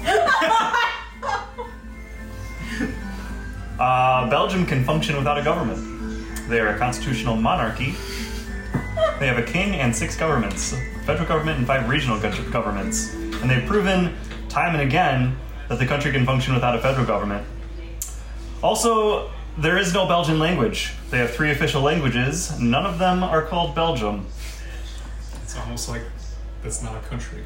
H: Uh, Belgium can function without a government. They are a constitutional monarchy. They have a king and six governments, a federal government and five regional go- governments. And they've proven time and again that the country can function without a federal government. Also, there is no Belgian language. They have three official languages. None of them are called Belgium.
B: It's almost like that's not a country.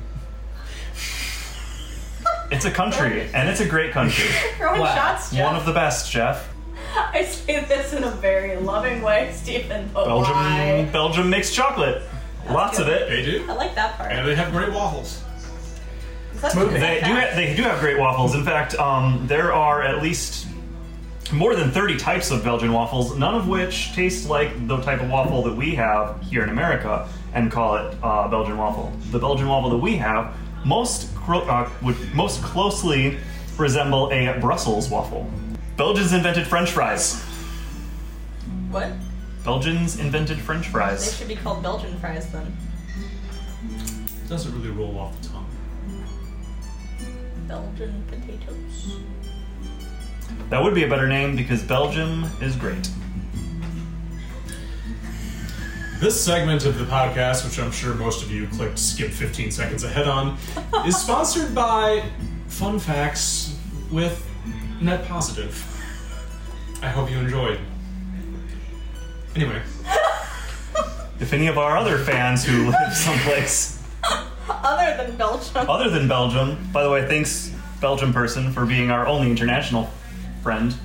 H: It's a country, and it's a great country.
I: Throwing shots, Jeff.
H: One of the best, Jeff.
I: I say this in a very loving way, Stephen. But
H: Belgium,
I: why?
H: Belgium makes chocolate. Lots of it.
B: They do,
I: I like that part.
B: and they have great waffles.
I: Is that- is
H: They
I: that-
H: do. ha- They do have great waffles. In fact, um, there are at least more than thirty types of Belgian waffles, none of which taste like the type of waffle that we have here in America and call it uh, Belgian waffle. The Belgian waffle that we have most cro- uh, would most closely resemble a Brussels waffle. Belgians invented French fries.
I: What?
H: Belgians invented French
I: They
H: fries.
I: should be called Belgian fries then.
B: Doesn't really roll off the tongue.
I: Belgian potatoes.
H: That would be a better name because Belgium is great.
B: This segment of the podcast, which I'm sure most of you clicked skip 15 seconds ahead on, is sponsored by Fun Facts with Net Positive. I hope you enjoyed. Anyway,
H: If any of our other fans who live someplace
I: Other than Belgium.
H: other than Belgium, by the way, thanks Belgium person for being our only international friend.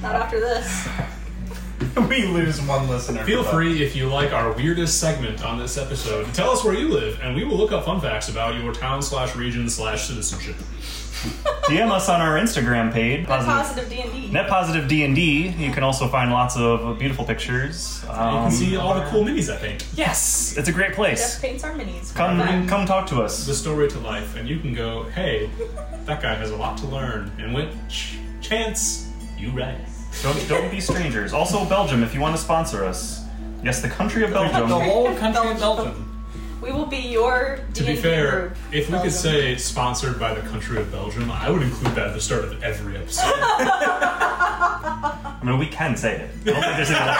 I: Not after this.
O: we lose one listener.
B: feel free if you like our weirdest segment on this episode to tell us where you live, and we will look up fun facts about your town slash region slash citizenship.
H: DM us on our Instagram page,
I: Positive D and D.
H: Net Positive D and D. You can also find lots of beautiful pictures.
B: you
H: Um,
B: can see all the cool minis I think.
H: Yes, it's a great place.
I: Jeff paints our minis.
H: Come, come talk to us.
B: the story to life, and you can go, hey, that guy has a lot to learn, and when ch- chance, you right.
H: Don't, don't be strangers. Also, Belgium, if you want to sponsor us. Yes, the country of
O: The
H: Belgium.
O: whole country of Belgium.
I: We will be your D
B: To
I: and
B: be
I: D
B: fair,
I: group.
B: if we
I: Belgium.
B: could say sponsored by the country of Belgium, I would include that at the start of every episode.
H: I mean, we can say it. I don't think there's any.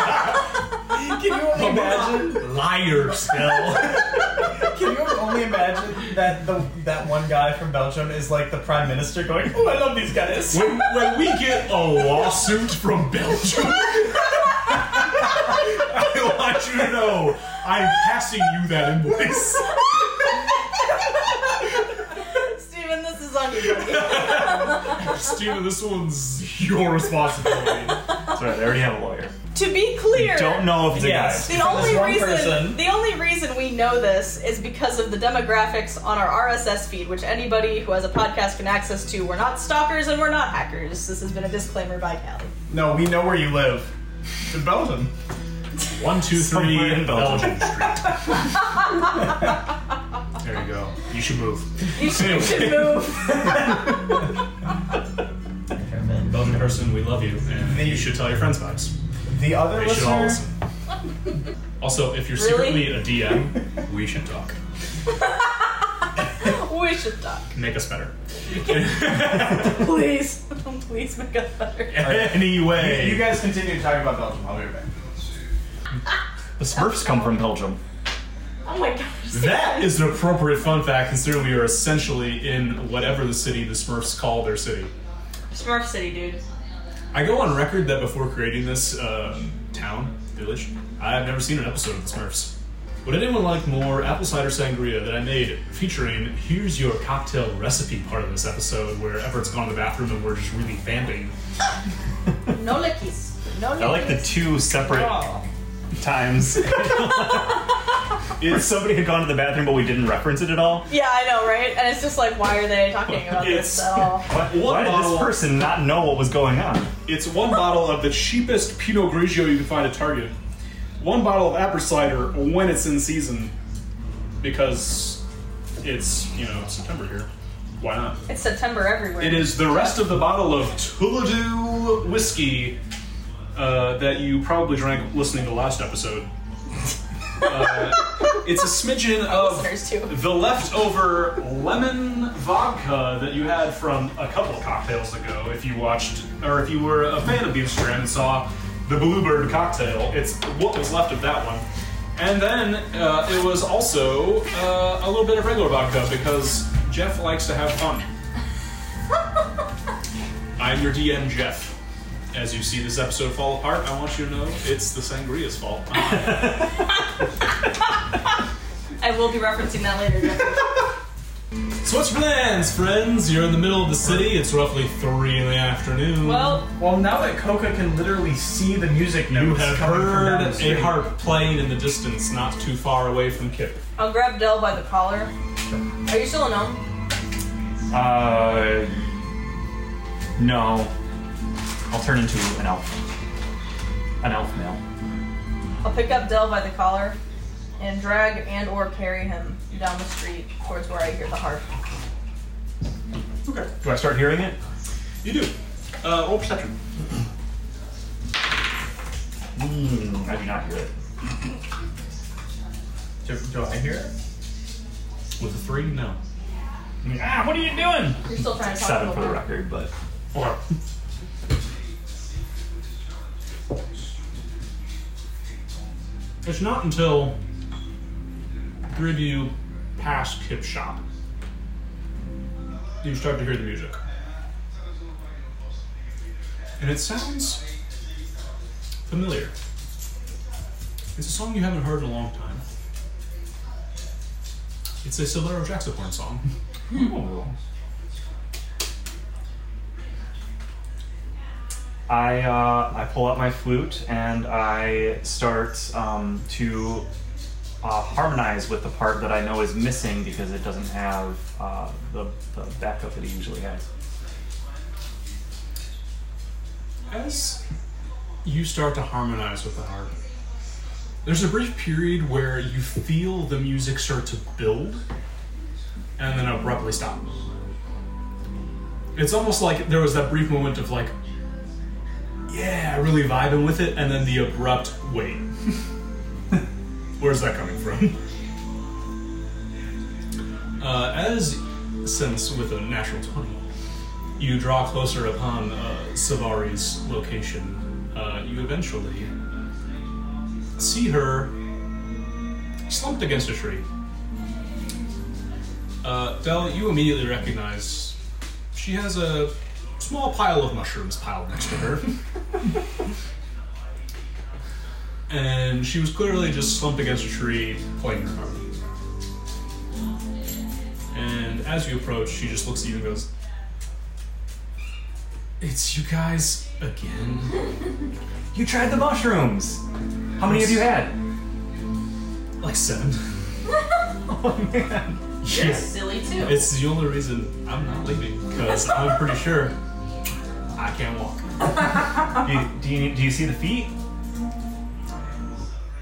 O: Can you only imagine?
B: Liars, Phil.
O: Can you only imagine that the that one guy from Belgium is like the prime minister going, "Oh, I love these guys."
B: when, when we get a lawsuit from Belgium, I want you to know I'm passing you that invoice.
I: Steven, this is on you. buddy.
B: Steven, this one's your responsibility.
H: That's right. They already have a lawyer.
I: to be clear,
H: Don't know if it's a guy.
O: Yes.
I: The
O: This
I: only
O: one
I: reason
O: person.
I: the only reason we know this is because of the demographics on our RSS feed, which anybody who has a podcast can access to. We're not stalkers and we're not hackers. This has been a disclaimer by Callie.
O: No, we know where you live. In Belgium.
B: One, two, three,
H: Somewhere in
B: Belgium Street.
H: Belgium.
B: there you go. You should move.
I: You should, you should move.
B: Belgian person, we love you, and you should tell your friends about us.
O: The other
B: They should all
O: listener.
B: listen. Also, if you're
I: Really?
B: secretly a DM, we should talk.
I: we should talk.
B: Make us better.
I: Please. Please make us better.
B: anyway,
O: You guys continue talking about Belgium. I'll be right back.
H: The Smurfs come from Belgium.
I: Oh my gosh.
B: that is an appropriate fun fact considering we are essentially in whatever the city the Smurfs call their city.
I: Smurf City, dude.
B: I go on record that before creating this uh, town, village, I have never seen an episode of The Smurfs. Would anyone like more apple cider sangria that I made featuring Here's Your Cocktail Recipe part of this episode where Everett's gone to the bathroom and we're just really vamping?
I: No lickies. No lickies.
H: I like the two separate
O: Oh.
H: times. if somebody had gone to the bathroom but we didn't reference it at all,
I: Yeah, I know, right? And it's just like, why are they talking about this at all?
H: why, why did this person not know what was going on?
B: It's one bottle of the cheapest Pinot Grigio you can find at Target. One bottle of apple cider when it's in season, because it's you know September here. Why not?
I: It's September everywhere.
B: It is the rest of the bottle of Tulladoo whiskey uh, that you probably drank listening to last episode. Uh, it's a smidgen of the leftover lemon vodka that you had from a couple of cocktails ago. If you watched, or if you were a fan of Amsterdam and saw the Bluebird cocktail, it's what was left of that one. And then uh, it was also uh, a little bit of regular vodka because Jeff likes to have fun. I'm your DM, Jeff. As you see this episode fall apart, I want you to know it's the sangria's fault.
I: I will be referencing that later.
B: So what's your plans, friends? You're in the middle of the city. It's roughly three in the afternoon.
I: Well,
O: well, now that Coca can literally see the music notes
B: you have
O: coming from down
B: heard
O: the
B: a
O: street.
B: harp playing in the distance, not too far away from Kip.
I: I'll grab Dell by the collar. Are you still a gnome?
H: Uh, no. I'll turn into an elf. An elf male.
I: I'll pick up Dell by the collar and drag and or carry him down the street towards where I hear the harp.
H: Do I start hearing it?
B: You do. Uh, roll perception.
O: Hmm.
H: Mm, I do not hear it.
O: Do, do I hear it?
B: With a three, no.
H: Ah, what are you doing?
I: You're still trying to talk
H: Seven
I: to
H: for the
I: him.
H: record, but
B: four. It's not until the three of you pass Kip's shop do you start to hear the music. And it sounds familiar. It's a song you haven't heard in a long time. It's a Silvero Jaxoporn song.
H: I uh, I pull out my flute and I start um, to uh, harmonize with the part that I know is missing because it doesn't have uh, the, the backup that it usually has.
B: As you start to harmonize with the harp, there's a brief period where you feel the music start to build and then abruptly stop. It's almost like there was that brief moment of like, yeah, really vibing with it, and then the abrupt wait. Where's that coming from? Uh, as since with a natural 20, you draw closer upon uh, Savari's location. Uh, you eventually see her slumped against a tree. Uh, Del, you immediately recognize she has a small pile of mushrooms piled next to her. and she was clearly just slumped against a tree playing her harp. And as you approach, she just looks at you and goes, It's you guys again?
H: You tried the mushrooms. How many have you had?
B: Like seven.
H: oh man.
B: You're silly too. It's the only reason I'm not leaving, because I'm pretty sure I can't walk.
H: do, you, do, you, do you see the feet?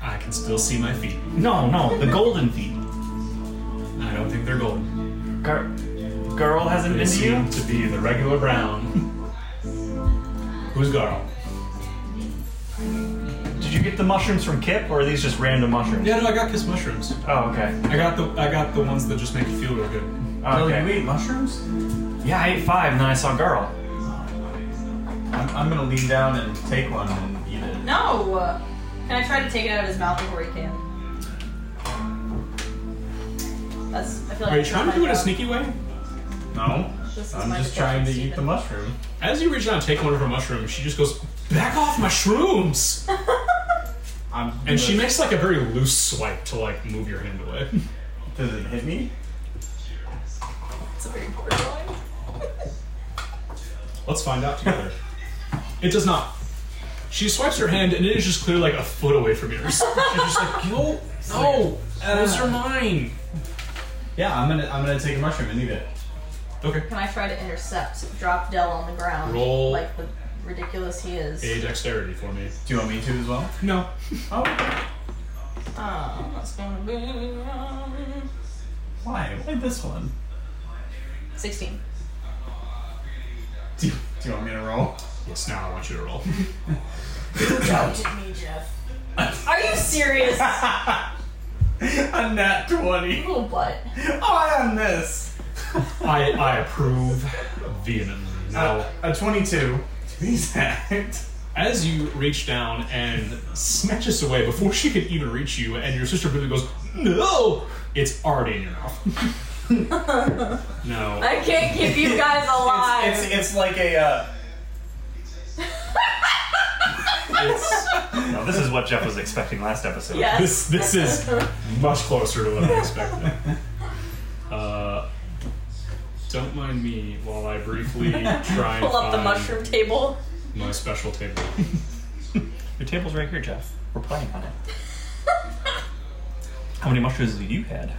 B: I can still see my feet.
H: No, no, the golden feet.
B: I don't think they're golden.
H: Gar- Girl hasn't
B: They
H: been to
B: seem
H: you?
B: to be the regular brown. Who's Garl?
H: Did you get the mushrooms from Kip, or are these just random mushrooms?
B: Yeah, no, I got kiss mushrooms.
H: Oh, okay.
B: I got the I got the ones that just make you feel real good.
H: Okay.
O: Oh, you ate mushrooms?
H: Yeah, I ate five, and then I saw Girl.
O: I'm, I'm gonna lean down and take one and eat it.
I: No! Can I try to take it out of his mouth before he can? That's, I feel like
B: Are you
I: that's
B: trying to
I: my
B: do it a
I: job.
B: sneaky way? No.
I: This is
O: I'm
I: my
O: just trying to eat
I: deficiency.
O: the mushroom.
B: As you reach out and take one of her mushrooms, she just goes, "Back off, mushrooms!"
O: I'm
B: And she makes like a very loose swipe to like move your hand away.
O: Does it hit me?
I: It's a very poor line.
B: Let's find out together. it does not. She swipes her hand, and it is just clearly like a foot away from yours. She's just like, no, no, those are mine.
O: Yeah, I'm gonna I'm gonna take a mushroom and eat it.
B: Okay.
I: Can I try to intercept? Drop Dell on the ground.
B: Roll.
I: Like the ridiculous he is.
B: A dexterity for me.
O: Do you want me to as well?
B: No.
I: Um, that's gonna be um,
O: Why? Why this one?
I: sixteen.
O: Do you, do you want me to roll?
B: Yes, now I want you to roll.
I: me, Jeff. Are you serious?
O: A nat 20.
I: Oh, what?
O: Oh, I on this.
B: I, I approve vehemently. Now,
O: a 22 to be exact.
B: As you reach down and snatches away before she can even reach you, and your sister Billy goes, No! It's already in your mouth. no.
I: I can't keep you guys alive.
O: It's, it's like a. Uh,
H: No, this is what Jeff was expecting last episode.
I: Yes.
B: This this is much closer to what I expected. Uh, don't mind me while I briefly try and
I: Pull up the
B: find
I: mushroom table.
B: my special table.
H: Your table's right here, Jeff. We're playing on it. How many mushrooms have you had?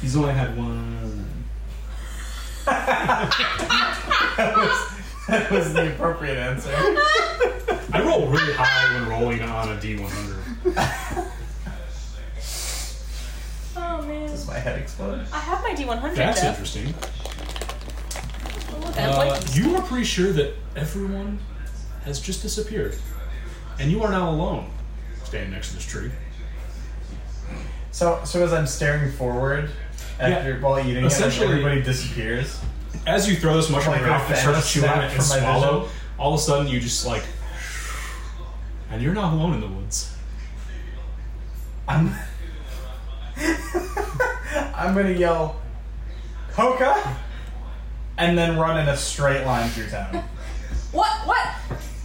B: He's only had one.
O: that was the appropriate answer.
B: I roll really high when rolling on a D100.
I: Oh man.
O: Does my head explode?
I: I have my D100.
B: That's
I: Jeff.
B: interesting.
I: Oh, look, I have
B: Uh,
I: like-
B: you are pretty sure that everyone has just disappeared, and you are now alone, standing next to this tree.
O: So, so as I'm staring forward after while eating
B: Essentially-
O: it, like, everybody disappears.
B: As you throw this mushroom in your
O: Like a
B: mouth and start to
O: fast
B: chew on
O: snack
B: it and
O: from my
B: swallow, all of a sudden you just like, and you're not alone in the woods.
O: I'm. I'm gonna yell, Hoka! And then run in a straight line through town.
I: What? What?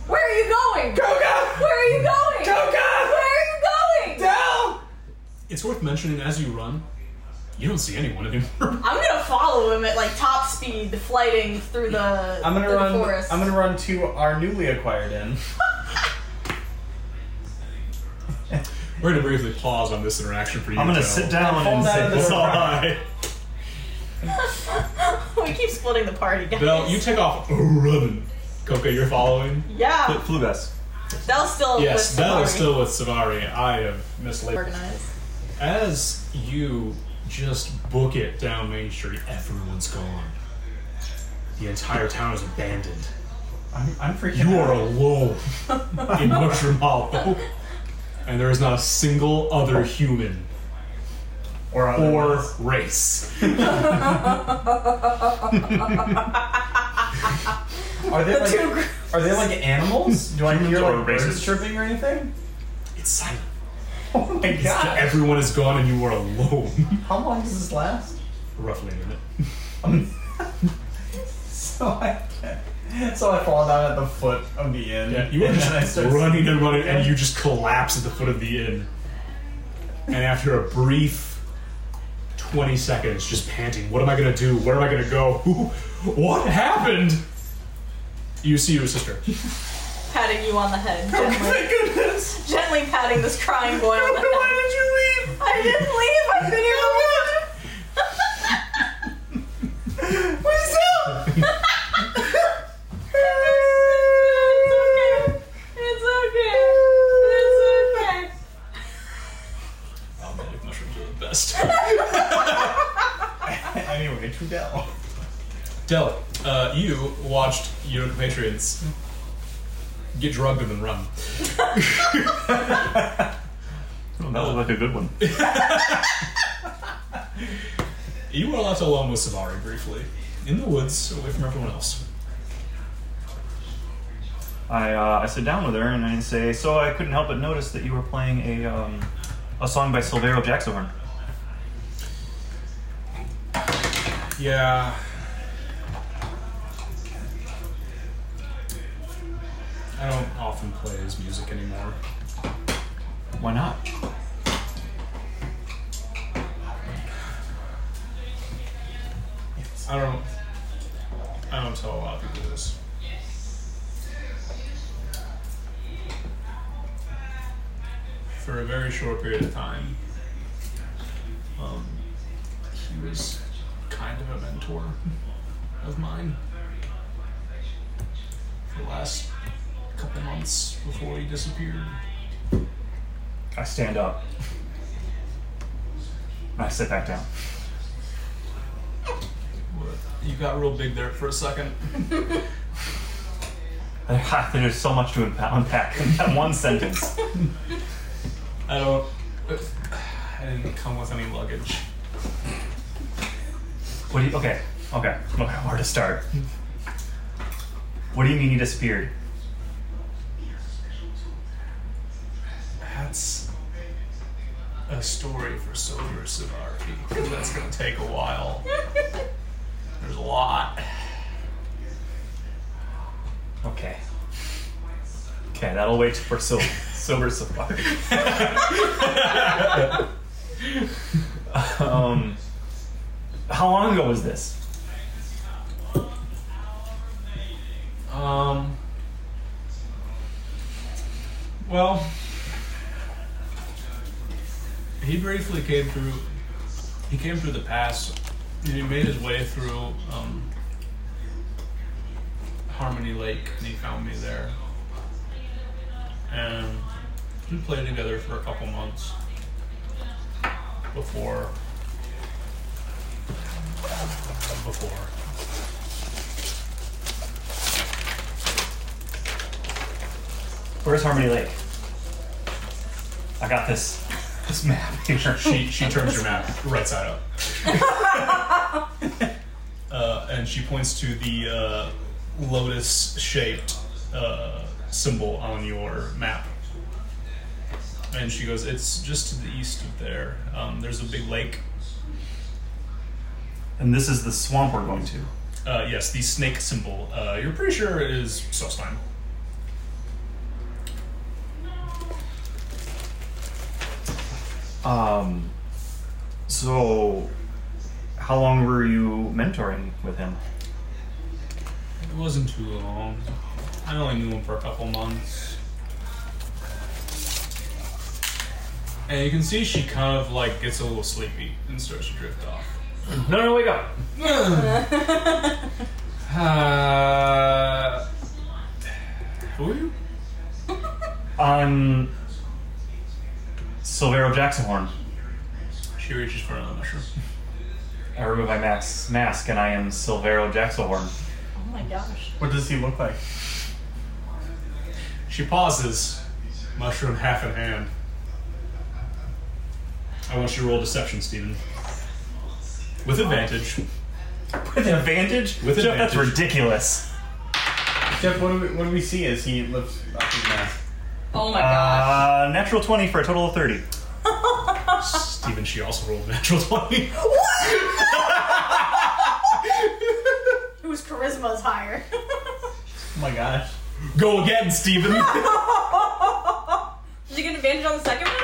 I: Where are you going?
O: Hoka!
I: Where are you going?
O: Hoka!
I: Where are you going?
O: Down!
B: It's worth mentioning as you run, you don't see anyone anymore.
I: I'm gonna follow him at like top speed, flighting through the,
O: I'm gonna
I: through
O: run.
I: the forest.
O: I'm gonna run to our newly acquired inn.
B: We're gonna briefly pause on this interaction for you.
H: I'm gonna
B: to
H: sit
B: tell.
H: down
O: Fall
H: and
O: down
H: say
O: into
H: this
O: the
H: all
O: rock.
H: high.
I: we keep splitting the party, guys.
B: Belle, you take off running. Coca, you're following.
I: yeah,
H: Flu best.
I: Bell's still
B: Yes,
I: with
B: Belle is
I: Savari.
B: still with Savari. I have mislabeled.
I: organized.
B: As you just book it down Main Street, everyone's gone. The entire town is abandoned.
O: I'm, I'm freaking
B: You
O: out.
B: are alone in Mushroom Hollow, and there is not a single other human
O: Or,
B: or
O: otherwise.
B: race.
O: are they like are they like animals? Do I hear like birds chirping or anything?
B: It's silent.
O: Oh my god!
B: Everyone is gone, and you are alone.
O: How long does this last?
B: Roughly a minute.
O: Um, so I can Oh so I fall down at the foot of the inn.
B: Yeah, you are
O: and
B: just
O: then I start
B: running and running, and you just collapse at the foot of the inn. And after a brief 20 seconds, just panting, what am I gonna do? Where am I gonna go? Who- What happened? You see your sister.
I: patting you on the head, gently,
O: Thank Oh goodness!
I: gently patting this crying boy on the
O: Why
I: head.
O: did you leave?
I: I didn't leave. I've been here
O: Please help!
I: all along. It's okay. It's okay.
B: Oh, magic mushrooms are the best.
O: Anyway, Trudell.
B: Del, uh, you watched your compatriots get drugged and then run.
H: Oh, that looked like a good one.
B: You are left alone with Savari briefly, in the woods, away from everyone else.
H: I, uh, I sit down with her and I say, so I couldn't help but notice that you were playing a um, a song by Silvero Jacksohorn.
B: Yeah. I don't often play his music anymore.
H: Why not?
B: I don't. I don't tell a lot of people this. for a very short period of time. Um, he was kind of a mentor of mine for the last couple months before he disappeared.
H: I stand up. I sit back down.
B: You got real big there for a second.
H: There's so much to unpa- unpack in that one sentence.
B: I don't. I didn't come with any luggage.
H: What do you? Okay, okay, okay. Where to start? What do you mean he disappeared?
B: That's a story for Silver Savari, because that's going to take a while. There's a lot.
H: Okay. Okay, that'll wait for silver, silver supply. um, how long ago was this?
B: Um. Well, he briefly came through. He came through the pass, and he made his way through um, Harmony Lake, and he found me there. And we played together for a couple months before. Before.
H: Where's Harmony Lake? I got this this map here.
B: She she turns your map right side up. uh, and she points to the uh, lotus shaped uh, symbol on your map. And she goes, It's just to the east of there. Um, there's a big lake.
H: And this is the swamp we're going to.
B: Uh, yes, the snake symbol. Uh, you're pretty sure it is Sosnheim.
H: Um, so, how long were you mentoring with him?
B: It wasn't too long. I only knew him for a couple months. And you can see she kind of like gets a little sleepy and starts to drift off.
C: No, no, wake up.
B: Uh, who are you?
H: I'm Silvero Jacksonhorn.
B: She reaches for another mushroom.
H: I remove my max mask and I am Silvero Jacksonhorn.
A: Oh my gosh.
H: What does he look like?
B: She pauses, mushroom half in hand. I want you to roll deception, Steven. With advantage.
H: With advantage?
B: With
H: Jeff,
B: advantage.
H: That's ridiculous.
O: Jeff, what do we, what do we see as he lifts up his mask?
A: Oh my
H: Uh, natural 20 for a total of 30.
B: Steven, she also rolled a natural 20.
I: Whose charisma is higher?
O: Oh my gosh.
B: Go again, Steven!
I: Did you get advantage on the second one?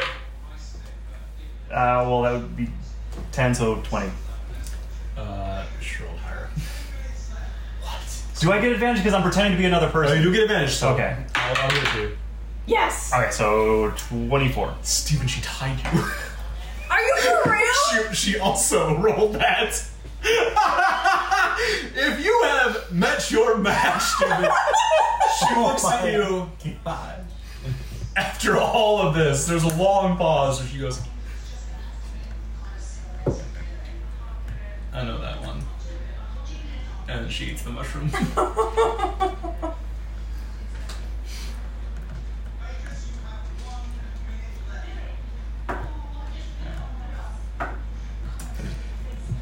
H: Uh, well, that would be 10, so 20.
B: uh, she rolled higher.
H: Do I get advantage because I'm pretending to be another person?
B: Oh, Uh, you do get advantage, so-
H: Okay.
B: I'll, I'll give it to you.
I: Yes.
H: Okay, so 24.
B: Steven, she tied you.
I: Are you for real?
B: she, she also rolled that. if you have met your match, Steven, she looks at you. After all of this, there's a long pause where she goes, I know that one. And she eats the mushroom.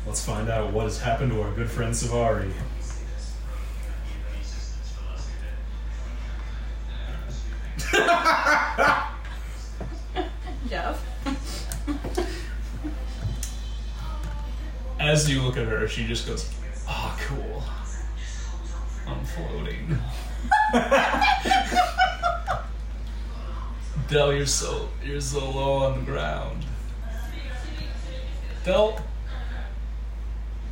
B: Let's find out what has happened to our good friend Savari.
I: Jeff.
B: As you look at her, she just goes, Ah, cool. I'm floating. Del, you're so you're so low on the ground. Del,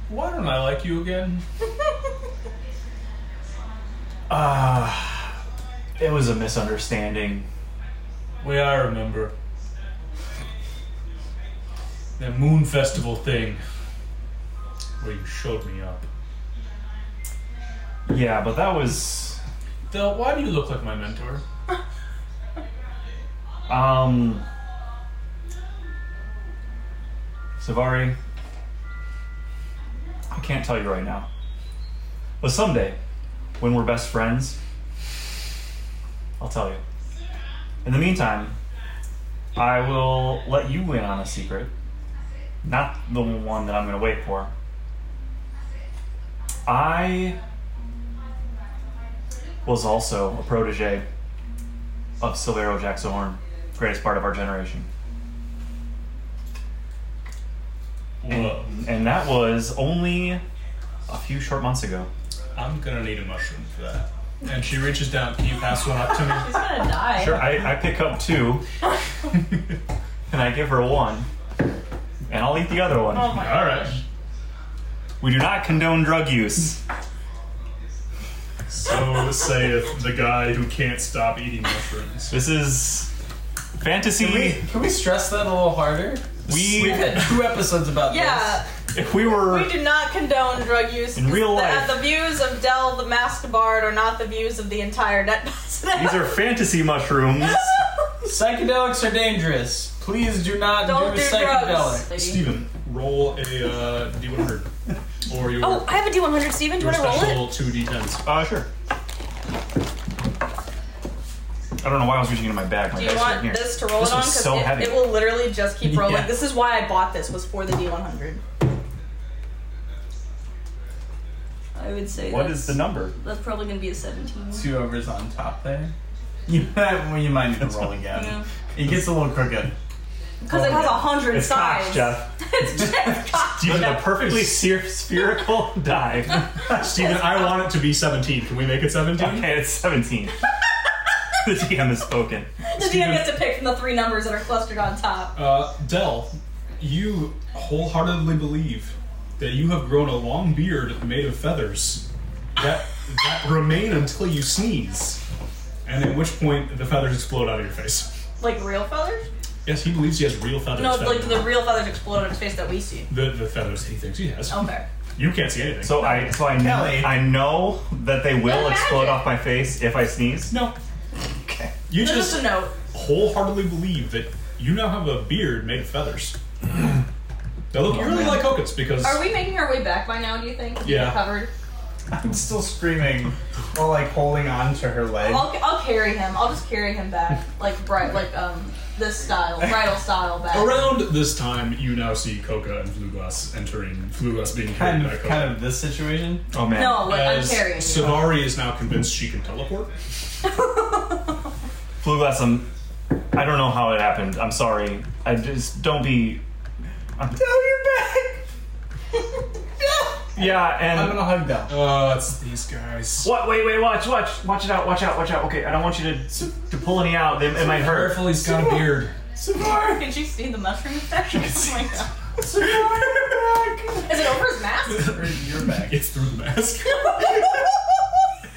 B: why don't I like you again?
H: Uh, it was a misunderstanding.
B: Way I remember, that moon festival thing where you showed me up.
H: Yeah, but that was.
B: Del, why do you look like my mentor?
H: Um. Savari, I can't tell you right now. But someday, when we're best friends, I'll tell you. In the meantime, I will let you in on a secret. Not the one that I'm going to wait for. I was also a protege of Silvero Jacksohorn, greatest part of our generation.
B: Whoa.
H: And, and that was only a few short months ago.
B: I'm gonna need a mushroom for that. And she reaches down. Can you pass one up to me?
I: He's gonna die.
H: Sure, I, I pick up two, and I give her one, and I'll eat the other one.
I: Oh my
B: All right.
H: We do not condone drug use.
B: So saith the guy who can't stop eating mushrooms.
H: This is fantasy.
O: Can we, can we stress that a little harder?
H: We-
O: We've had two episodes about
I: Yeah,
H: If we were
I: we do not condone drug use.
H: In real
I: The-
H: life.
I: the, views of Dell the Masked Bard are not the views of the entire net.
H: These are fantasy mushrooms.
O: this. Psychedelics are dangerous. Please do not
I: Don't
O: do,
I: do
O: psychedelic.
I: drugs.
B: Steven, roll a uh, d100. Or your,
E: Oh, I have a D100, Steven. Do you
B: your
E: want to roll
B: special
E: it?
B: two d10s.
H: Uh, sure. I don't know why I was reaching into my bag. My
I: Do you
H: dice are in
I: want
H: here.
I: this to roll
H: This
I: it on?
H: was so
I: it,
H: heavy.
I: it will literally just keep rolling.
H: Yeah.
I: This is why I bought this was for the D100. I would say.
H: What
I: that's-
H: is the number?
I: That's probably gonna be a 17.
O: Two overs on top there. You might, well, you might need to roll again.
I: Yeah.
O: It gets a little crooked.
I: Because it has a hundred
H: It's
I: sides.
H: cocked, Jeff.
B: Steven,
H: A perfectly spher- spherical die.
B: Steven, I want it to be 17. Can we make it 17?
H: Okay, it's 17. the DM has spoken.
I: The DM gets to pick from the three numbers that are clustered on top.
B: Uh, Dell, you wholeheartedly believe that you have grown a long beard made of feathers that that remain until you sneeze, and at which point the feathers explode out of your face.
I: Like real feathers?
B: Yes, he believes he has real feathers.
I: No,
B: that-
I: like the real feathers explode on his face that we see.
B: the, the feathers he thinks he has.
I: Okay.
B: You can't see anything.
H: So I, so I, kn-
O: Kelly.
H: I know that they will
I: Magic.
H: explode off my face if I sneeze.
B: no,
H: Okay.
B: you
I: Just,
B: just
I: a note.
B: wholeheartedly believe that you now have a beard made of feathers. now look, you really like Hokus because
I: Are we making our way back by now? Do you think?
B: Yeah.
I: We're Covered.
O: I'm still screaming while like holding on to her leg.
I: I'll, I'll carry him. I'll just carry him back, like bright, like um, this style, bridal style back.
B: Around this time, you now see Coca and Fluglass entering, Fluglass being carried
O: Kind
B: by
O: of,
B: Coca.
O: kind of this situation.
H: Oh man.
I: No, like I'm
B: As
I: carrying. you.
B: Savari is now convinced she can teleport.
H: Blue glass. I'm, I don't know how it happened. I'm sorry. I just don't be. I'm, yeah,
O: I'm
H: and
O: gonna hug Del.
B: Oh, it's these guys.
H: what? Wait, wait, watch, watch, watch it out, watch out, watch out. Okay, I don't want you to to pull any out. It, it might hurt.
B: Careful, he's got a beard.
I: Can she see the mushroom infection? Oh my god. Is it over his mask?
O: You're back.
B: It's through the mask.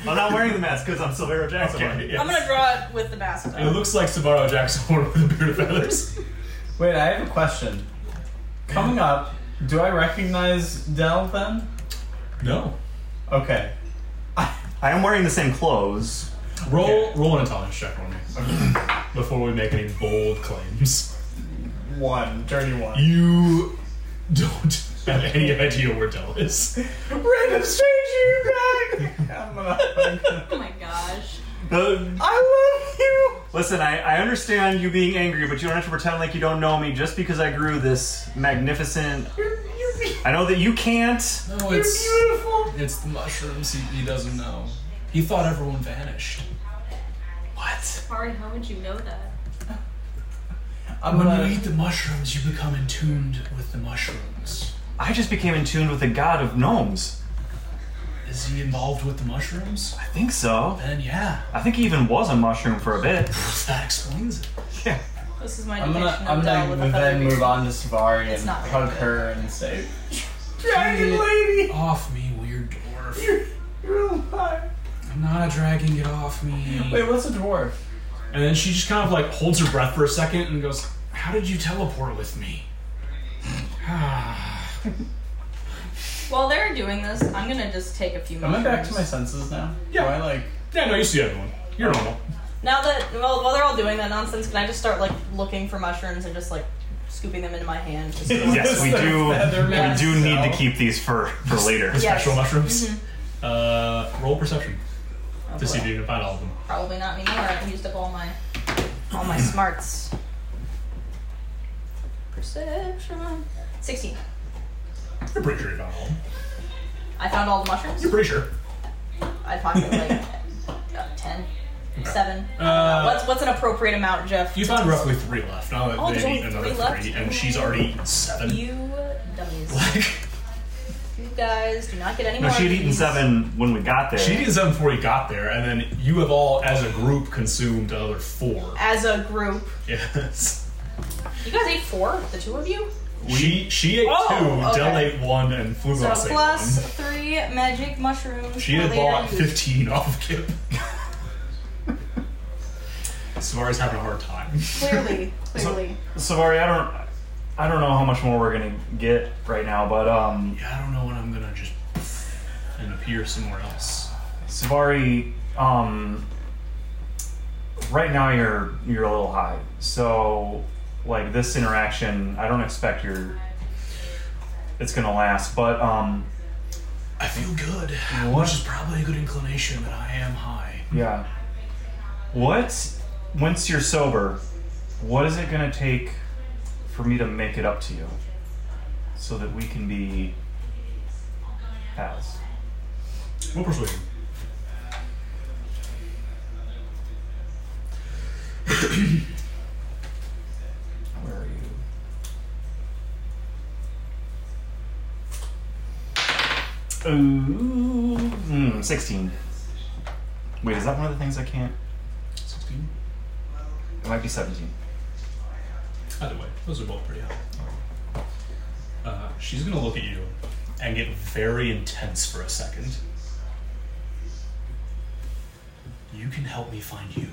H: I'm not wearing the mask because I'm Silvero Jackson.
B: Okay, yes.
I: I'm gonna draw it with the mask.
B: It
I: though.
B: looks like Sabaro Jackson with a beard of feathers.
O: Wait, I have a question. Coming up, do I recognize Del then?
B: No.
O: Okay.
H: I am wearing the same clothes.
B: Roll, roll an intelligence check on me before we make any bold claims.
O: One, dirty one.
B: You don't have any idea where Del is.
O: Random stranger, you back! I'm gonna hug.
I: Oh my gosh.
H: Uh,
O: I love you!
H: Listen, I, I understand you being angry, but you don't have to pretend like you don't know me just because I grew this magnificent. I know that you can't.
B: No, it's It's the mushrooms. He, he doesn't know. He thought everyone vanished. What?
I: Karin, how would you know that?
O: I'm gonna.
B: eat the mushrooms, you become entombed with the mushrooms.
H: I just became in tune with the god of gnomes.
B: Is he involved with the mushrooms?
H: I think so.
B: Then yeah,
H: I think he even was a mushroom for a bit.
B: that explains it.
H: Yeah.
I: This is my
O: I'm gonna,
I: depiction
O: I'm
I: of Del with
O: gonna
I: a feather
O: then move on to Savari and
I: not very
O: hug
I: good.
O: her and say,
B: Get
O: Dragon lady!
B: off me, weird dwarf.
O: You're alive!
B: I'm not a dragon. Get off me.
O: Wait, what's a dwarf?
B: And then she just kind of like holds her breath for a second and goes, "How did you teleport with me?"
I: While they're doing this, I'm gonna just take a few
O: Am
I: minutes.
O: I back to my senses now?
B: Yeah.
O: Do I like?
B: Yeah, no, you see everyone. You're normal.
I: Now that well, while they're all doing that nonsense, can I just start like looking for mushrooms and just like scooping them into my hand? Just
H: yes, we do.
I: Yes.
H: We do need to keep these for for later.
B: The special mushrooms.
I: Mhm.
B: Uh, roll perception
I: Oh,
B: to see if
I: boy.
B: you can find all of them.
I: Probably not anymore. I've used up all my all my smarts. Perception. Sixteen.
B: You're pretty sure you found all of them.
I: I found all the mushrooms.
B: You're pretty sure.
I: I pocket like uh, ten. Seven. I don't know.
B: Uh,
I: what's what's an appropriate amount, Jeff?
B: You found roughly three left. Now that
I: Oh,
B: they've
I: there's only
B: eaten another
I: three left?
B: and she's already seven.
I: You dummies. you guys do not get any
H: No,
I: more.
H: she had
I: of
H: eaten
I: these.
H: seven when we got there.
B: She did seven before you got there, and then you have all, as a group, consumed another four.
I: As a group,
B: Yes.
I: you guys ate four. The two of you.
B: she she ate
I: Oh,
B: two,
I: okay.
B: Del ate one, and
I: So
B: Flugos ate
I: plus
B: one.
I: three magic mushrooms.
B: She
I: for
B: had
I: later
B: bought
I: use.
B: fifteen off of Kip. Savari's having a hard time.
I: Clearly, clearly.
H: Savari, I don't, I don't know how much more we're gonna get right now, but um,
B: Yeah, I don't know when I'm gonna just and appear somewhere else.
H: Savari, um, right now you're you're a little high, so like this interaction, I don't expect your it's gonna last, but um,
B: I feel good,
H: What?
B: which is probably a good inclination that I am high.
H: yeah. What once you're sober, what is it gonna take for me to make it up to you, so that we can be pals?
B: We'll persuade him.
H: Where are you? Ooh, hmm, 16. Wait, is that one of the things I can't?
B: 16?
H: It might be 17.
B: Either way, those are both pretty high. Uh, she's gonna look at you and get very intense for a second. You can help me find you.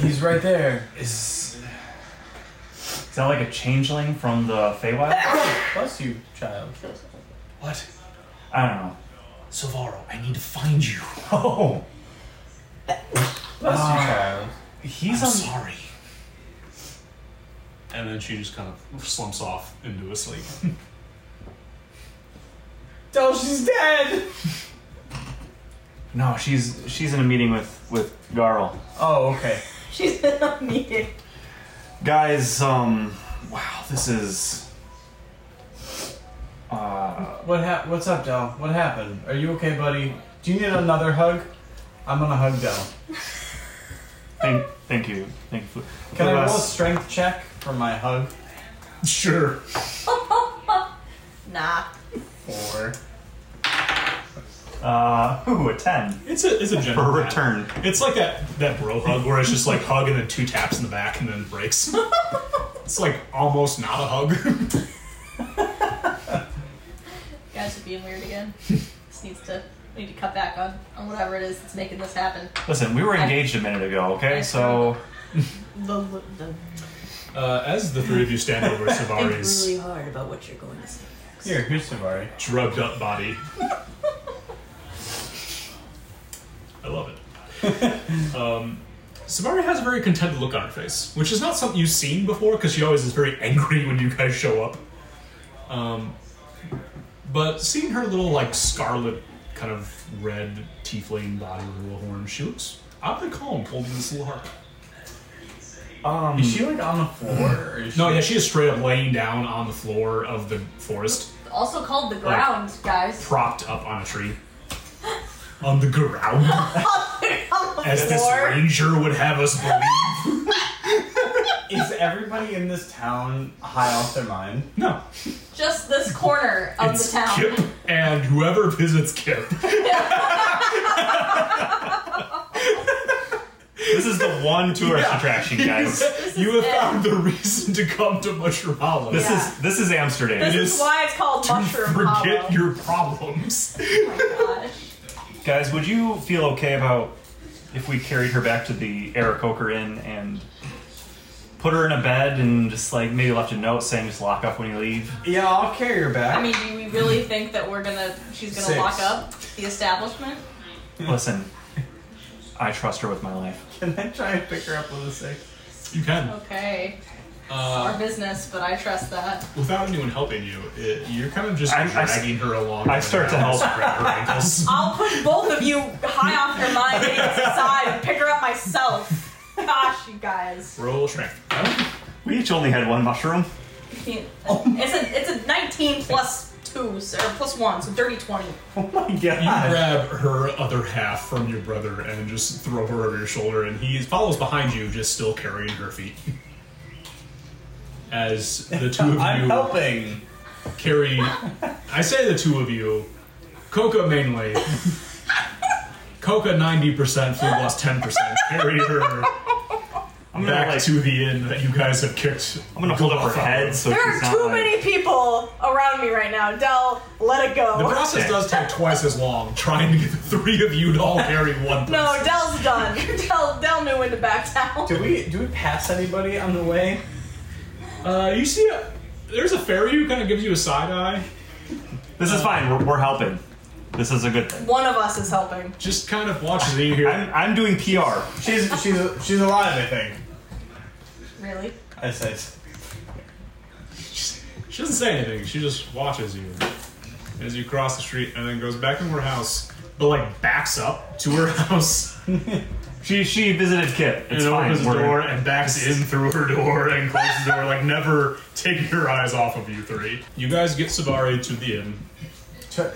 F: He's right there.
B: Is
H: Is that like a changeling from the Feywild?
O: Bless you, child.
B: what?
H: I don't know.
B: Savaro, I need to find you.
H: Oh,
F: Bless you, child.
H: he's
B: I'm
H: on.
B: sorry. And then she just kind of slumps off into a sleep.
O: Del, she's dead.
H: No, she's she's in a meeting with with Garl.
O: Oh, okay.
I: She's in a meeting.
H: Guys, um, wow, this is. Uh,
O: What hap- What's up, Del? oh, What happened? Are you okay, buddy? Do you need another hug? I'm gonna hug Del.
H: thank thank you, thank you.
O: Can I roll a
H: Bless-
O: strength check for my hug?
B: sure.
I: Nah.
O: Four.
H: Uh, ooh, a ten.
B: It's a it's a
H: for
B: general
H: a
B: tap.
H: return.
B: It's like that that bro hug where it's just like hug and then two taps in the back and then it breaks. it's like almost not a hug.
I: You guys are being weird again. This needs to. We need to cut back on on whatever it is that's making this happen.
H: Listen, we were engaged a minute ago, okay? So
I: The, the,
B: Uh, as the three of you stand over
I: think
B: Savari's
I: really hard about what you're going to say.
O: Here, here's Savari.
B: drugged up body, I love it. um, Savari has a very contented look on her face, which is not something you've seen before because she always is very angry when you guys show up. Um, but seeing her little like scarlet kind of red tiefling body with a little horn, she looks oddly calm holding this little harp.
H: um
O: Is she like on the floor? Or is
B: No,
O: she-
B: yeah, she is straight up laying down on the floor of the forest,
I: Also called the ground, guys.
B: propped up on a tree. On the ground,
I: On the
B: as this
I: floor.
B: ranger would have us believe.
O: Is everybody in this town high off their mind?
B: No,
I: Just this corner of
B: it's
I: the town.
B: Kip and whoever visits Kip.
H: this is the one tourist attraction, guys.
B: you have
I: it.
B: found the reason to come to Mushroom Hollow.
H: This
I: Yeah.
H: is this is Amsterdam.
I: This
B: It
I: is
B: is
I: why it's called Mushroom
B: Forget
I: Hollow.
B: your problems.
I: Oh my gosh.
H: guys, would you feel okay about if we carried her back to the Aarakocra Inn and put her in a bed and just like maybe left a note saying just lock up when you leave.
O: Yeah, I'll carry her back.
I: I mean, do we really think that we're gonna? She's gonna
H: Six.
I: lock up the establishment.
H: Listen, I trust her with my life.
O: Can I try and pick her up with a six?
B: You can.
I: Okay,
B: Uh,
I: our business, but I trust that.
B: without anyone helping you, it, you're kind of just
H: I'm- I s-
B: dragging her along.
H: I start to
B: around,
H: help.
B: grab her ankles.
I: I'll put both of you high off your mind aside and pick her up myself. Gosh, you guys.
B: Roll strength.
H: We each only had one mushroom.
I: It's
O: Oh
I: a it's a 19 plus two so- or plus one, so dirty 20.
B: You grab her other half from your brother and just throw her over your shoulder, and he follows behind you, just still carrying her feet. As the two of you
O: I'm
B: helping carry, I say the two of you, Coca mainly, Coca ninety percent, Flip lost ten percent. Carry her back to the inn that you guys have kicked. I'm gonna hold up her head so
I: there are too many people around me right now. Dell, let it go. Oh,
B: The process does take twice as long trying to get the three of you to all carry one. person.
I: No, Dell's done. Dell, Dell knew when to back down.
O: Do we do we pass anybody on the way?
B: Uh, you see, a, there's a fairy who kind of gives you a side eye.
H: This is fine. We're, we're helping. This is a good thing.
I: One of us is helping.
B: Just kind of watches you here.
H: I'm, I'm doing PR.
O: She's she's she's alive, I think.
I: Really?
O: I say.
B: She doesn't say anything. She just watches you as you cross the street, and then goes back into her house, but like backs up to her house.
H: she she visited Kip. It's
B: and
H: fine.
B: opens the
H: We're-
B: door and backs in through her door and closes the door, like never taking her eyes off of you three. You guys get Sabari to the inn.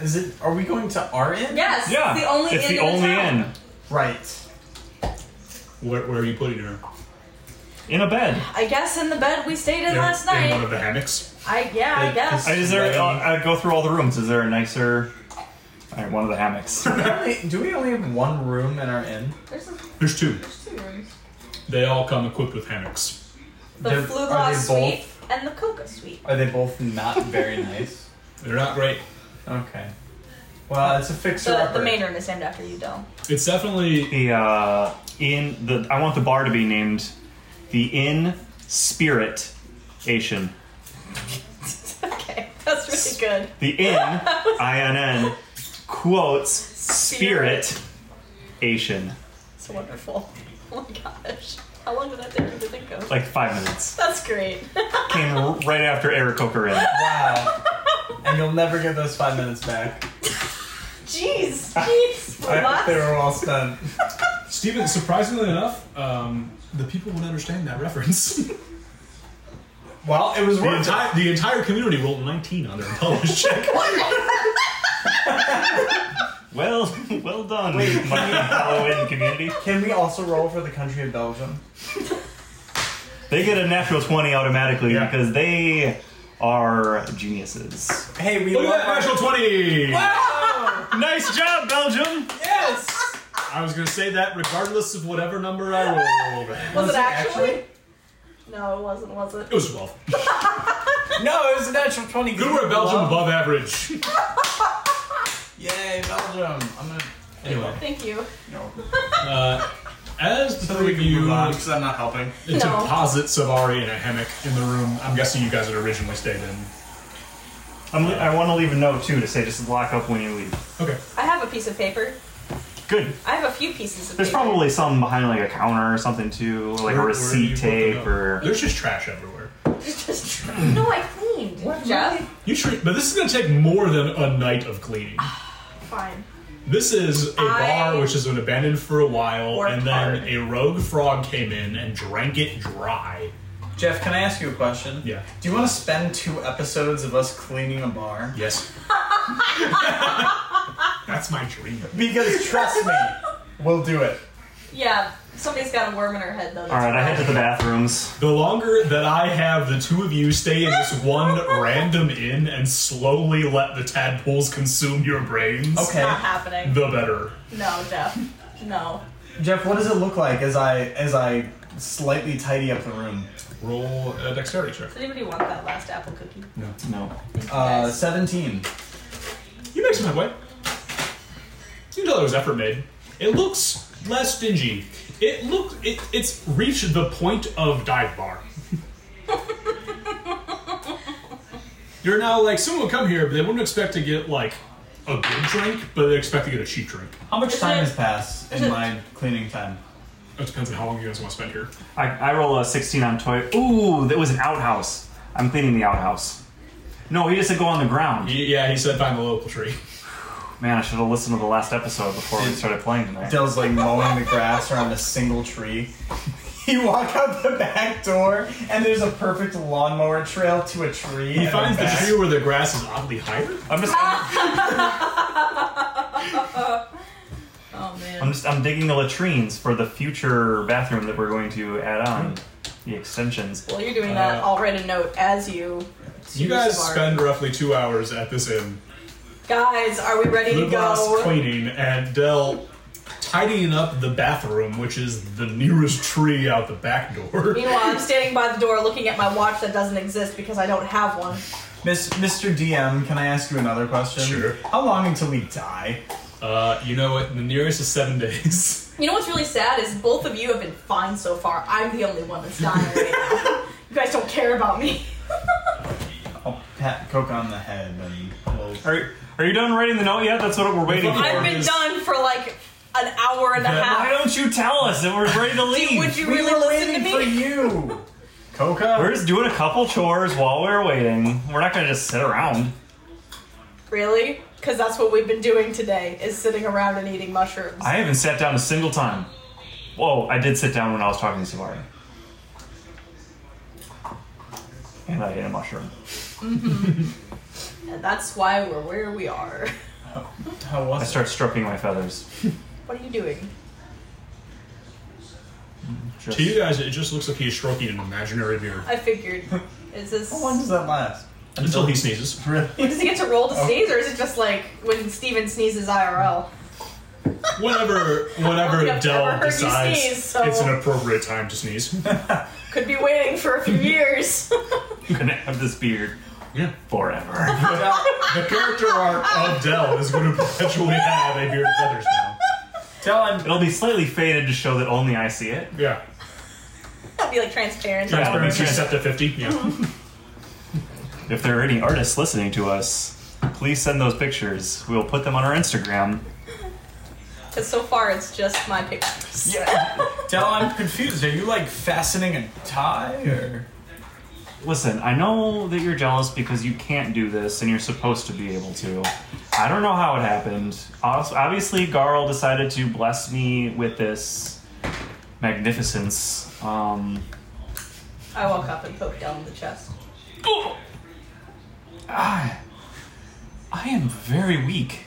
O: Is it? Are we going to our inn?
I: Yes, Yeah, it's the only it's inn the in the only town. inn.
O: Right.
B: Where, where are you putting her?
H: In a bed.
I: I guess in the bed we stayed in
H: Yeah,
I: last
H: in
I: night.
H: one of
B: the hammocks.
I: I yeah, I guess.
H: Is there? uh, I go through all the rooms. Is there a nicer? All right, one of the hammocks.
O: Do we only have one room in our inn?
I: There's, a,
B: There's two.
I: there's two rooms.
B: They all come equipped with hammocks.
I: The
O: They're-
I: flu
O: are
I: gloss
O: they
I: suite and the coca suite.
O: Are they both not very nice?
B: They're not great.
O: Okay. Well, it's a fixer
I: The, the main room is named after you, Dell.
B: It's definitely
H: the uh, in the. I want the bar to be named the Inn Spirit Ation.
I: okay, that's really good.
H: The Inn I N N quotes Spirit Ation.
I: It's wonderful. Oh my gosh. How long did that take you to think of?
H: Like five minutes.
I: That's great.
H: Came r- right after Eric Coker in.
O: Wow. and you'll never get those five minutes back.
I: Jeez, jeez.
O: I hope they
I: What?
O: were all spent.
B: Steven, surprisingly enough, um, the people would understand that reference.
O: well, it was
B: the entire, the entire community rolled a 19 on their intelligence check.
H: Well, well done,
O: Wait,
H: Wait,
O: can you-
H: Halloween community.
O: Can we also roll for the country of Belgium?
H: They get a natural 20 automatically because they are geniuses.
O: Hey, we
B: Look
O: love
B: at that
O: our-
B: natural 20!
O: Wow!
H: nice job, Belgium!
O: Yes!
B: I was going to say that regardless of whatever number I rolled.
I: Was it actually? No, it wasn't, was it?
B: It was 12.
O: no, it was a natural 20.
B: Good work, Belgium, above average.
O: Yay, Belgium! I'm gonna.
B: Anyway,
I: Thank you.
B: uh, as the three of you because
O: I'm not helping.
I: No.
B: deposit Savari in a hammock in the room, I'm guessing you guys had originally stayed in.
H: I'm, I want to leave a note too to say just lock up when you leave.
B: Okay.
I: I have a piece of paper.
H: Good.
I: I have a few pieces of
H: There's
I: paper.
H: probably some behind like a counter or something too, or like
B: Where-
H: a
B: where do you
H: receipt
B: put them
H: tape
B: up?
H: or.
B: There's just trash everywhere.
I: It's just- no, I cleaned. Jeff?
B: You treat, but this is going to take more than a night of cleaning.
I: Fine.
B: This is a bar which has been abandoned for a while,
O: Worked
B: and then a rogue frog came in and drank it dry.
O: Jeff, can I ask you a question?
B: Yeah.
O: Do you want to spend two episodes of us cleaning a bar?
B: Yes. That's my dream.
O: Because trust me, we'll do it.
I: Yeah, somebody's got a worm in her head, though. that's fine.
H: the bathrooms.
B: The longer that I have the two of you stay in this one random inn and slowly let the tadpoles consume your brains,
O: Okay.
I: Not happening.
B: the better.
I: No, Jeff. No.
O: Jeff, what does it look like as I as I slightly tidy up the room?
B: Roll a dexterity check.
I: Does anybody want that last apple cookie?
B: No.
H: No.
O: Uh, seventeen.
B: You make some headway. You know there was effort made. It looks less dingy. It look it, it's reached the point of dive bar. You're now like someone would come here, but they wouldn't expect to get like a good drink, but they expect to get a cheap drink.
O: How much time has passed in my cleaning time?
B: It depends on how long you guys want to spend here.
H: I, I roll a 16 on toy. Ooh, that was an outhouse. I'm cleaning the outhouse. No, he just said go on the ground.
B: Yeah, he said find the local tree.
H: Man, I should have listened to the last episode before we started playing tonight.
O: Dell's like mowing the grass around a single tree. You walk out the back door, and there's a perfect lawnmower trail to a tree.
B: He
O: and a
B: finds the
O: back-
B: tree where the grass is oddly higher.
H: I'm just
A: Oh man.
H: I'm just I'm digging the latrines for the future bathroom that we're going to add on the extensions.
A: While you're doing that,
B: Uh,
A: I'll write a note as you.
B: You guys
A: smart.
B: spend roughly two hours at this inn.
A: Guys, are we ready to
B: Lip
A: go?
B: gloss cleaning and Dell tidying up the bathroom, which is the nearest tree out the back door.
A: Meanwhile, I'm standing by the door looking at my watch that doesn't exist because I don't have one.
O: Miss, Mr. DM, can I ask you another question? Sure. How long until we die?
B: Uh, you know what? The nearest is seven days.
A: You know what's really sad is both of you have been fine so far. I'm the only one that's dying right now. You guys don't care about me.
O: I'll pat Coke on the head and we'll.
H: Are, are you done writing the note yet? That's what we're waiting for.
A: I've been done for like an hour and a
H: Then Why
A: half.
H: don't you tell us that we're ready to leave?
A: Would you really listen to me?
O: you. Coca?
H: We're just doing a couple chores while we're waiting. We're not gonna just sit around.
A: Really? Because that's what we've been doing today is sitting around and eating mushrooms.
H: I haven't sat down a single time. Whoa, I did sit down when I was talking to Savari. And I ate a mushroom.
A: And that's why we're where we are.
O: How was
H: I start stroking my feathers.
A: What are you doing?
B: To you guys, it just looks like he's stroking an imaginary mirror
A: I figured. Is this.
O: How long does that last?
B: until he sneezes.
A: Does he get to roll to sneeze, or is it just like when Steven sneezes IRL?
B: Whenever, whenever
A: think I've ever
B: Dell
A: heard you
B: decides
A: sneeze, so-
B: it's an appropriate time to sneeze.
A: Could be waiting for a few years.
H: I'm gonna have this beard
B: Yeah.
H: forever.
B: the character arc of Dell is going to perpetually have a beard and feathers now.
O: Tell him.
H: It'll be slightly faded to show that only I see it.
B: Yeah.
A: That'd be like transparent.
H: Yeah. that'll be
B: Transparency
H: trans-
B: set to 50. Yeah.
H: If there are any artists listening to us, please send those pictures. We'll put them on our Instagram.
A: Because so far it's just my pictures.
O: Yeah. Tell him I'm confused. Are you like fastening a tie or.
H: Listen, I know that you're jealous because you can't do this and you're supposed to be able to. I don't know how it happened. Also, obviously, Garl decided to bless me with this magnificence. Um,
A: I woke up and poked down in the chest.
H: ah, I am very weak.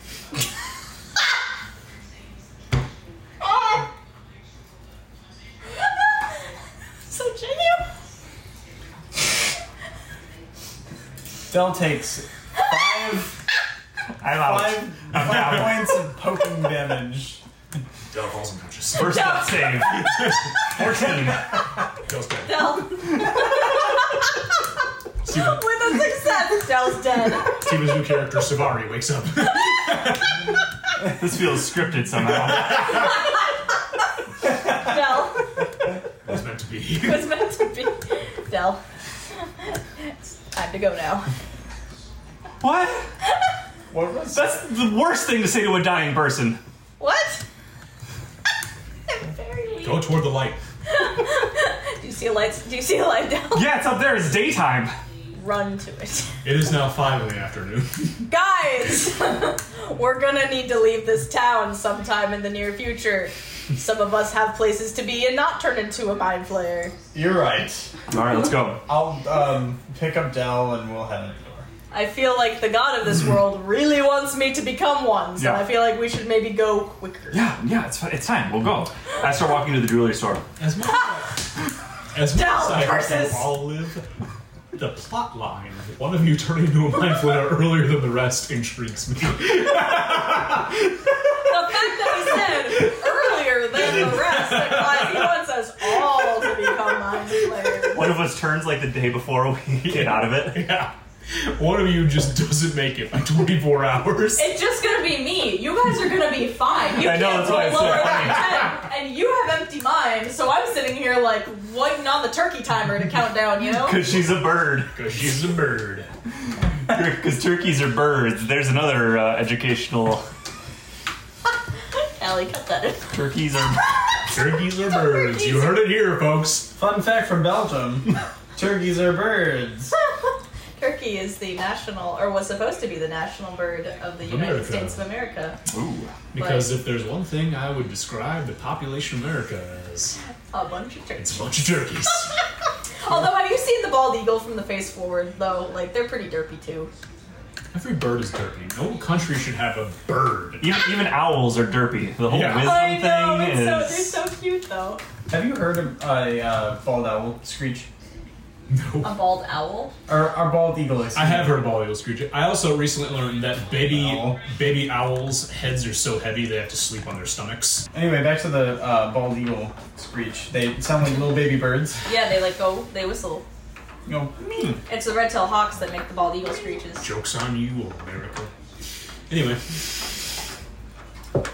A: so genuine.
O: Dell takes five,
H: I'm out.
O: five,
H: I'm out.
O: five points of poking damage.
B: Dell falls unconscious.
H: First up save. 14.
B: Dell's dead.
A: Del.
B: Steven,
A: With a success, Del's dead.
B: Steven's new character, Savari, wakes up.
H: This feels scripted somehow.
A: Del.
B: it's meant to be.
A: It was meant to be. Del. It's time to go now.
H: What?
O: What was
H: That's the worst thing to say to a dying person.
A: What? I'm very weak.
B: Go toward the light.
A: Do you see a light? Do you see a light, Del?
H: Yeah, it's up there. It's daytime.
A: Run to it.
B: It is now 5 in the afternoon.
A: Guys, we're gonna need to leave this town sometime in the near future. Some of us have places to be and not turn into a mind flayer.
O: You're right.
H: All right, let's go.
O: I'll um, pick up Dell and we'll head out the door.
A: I feel like the god of this world really wants me to become one, so
H: Yeah.
A: I feel like we should maybe go quicker.
H: Yeah, yeah, it's, fi- it's time. We'll go. I start walking to the jewelry store.
B: As much as, much
A: Down,
B: as I hope
A: curses.
B: you all live, the plot line, one of you turning into a mind flayer earlier than the rest, intrigues me.
A: The fact that he said earlier than the rest implies he wants us all to become mind flayers.
H: One of us turns like the day before we get out of it.
B: yeah. One of you just doesn't make it by 24 hours.
A: It's just gonna be me. You guys are gonna be fine. You
H: I know,
A: can't
H: that's why
A: roll
H: it's so
A: lower than ten, and you have empty mind. So I'm sitting here like waiting on the turkey timer to count down. You know.
H: Because she's a bird.
B: Because she's a bird.
H: Because turkeys are birds. There's another uh, educational.
A: Allie, cut that in.
H: Turkeys are.
B: Turkeys are birds. You heard it here, folks.
O: Fun fact from Belgium turkeys are birds.
A: Turkey is the national, or was supposed to be the national bird of the
B: America.
A: United States of America.
B: Ooh. Because if there's one thing I would describe the population of America as,
A: A bunch of turkeys.
B: it's a bunch of turkeys.
A: Although, have you seen the bald eagle from the face forward, though? Like, they're pretty derpy, too.
B: Every bird is derpy. No country should have a bird.
H: Even, even owls are derpy. The whole
B: Yeah.
H: wisdom
A: I know,
H: thing
A: it's
H: is.
A: so, they're so cute, though.
O: Have you heard of a uh, bald owl screech?
A: A bald owl?
O: Or our bald eagle is.
B: I have heard of bald eagle screeching. I also recently learned that baby baby owls' heads are so heavy they have to sleep on their stomachs.
O: Anyway, back to the uh, bald eagle screech. They sound like little baby birds.
A: Yeah, they like go, they whistle.
O: You know, me.
A: It's the red-tailed hawks that make the bald eagle screeches.
B: Jokes on you, America. Anyway,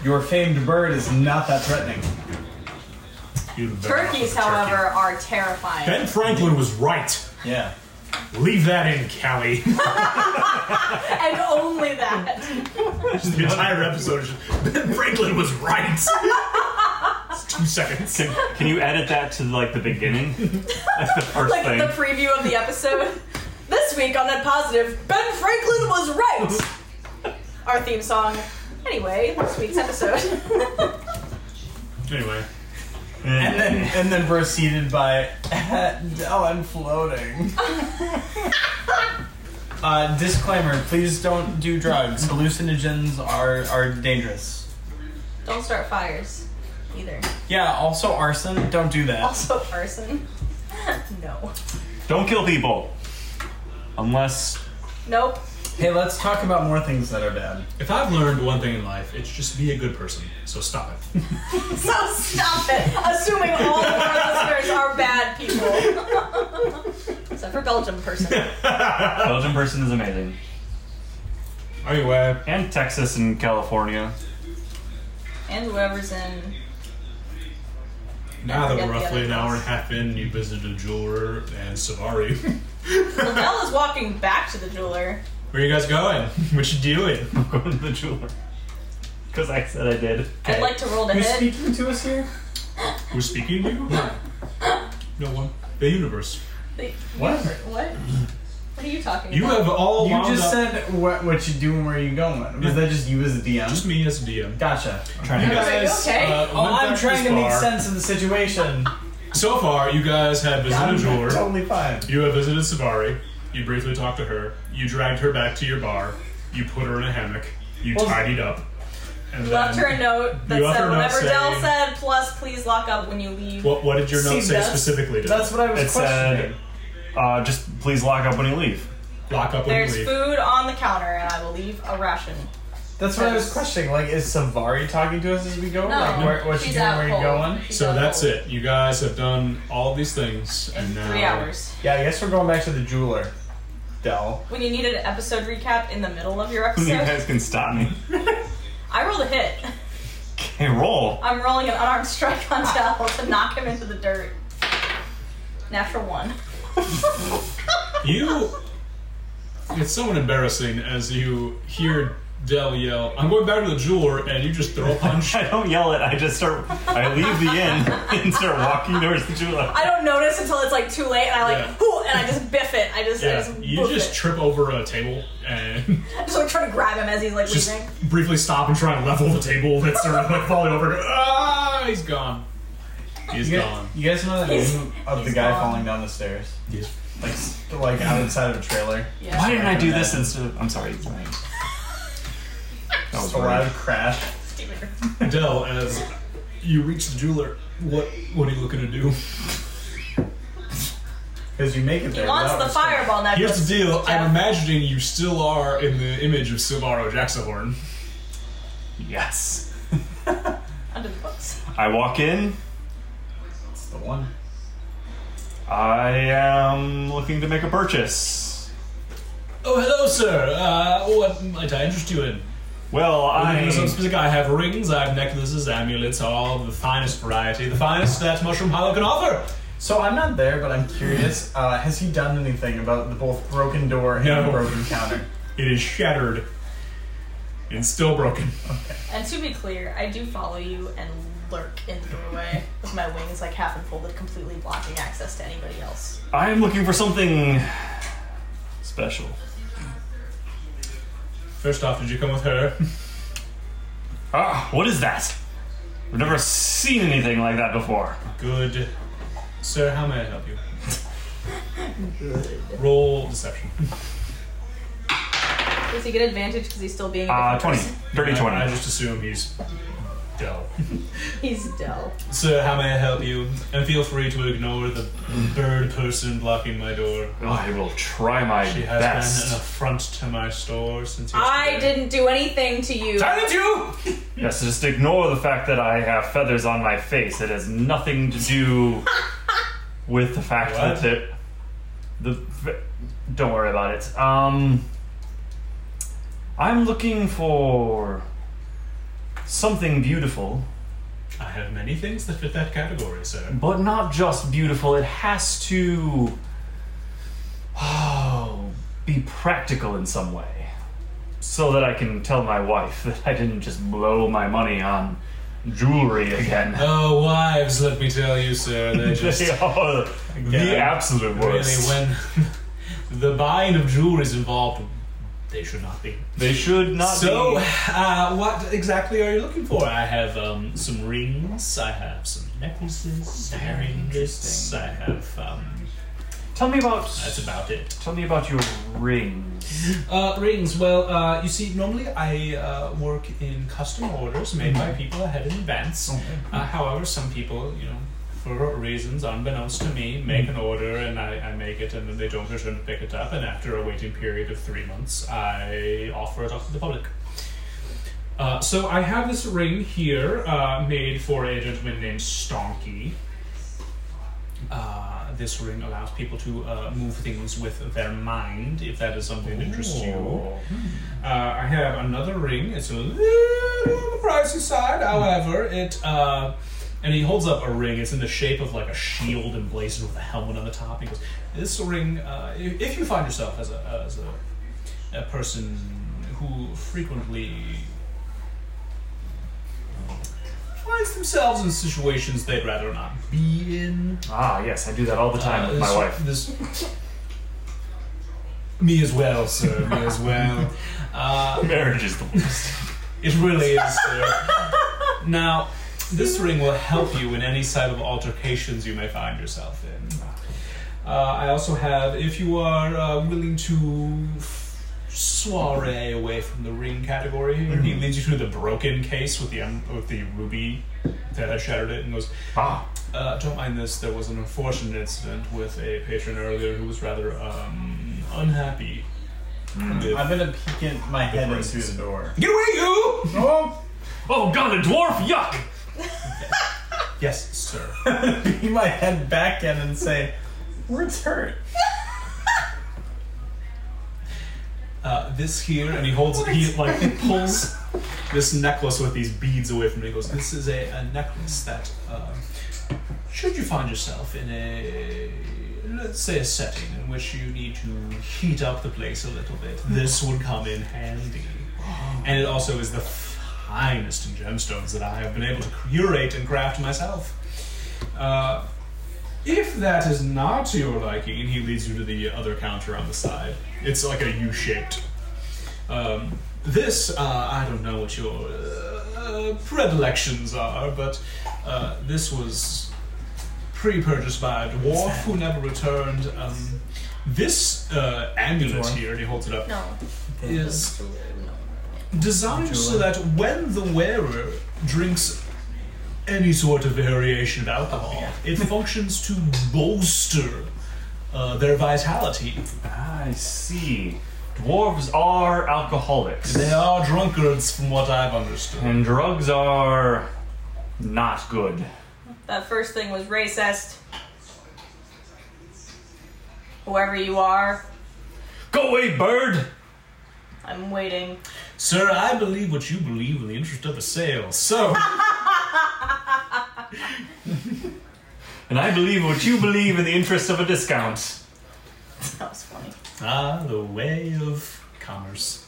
O: Your famed bird is not that threatening.
A: Turkeys, however, are terrifying.
B: Ben Franklin was right.
O: Yeah.
B: Leave that in, Callie.
A: and only that.
B: the entire episode. is just, Ben Franklin was right. It's two seconds.
H: Can, can you edit that to like the beginning? That's the first
A: like
H: thing.
A: the preview of the episode. this week on Net Positive, Ben Franklin was right. Our theme song. Anyway, this week's episode.
B: Anyway,
O: And then and then proceeded by oh, I'm floating. uh, disclaimer: Please don't do drugs. Hallucinogens are are dangerous.
A: Don't start fires, either.
O: Yeah. Also, arson. Don't do that.
A: Also, arson. no.
H: Don't kill people. Unless.
A: Nope.
O: Hey, let's talk about more things that are bad.
B: if I've learned one thing in life, it's just be a good person. So stop it.
A: So stop it. Assuming all of our listeners are bad people. Except for Belgium person.
H: Belgian person is amazing.
B: Anyway.
H: And Texas and California.
A: And whoever's in.
B: Now that
A: Forget
B: we're
A: the
B: roughly
A: other
B: an hour and a
A: thoughts.
B: half in, you visited a jeweler and Savari.
A: Liddell is walking back to the jeweler.
B: Where you guys going? What you doing?
H: I'm going to the jeweler. Because I said I did.
A: I'd like to roll to
O: Who's
A: hit.
O: speaking to us here?
B: Who's speaking to you? No one. The universe.
A: The-
O: What?
A: What? What are you talking
B: You
A: about?
B: have all
O: You
B: wound up-
O: just said what what you do and where you going. Was that just you as a DM?
B: just me as a DM.
O: gotcha.
H: trying
B: You
H: to
B: guys,
A: okay.
B: uh,
O: Oh,
B: went
O: I'm
B: back
O: trying
B: this
O: to make
B: far.
O: sense of the situation.
B: So far, you guys have visited a
O: I'm
B: jeweler.
O: totally fine.
B: You have visited Savari. You briefly talked to her. You dragged her back to your bar. You put her in a hammock. You
O: Well,
B: tidied up. And
A: left
B: then,
A: her a note that
B: You left her a
A: said
B: note
A: whatever Dell
B: saying-
A: said, plus please lock up when you leave.
B: What, what did your note
O: See,
B: say
O: that's-
B: specifically to
O: That's what I was
H: It
O: questioning.
H: said, uh, just please lock up when you leave.
B: Lock up when you
A: There's
B: leave.
A: food on the counter and I will leave a ration.
O: That's what I was questioning. Like, is Savari talking to us as we go?
A: No,
O: like, where, what you
A: she's
O: doing?
A: out
O: Where you
A: cold.
O: going?
A: She's
B: So
A: out
B: that's
A: cold.
B: it. You guys have done all of these things,
A: In
B: and now
A: three hours.
O: Yeah, I guess we're going back to the jeweler. Dell.
A: When you needed an episode recap in the middle of your
H: You
A: episode,
H: guys can stop me.
A: I rolled a hit.
H: Okay, roll.
A: I'm rolling an unarmed strike on Dell to knock him into the dirt. Natural one.
B: You. It's somewhat embarrassing as you hear Dell yell, I'm going back to the jeweler, and you just throw a punch.
H: I don't yell it. I just start. I leave the inn and start walking towards the jeweler.
A: I don't notice until it's like too late and I like,
B: Yeah.
A: whoo, and I just biff it. I just, I
B: yeah,
A: just,
B: you
A: boof
B: just
A: it.
B: trip over a table and
A: I just like try to grab him as he's like
B: just
A: leaving.
B: briefly stop and try and level the table that's sort of like falling over. Ah, he's gone. He's
O: You guys,
B: gone.
O: you guys know that
A: He's-
O: meme of the
A: he's
O: guy
A: gone.
O: falling down the stairs?
B: He's-
O: Like, s- like out inside of a trailer.
A: Yeah.
H: Why didn't I do this instead of. I'm sorry. That was
O: A loud
H: rude.
O: crash.
B: Dell, as you reach the jeweler, what what are you looking to do?
O: Because you make it there.
A: He wants
O: without
A: the
O: us.
A: fireball necklace.
B: Here's the deal.
A: Jeff.
B: I'm imagining you still are in the image of Silvaro Jacksonhorn.
H: Yes.
A: Under the books.
H: I walk in.
O: It's the one.
H: I am looking to make a purchase.
B: Oh, hello, sir. Uh, what might I interest you in?
H: Well,
B: I, some
H: I.
B: specific, I have rings, I have necklaces, amulets, all the finest variety, the finest that Mushroom Hollow can offer.
O: So I'm not there, but I'm curious. Uh, has he done anything about the both broken door and
B: No.
O: broken counter?
B: It is shattered and still broken.
I: And to be clear, I do follow you and lurk in the doorway with my wings like half unfolded, completely blocking access to anybody else.
H: I am looking for something special.
B: First off, did you come with her?
H: ah, what is that? I've never seen anything like that before.
B: Good. Sir, how may I help you? Roll deception.
I: Does he get advantage because he's still being a
B: Uh,
I: different
B: 20.
I: person?
B: Dirty 20. I just assume he's Dell.
I: He's Dell.
B: Sir, how may I help you? And feel free to ignore the bird person blocking my door.
H: I will try my
B: She has
H: Oh, best.
B: been an affront to my store since
I: I didn't do anything to you.
B: Silence you!
H: Yes, just ignore the fact that I have feathers on my face. It has nothing to do with the fact
B: What?
H: that the, the fe- don't worry about it. Um, I'm looking for something beautiful,
B: I have many things that fit that category, sir.
H: but not just beautiful. It has to oh, be practical in some way, so that I can tell my wife that I didn't just blow my money on jewelry again.
B: Oh, wives, let me tell you, sir, they just
H: They are Oh, the absolute worst.
B: Really, when the buying of jewelry is involved, they should not be.
H: They should not
B: so,
H: be.
B: uh, what exactly are you looking for? I have um, some rings. I have some necklaces. Very interesting. I have. Um,
H: Tell me about.
B: That's about it.
H: Tell me about your rings.
B: Uh, rings. Well, uh, you see, normally I uh, work in custom orders made by people ahead in advance. Uh, however, some people, you know, for reasons unbeknownst to me, make an order and I, I make it and then they don't return to pick it up. And after a waiting period of three months, I offer it up to the public. Uh, so I have this ring here uh, made for a gentleman named Stonky. Uh, this ring allows people to uh, move things with their mind, if that is something that interests you. Uh, I have another ring. It's a little on the pricey side, however, it. Uh, and he holds up a ring. It's in the shape of like a shield emblazoned with a helmet on the top. He goes, "This ring, uh, if if you find yourself as a as a, a person who frequently finds themselves in situations they'd rather not be in.
H: Ah, yes, I do that all the time
B: Uh,
H: with my
B: this-
H: wife.
B: This. Me as well, sir. Me as well. Uh,
H: Marriage is the worst.
B: It really is, sir. now, this ring will help you in any side of altercations you may find yourself in. Uh, I also have, if you are uh, willing to f- soiree away from the ring category, he leads you to the broken case with the um, with the ruby that has shattered it, and goes,
H: "Ah,
B: uh, don't mind this. There was an unfortunate incident with a patron earlier who was rather um, unhappy." with
O: I'm gonna peek in my head into the door.
B: Get away, you!
O: Oh,
H: oh god, a dwarf! Yuck!
B: yes, sir.
O: Peek my head back in and say, "Words hurt."
B: uh, this here, and he holds it. He like pulls this necklace with these beads away from it. He goes, "This is a, a necklace that, um should you find yourself in a let's say a setting in which you need to heat up the place a little bit, this would come in handy." And it also is the finest in gemstones that I have been able to curate and craft myself. Uh, if that is not to your liking, and he leads you to the other counter on the side, it's like a U shaped. Um, this, uh, I don't know what your uh, predilections are, but uh, this was pre purchased by a dwarf who never returned. Um, this uh, amulet
O: Dwarf.
B: here, and he holds it up,
I: No.
B: is designed so that when the wearer drinks any sort of variation of alcohol, it functions to bolster uh, their vitality.
H: I see. Dwarves are alcoholics.
B: They are drunkards, from what I've understood.
H: And drugs are not good.
I: That Uh, first thing was racist. Whoever you are,
H: Go away, bird!
I: I'm waiting.
B: Sir, I believe what you believe in the interest of a sale. So,
H: I and I believe what you believe in the interest of a discount.
I: That was funny.
H: Ah, the way of commerce.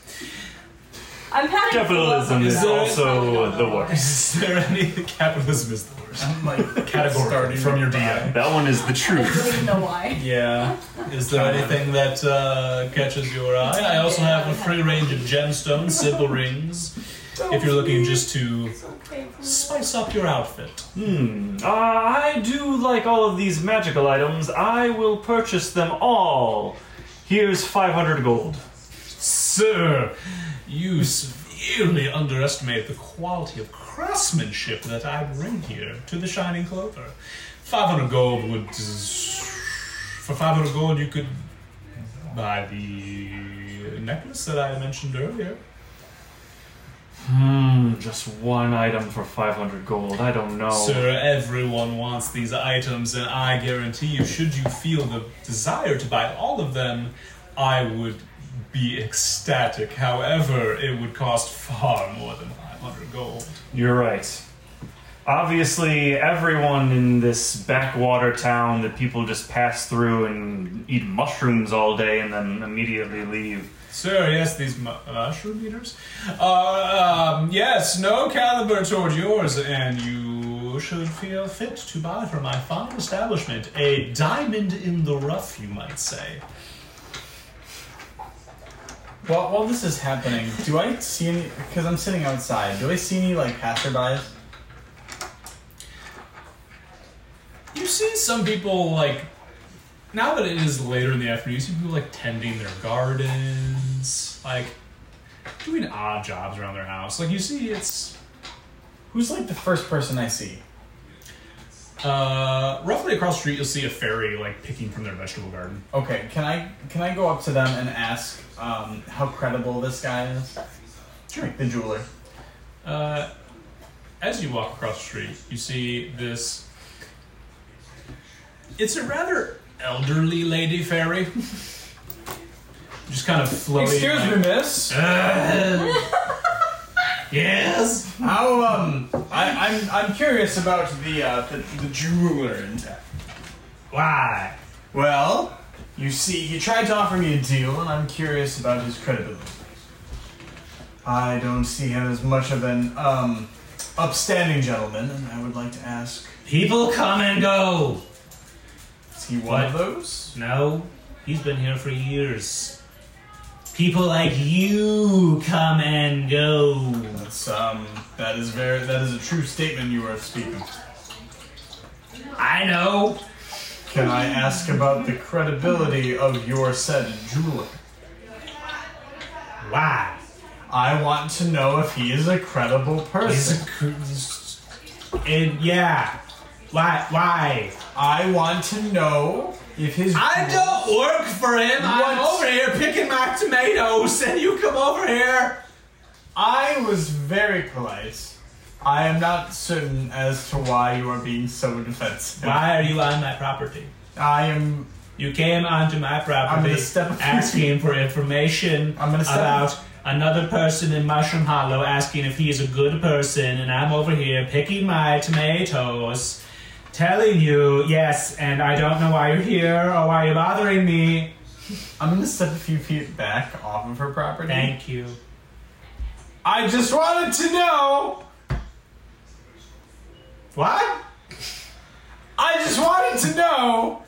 I: I'm patting
H: Capitalism
I: Flo
H: is
I: up.
H: also the worst.
B: Is there any capitalism is the worst?
O: I'm like
B: Category from your DM.
H: That one is the
I: I don't even know why.
B: Yeah. Is there anything that uh, catches your eye? I also have a free range of gemstones, simple rings. If you're looking just to spice up your outfit.
H: Hmm. Uh, I do like all of these magical items. I will purchase them all. Here's 500 gold.
B: Sir, you severely underestimate the quality of craftsmanship that I bring here to the Shining Clover. 500 gold would. For 500 gold, you could buy the necklace that I mentioned earlier.
H: Hmm. Just one item for 500 gold. I don't know.
B: Sir, everyone wants these items, and I guarantee you, should you feel the desire to buy all of them, I would be ecstatic. However, it would cost far more than 500 gold.
H: You're right. Obviously, everyone in this backwater town that people just pass through and eat mushrooms all day and then immediately leave.
B: Sir, yes, these mu- mushroom eaters. Uh, um, yes, no caliber toward yours, and you should feel fit to buy from my fine establishment a diamond in the rough, you might say.
O: While, while this is happening, do I see any? Because I'm sitting outside. Do I see any like passerbys?
B: You see some people like now that it is later in the afternoon, you see people like tending their gardens, like doing odd jobs around their house. Like you see it's
O: Who's like the first person I see?
B: uh roughly across the street you'll see a fairy like picking from their vegetable garden.
O: Okay, can I can I go up to them and ask um, how credible this guy is? Sure. The jeweler.
B: Uh, as you walk across the street, you see this. It's a rather elderly lady fairy. Just kind of floating.
O: Excuse me, miss.
B: Uh, yes.
O: How um I, I'm I'm curious about the uh the, the jeweler in town.
B: Why?
O: Well, you see, he tried to offer me a deal, and I'm curious about his credibility. I don't see him as much of an um upstanding gentleman, and I would like to ask
R: People come and go.
O: Is he one
R: What?
O: of those?
R: No, he's been here for years. People like you come and go.
O: That's um that is very that is a true statement you are speaking.
R: I know.
O: Can I ask about the credibility of your said jeweler?
R: Why?
O: I want to know if he is a credible person.
R: and yeah, why? Why?
O: I want to know if his.
R: I don't work for him. I'm
O: What?
R: over here picking my tomatoes, and you come over here.
O: I was very polite. I am not certain as to why you are being so defensive.
R: Why are you on my property?
O: I am.
R: You came onto my
O: I'm
R: property
O: gonna step-
R: asking for information
O: I'm gonna step-
R: about another person in Mushroom Hollow, asking if he's a good person, and I'm over here picking my tomatoes, telling you yes, and I don't know why you're here or why you're bothering me.
O: I'm gonna step a few feet back off of her property.
R: Thank you.
O: I just wanted to know.
R: What?
O: I just wanted to know.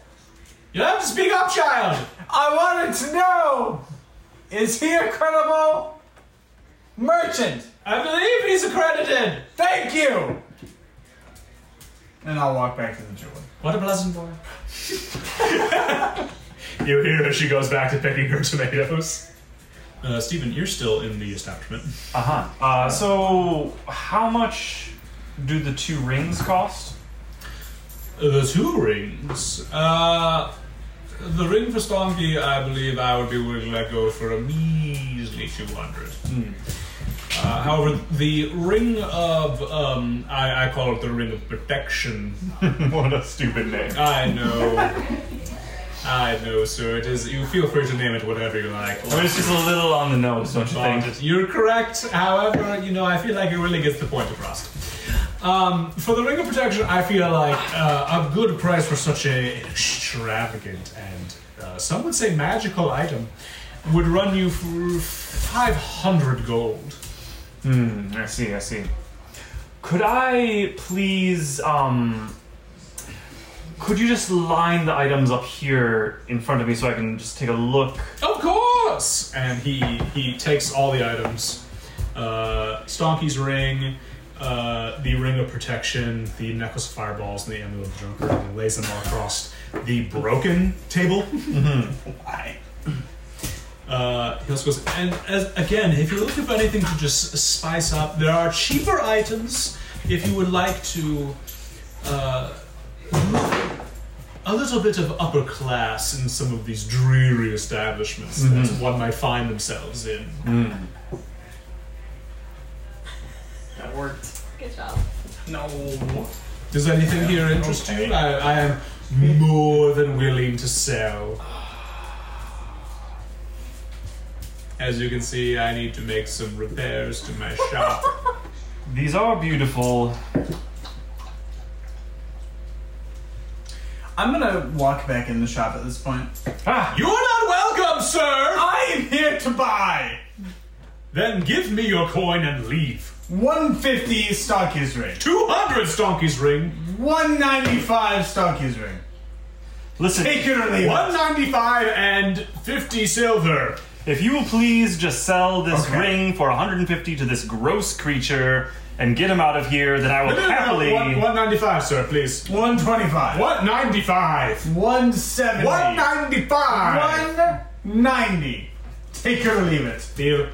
R: You have to speak up, child.
O: I wanted to know. Is he a credible merchant?
R: I believe he's accredited.
O: Thank you. And I'll walk back to the jeweler.
B: What a pleasant boy. you hear as she goes back to picking her tomatoes. Uh, Stephen, you're still in the establishment.
H: Uh-huh. Uh So, how much do the two rings cost?
B: The two rings. Uh, the ring for Stonky, I believe I would be willing to let go for a measly 200. Uh, however, the ring of, um, I, I call it the ring of protection.
H: what a stupid name.
B: I know. I know, sir. It is. You feel free to name it whatever you like.
H: I mean, Uh, it's just a little on Oh, the nose, don't you think?
B: You're correct. However, you know, I feel like it really gets the point across. Um, for the ring of protection, I feel like uh, a good price for such a extravagant and uh, some would say magical item would run you for 500 gold.
H: Hmm, I see, I see. Could I please, um. Could you just line the items up here in front of me so I can just take a look?
B: Of course! And he he takes all the items: uh, Stonky's ring, uh, the ring of protection, the necklace of fireballs, and the amulet of the drunkard, and lays them all across the broken table. Why? Uh, he also goes, and as, again, if you're looking for anything to just spice up, there are cheaper items if you would like to uh, look a little bit of upper class in some of these dreary establishments
H: Mhm.
O: Mm-hmm.
B: that one might find themselves in.
H: Hmm.
O: That worked.
A: Good job.
O: No.
B: Does anything here interest you? I, I am more than willing to sell. As you can see, I need to make some repairs to my shop.
H: These are beautiful.
O: I'm gonna walk back in the shop at this point.
B: You're not welcome, sir! I
O: am here to buy!
B: Then give me your coin and leave.
O: 150 Stonky's ring.
B: 200 Stonky's ring.
O: 195 Stonky's ring.
H: Listen,
O: Take it or leave it.
B: 195 and 50 silver.
H: If you will please just sell this
O: Okay.
H: ring for 150 to this gross creature and get him out of here, then I will
B: No, no, no,
H: happily.
B: one- 195, sir, please.
O: 125.
B: 195.
O: 170.
B: 195.
O: 190. Take it or leave it.
B: Deal.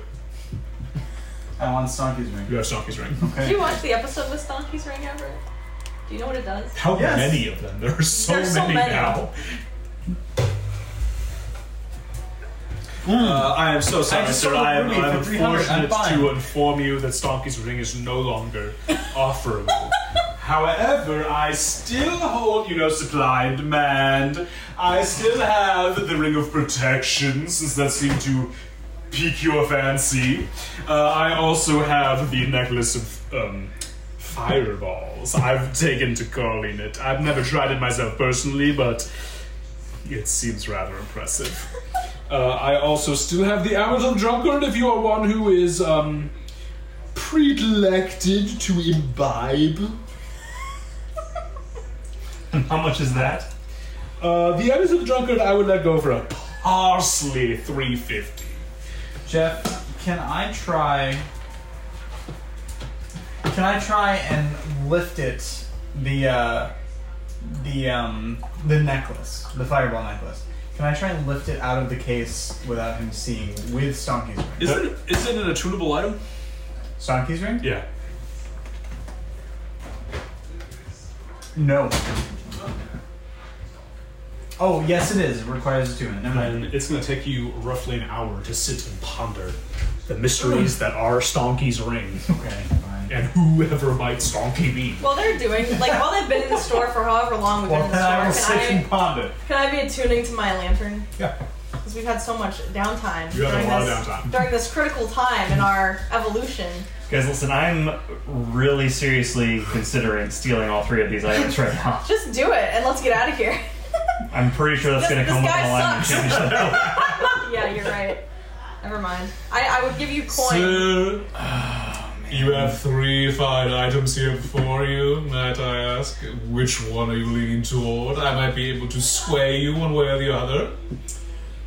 O: I want Stonky's ring.
B: You have Stonky's ring.
A: Did you watch the episode with Stonky's Ring ever? Do you know what it does?
B: How many of them? There are so,
A: There's so
B: many,
A: many.
B: now.
F: Uh, I am so sorry,
B: I just
F: sir.
B: sold a
F: I am,
B: ruby
F: I am
B: for 300. I'm
F: unfortunate
B: fine.
F: to inform you that Stonky's ring is no longer offerable. However, I still hold, you know, supply and demand. I still have the ring of protection, since that seemed to pique your fancy. Uh, I also have the necklace of um, fireballs. I've taken to calling it. I've never tried it myself personally, but it seems rather impressive. Uh, I also still have the Amazon Drunkard if you are one who is um, predilected to imbibe.
H: How much is that?
F: Uh, the Amazon Drunkard I would let go for a parsley 350.
O: Jeff, can I try? Can I try and lift it? The uh, the um, the necklace, the fireball necklace. Can I try and lift it out of the case without him seeing with Stonky's ring?
S: Isn't it, isn't it a tunable item?
O: Stonky's ring?
F: Yeah.
O: No. Oh yes, it is. It requires a two minute. Never mind.
F: And it's going to take you roughly an hour to sit and ponder the mysteries that are Stonky's ring.
O: Okay, fine.
F: And whoever might Stonky be.
A: While they're doing, like, while they've been in the store for however long we've been in the store, can I,
F: ponder.
A: can I be attuning to my lantern?
F: Yeah.
A: Because we've had so much downtime
H: You had a
A: during
H: lot of
A: this
H: downtime.
A: during this critical time in our evolution.
H: Guys, listen, I'm really seriously considering stealing all three of these items right now.
A: Just do it and let's get out of here.
H: I'm pretty sure that's
A: This-
H: going to
A: this
H: come up
A: guy
H: on the line and change
A: sucks.
H: that.
A: yeah, you're right. Never mind. I, I would give you coin.
B: Sir, you have three fine items here before you. Might I ask which one are you leaning toward? I might be able to sway you one way or the other.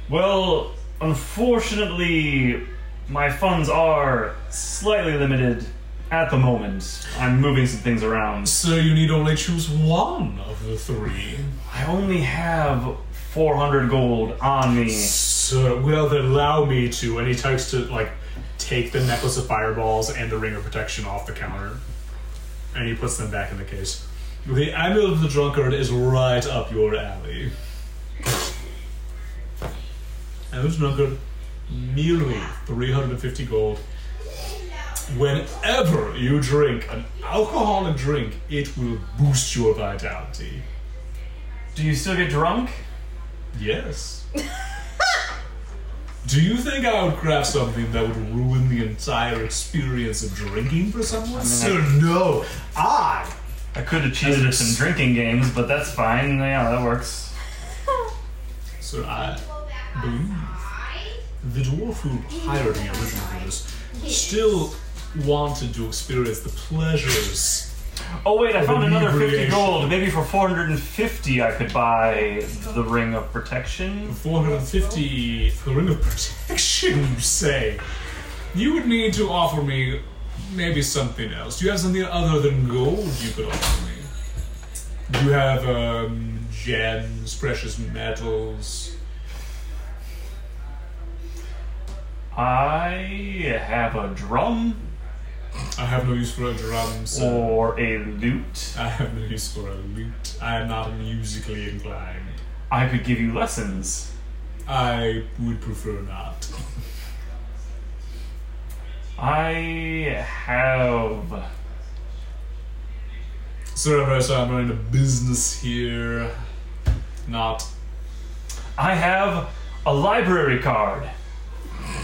H: Well, unfortunately, my funds are slightly limited at the moment. I'm moving some things around.
B: Sir, you need only choose one of the three.
H: I only have 400 gold on me.
F: Sir, will they allow me to? And he takes to, like, take the necklace of fireballs and the ring of protection off the counter. And he puts them back in the case.
B: The amulet of the drunkard is right up your alley. Amulet of the drunkard, merely 350 gold. Whenever you drink an alcoholic drink, it will boost your vitality.
H: Do you still get drunk?
B: Yes. Do you think I would craft something that would ruin the entire experience of drinking for someone? Sir, no. I.
H: I could have cheated at some drinking games, but that's fine. Yeah, that works.
B: Sir, I believe the dwarf who hired me originally for this still wanted to experience the pleasures.
H: Oh wait, I
B: of
H: found another fifty
B: inebriation.
H: gold. Maybe for four hundred and fifty, I could buy the ring of protection.
B: Four hundred and fifty. The ring of protection, you say? You would need to offer me maybe something else. Do you have something other than gold you could offer me? Do you have um, gems, precious metals?
H: I have a drum.
B: I have no use for a drum, sir.
H: Or a lute.
B: I have no use for a lute. I am not musically inclined.
H: I could give you lessons.
B: I would prefer not.
H: I have.
B: Sir, Everest, I'm running a business here. Not.
H: I have a library card.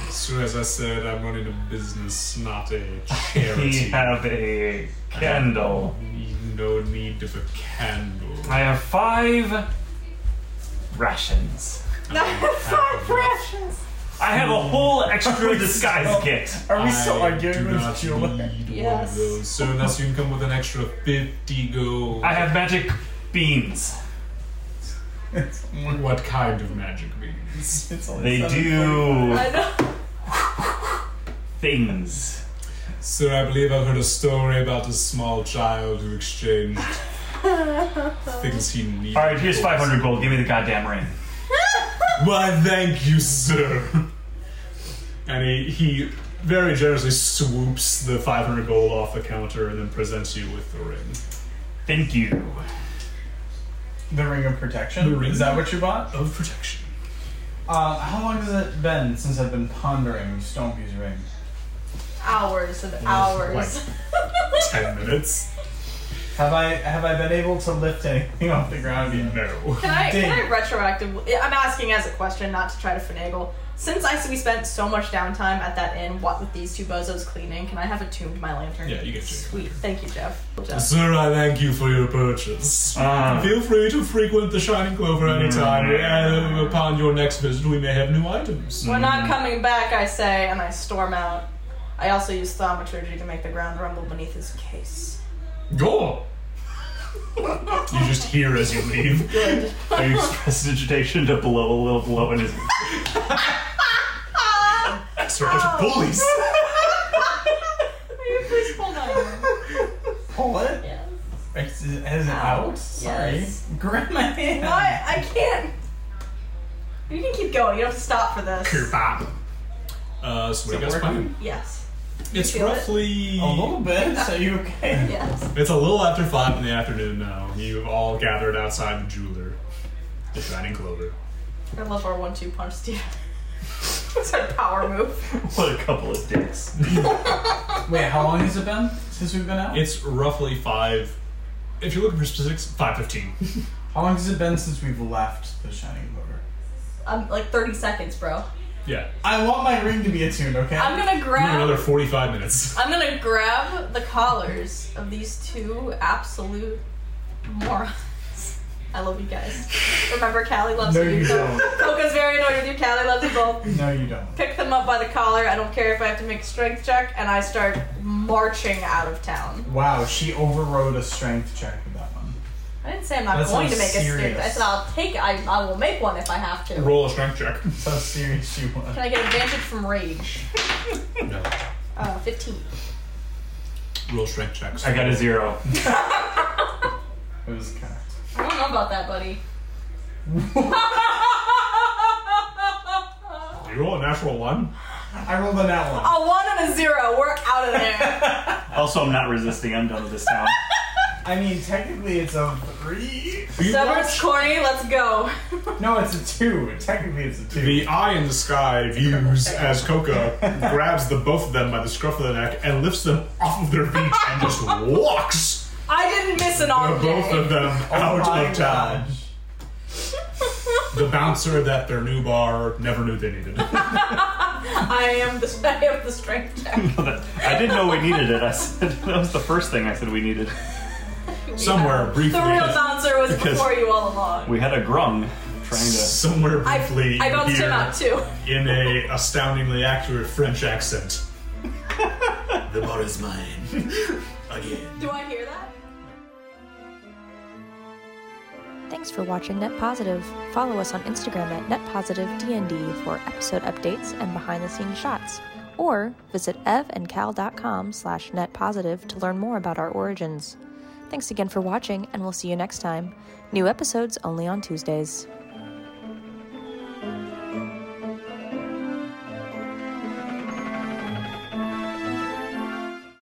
B: Sir, as I said, I'm running a business, not a charity.
H: We have a candle.
B: I have no need of a candle.
H: I have five rations.
I: Five rations.
H: I have a whole extra disguise kit.
O: Are we
B: I
O: still
B: do
O: arguing
B: not
O: with Jula?
I: Yes.
B: those. So unless you can come with an extra 50 gold.
H: I have magic beans.
B: What kind of magic means?
H: They do
I: I know.
H: things.
B: Sir, I believe I've heard a story about a small child who exchanged things he needed.
H: Alright, here's 500 gold. Give me the goddamn ring.
B: Why, thank you, sir. And he, he very generously swoops the 500 gold off the counter and then presents you with the ring.
H: Thank you.
O: The ring of protection.
B: The ring
O: Is that what you bought?
B: Of protection.
O: Uh, how long has it been since I've been pondering Stoneby's ring?
I: Hours and hours.
B: 10 minutes?
O: Have I have I been able to lift anything off the ground yet?
B: No.
I: Can I can
O: Dang.
I: I retroactively? I'm asking as a question, not to try to finagle. Since I we spent so much downtime at that inn, what with these two bozos cleaning, can I have attuned my lantern?
B: Yeah, you get to.
I: Sweet, thank you, Jeff. Jeff.
B: Sir, I thank you for your purchase.
H: Ah.
B: Feel free to frequent the Shining Clover anytime. Uh, upon your next visit, we may have new items.
O: Mm.
I: We're not coming back, I say, and I storm out. I also use thaumaturgy to make the ground rumble beneath his case.
B: Go! you just hear as you leave.
H: I use prestidigitation to blow a little blow in his.
B: Sir, a bunch of bullies.
I: Will you please pull down?
O: Pull it?
I: Yes.
O: Is, is it out? Sorry.
I: Yes.
O: Grab my hand.
I: What? I can't. You can keep going. You don't have to stop for this.
B: Kerbop. Uh, so what do you guys plan?
I: Yes.
B: It's
I: feel it?
B: roughly.
O: A little bit. So you okay?
I: Yes.
B: It's a little after five in the afternoon now. You've all gathered outside the jeweler, the Shining Clover.
I: I love our one-two punch, Steve. It's our power move.
H: What a couple of dicks.
O: Wait, how long has it been since we've been out?
B: It's roughly five. If you're looking for specifics, five fifteen.
O: How long has it been since we've left the Shining River?
I: I'm like 30 seconds, bro.
B: Yeah,
O: I want my ring to be attuned, okay?
I: I'm gonna
B: Give me another
I: grab.
B: forty-five minutes.
I: I'm gonna grab the collars of these two absolute morons. I love you guys. Remember, Callie loves
O: No,
I: you.
O: you
I: So-
O: don't.
I: Coco's very annoyed with you. Callie loves you both.
O: No, you don't.
I: Pick them up by the collar. I don't care if I have to make a strength check, and I start marching out of town.
O: Wow, she overrode a strength check with that one.
I: I didn't say I'm not
O: That's
I: going
O: not
I: to make a strength. I
O: serious.
I: said I'll take. I, I will make one if I have to.
B: Roll a strength check.
O: That's how serious she was.
I: Can I get advantage from rage?
B: No,
I: Uh, 15.
B: roll strength checks.
H: I got a zero.
O: It was kind
I: I don't know about that, buddy.
B: You roll a natural one.
O: I rolled on that one.
I: a one and a zero. We're out of there.
H: Also, I'm not resisting. I'm done with this town.
O: I mean, technically it's a three.
B: You
I: Severus
B: watch
I: Corny, let's go.
O: No, it's a two. Technically it's a two.
B: the eye in the sky views as Coca grabs the both of them by the scruff of the neck and lifts them off of their feet and just walks
I: I didn't miss an
B: the
I: arm
B: both of them
O: oh
B: out
O: my
B: of town.
O: gosh.
B: the bouncer that their new bar never knew they needed.
I: I am the I am the strength check.
H: I didn't know we needed it. I said that was the first thing I said we needed. Somewhere briefly,
I: The real bouncer was
H: Because-
I: before you all along.
H: we had a grung
B: trying to somewhere
I: I,
B: briefly
I: I bounced
B: here
I: him out too.
B: in a astoundingly accurate French accent. the bar is mine
I: Oh,
B: again.
I: Do I hear that?
E: Thanks for watching Net Positive. Follow us on Instagram at netpositivednd for episode updates and behind-the-scenes shots, or visit evandcal.com slash netpositive to learn more about our origins. Thanks again for watching, and we'll see you next time. New episodes only on Tuesdays.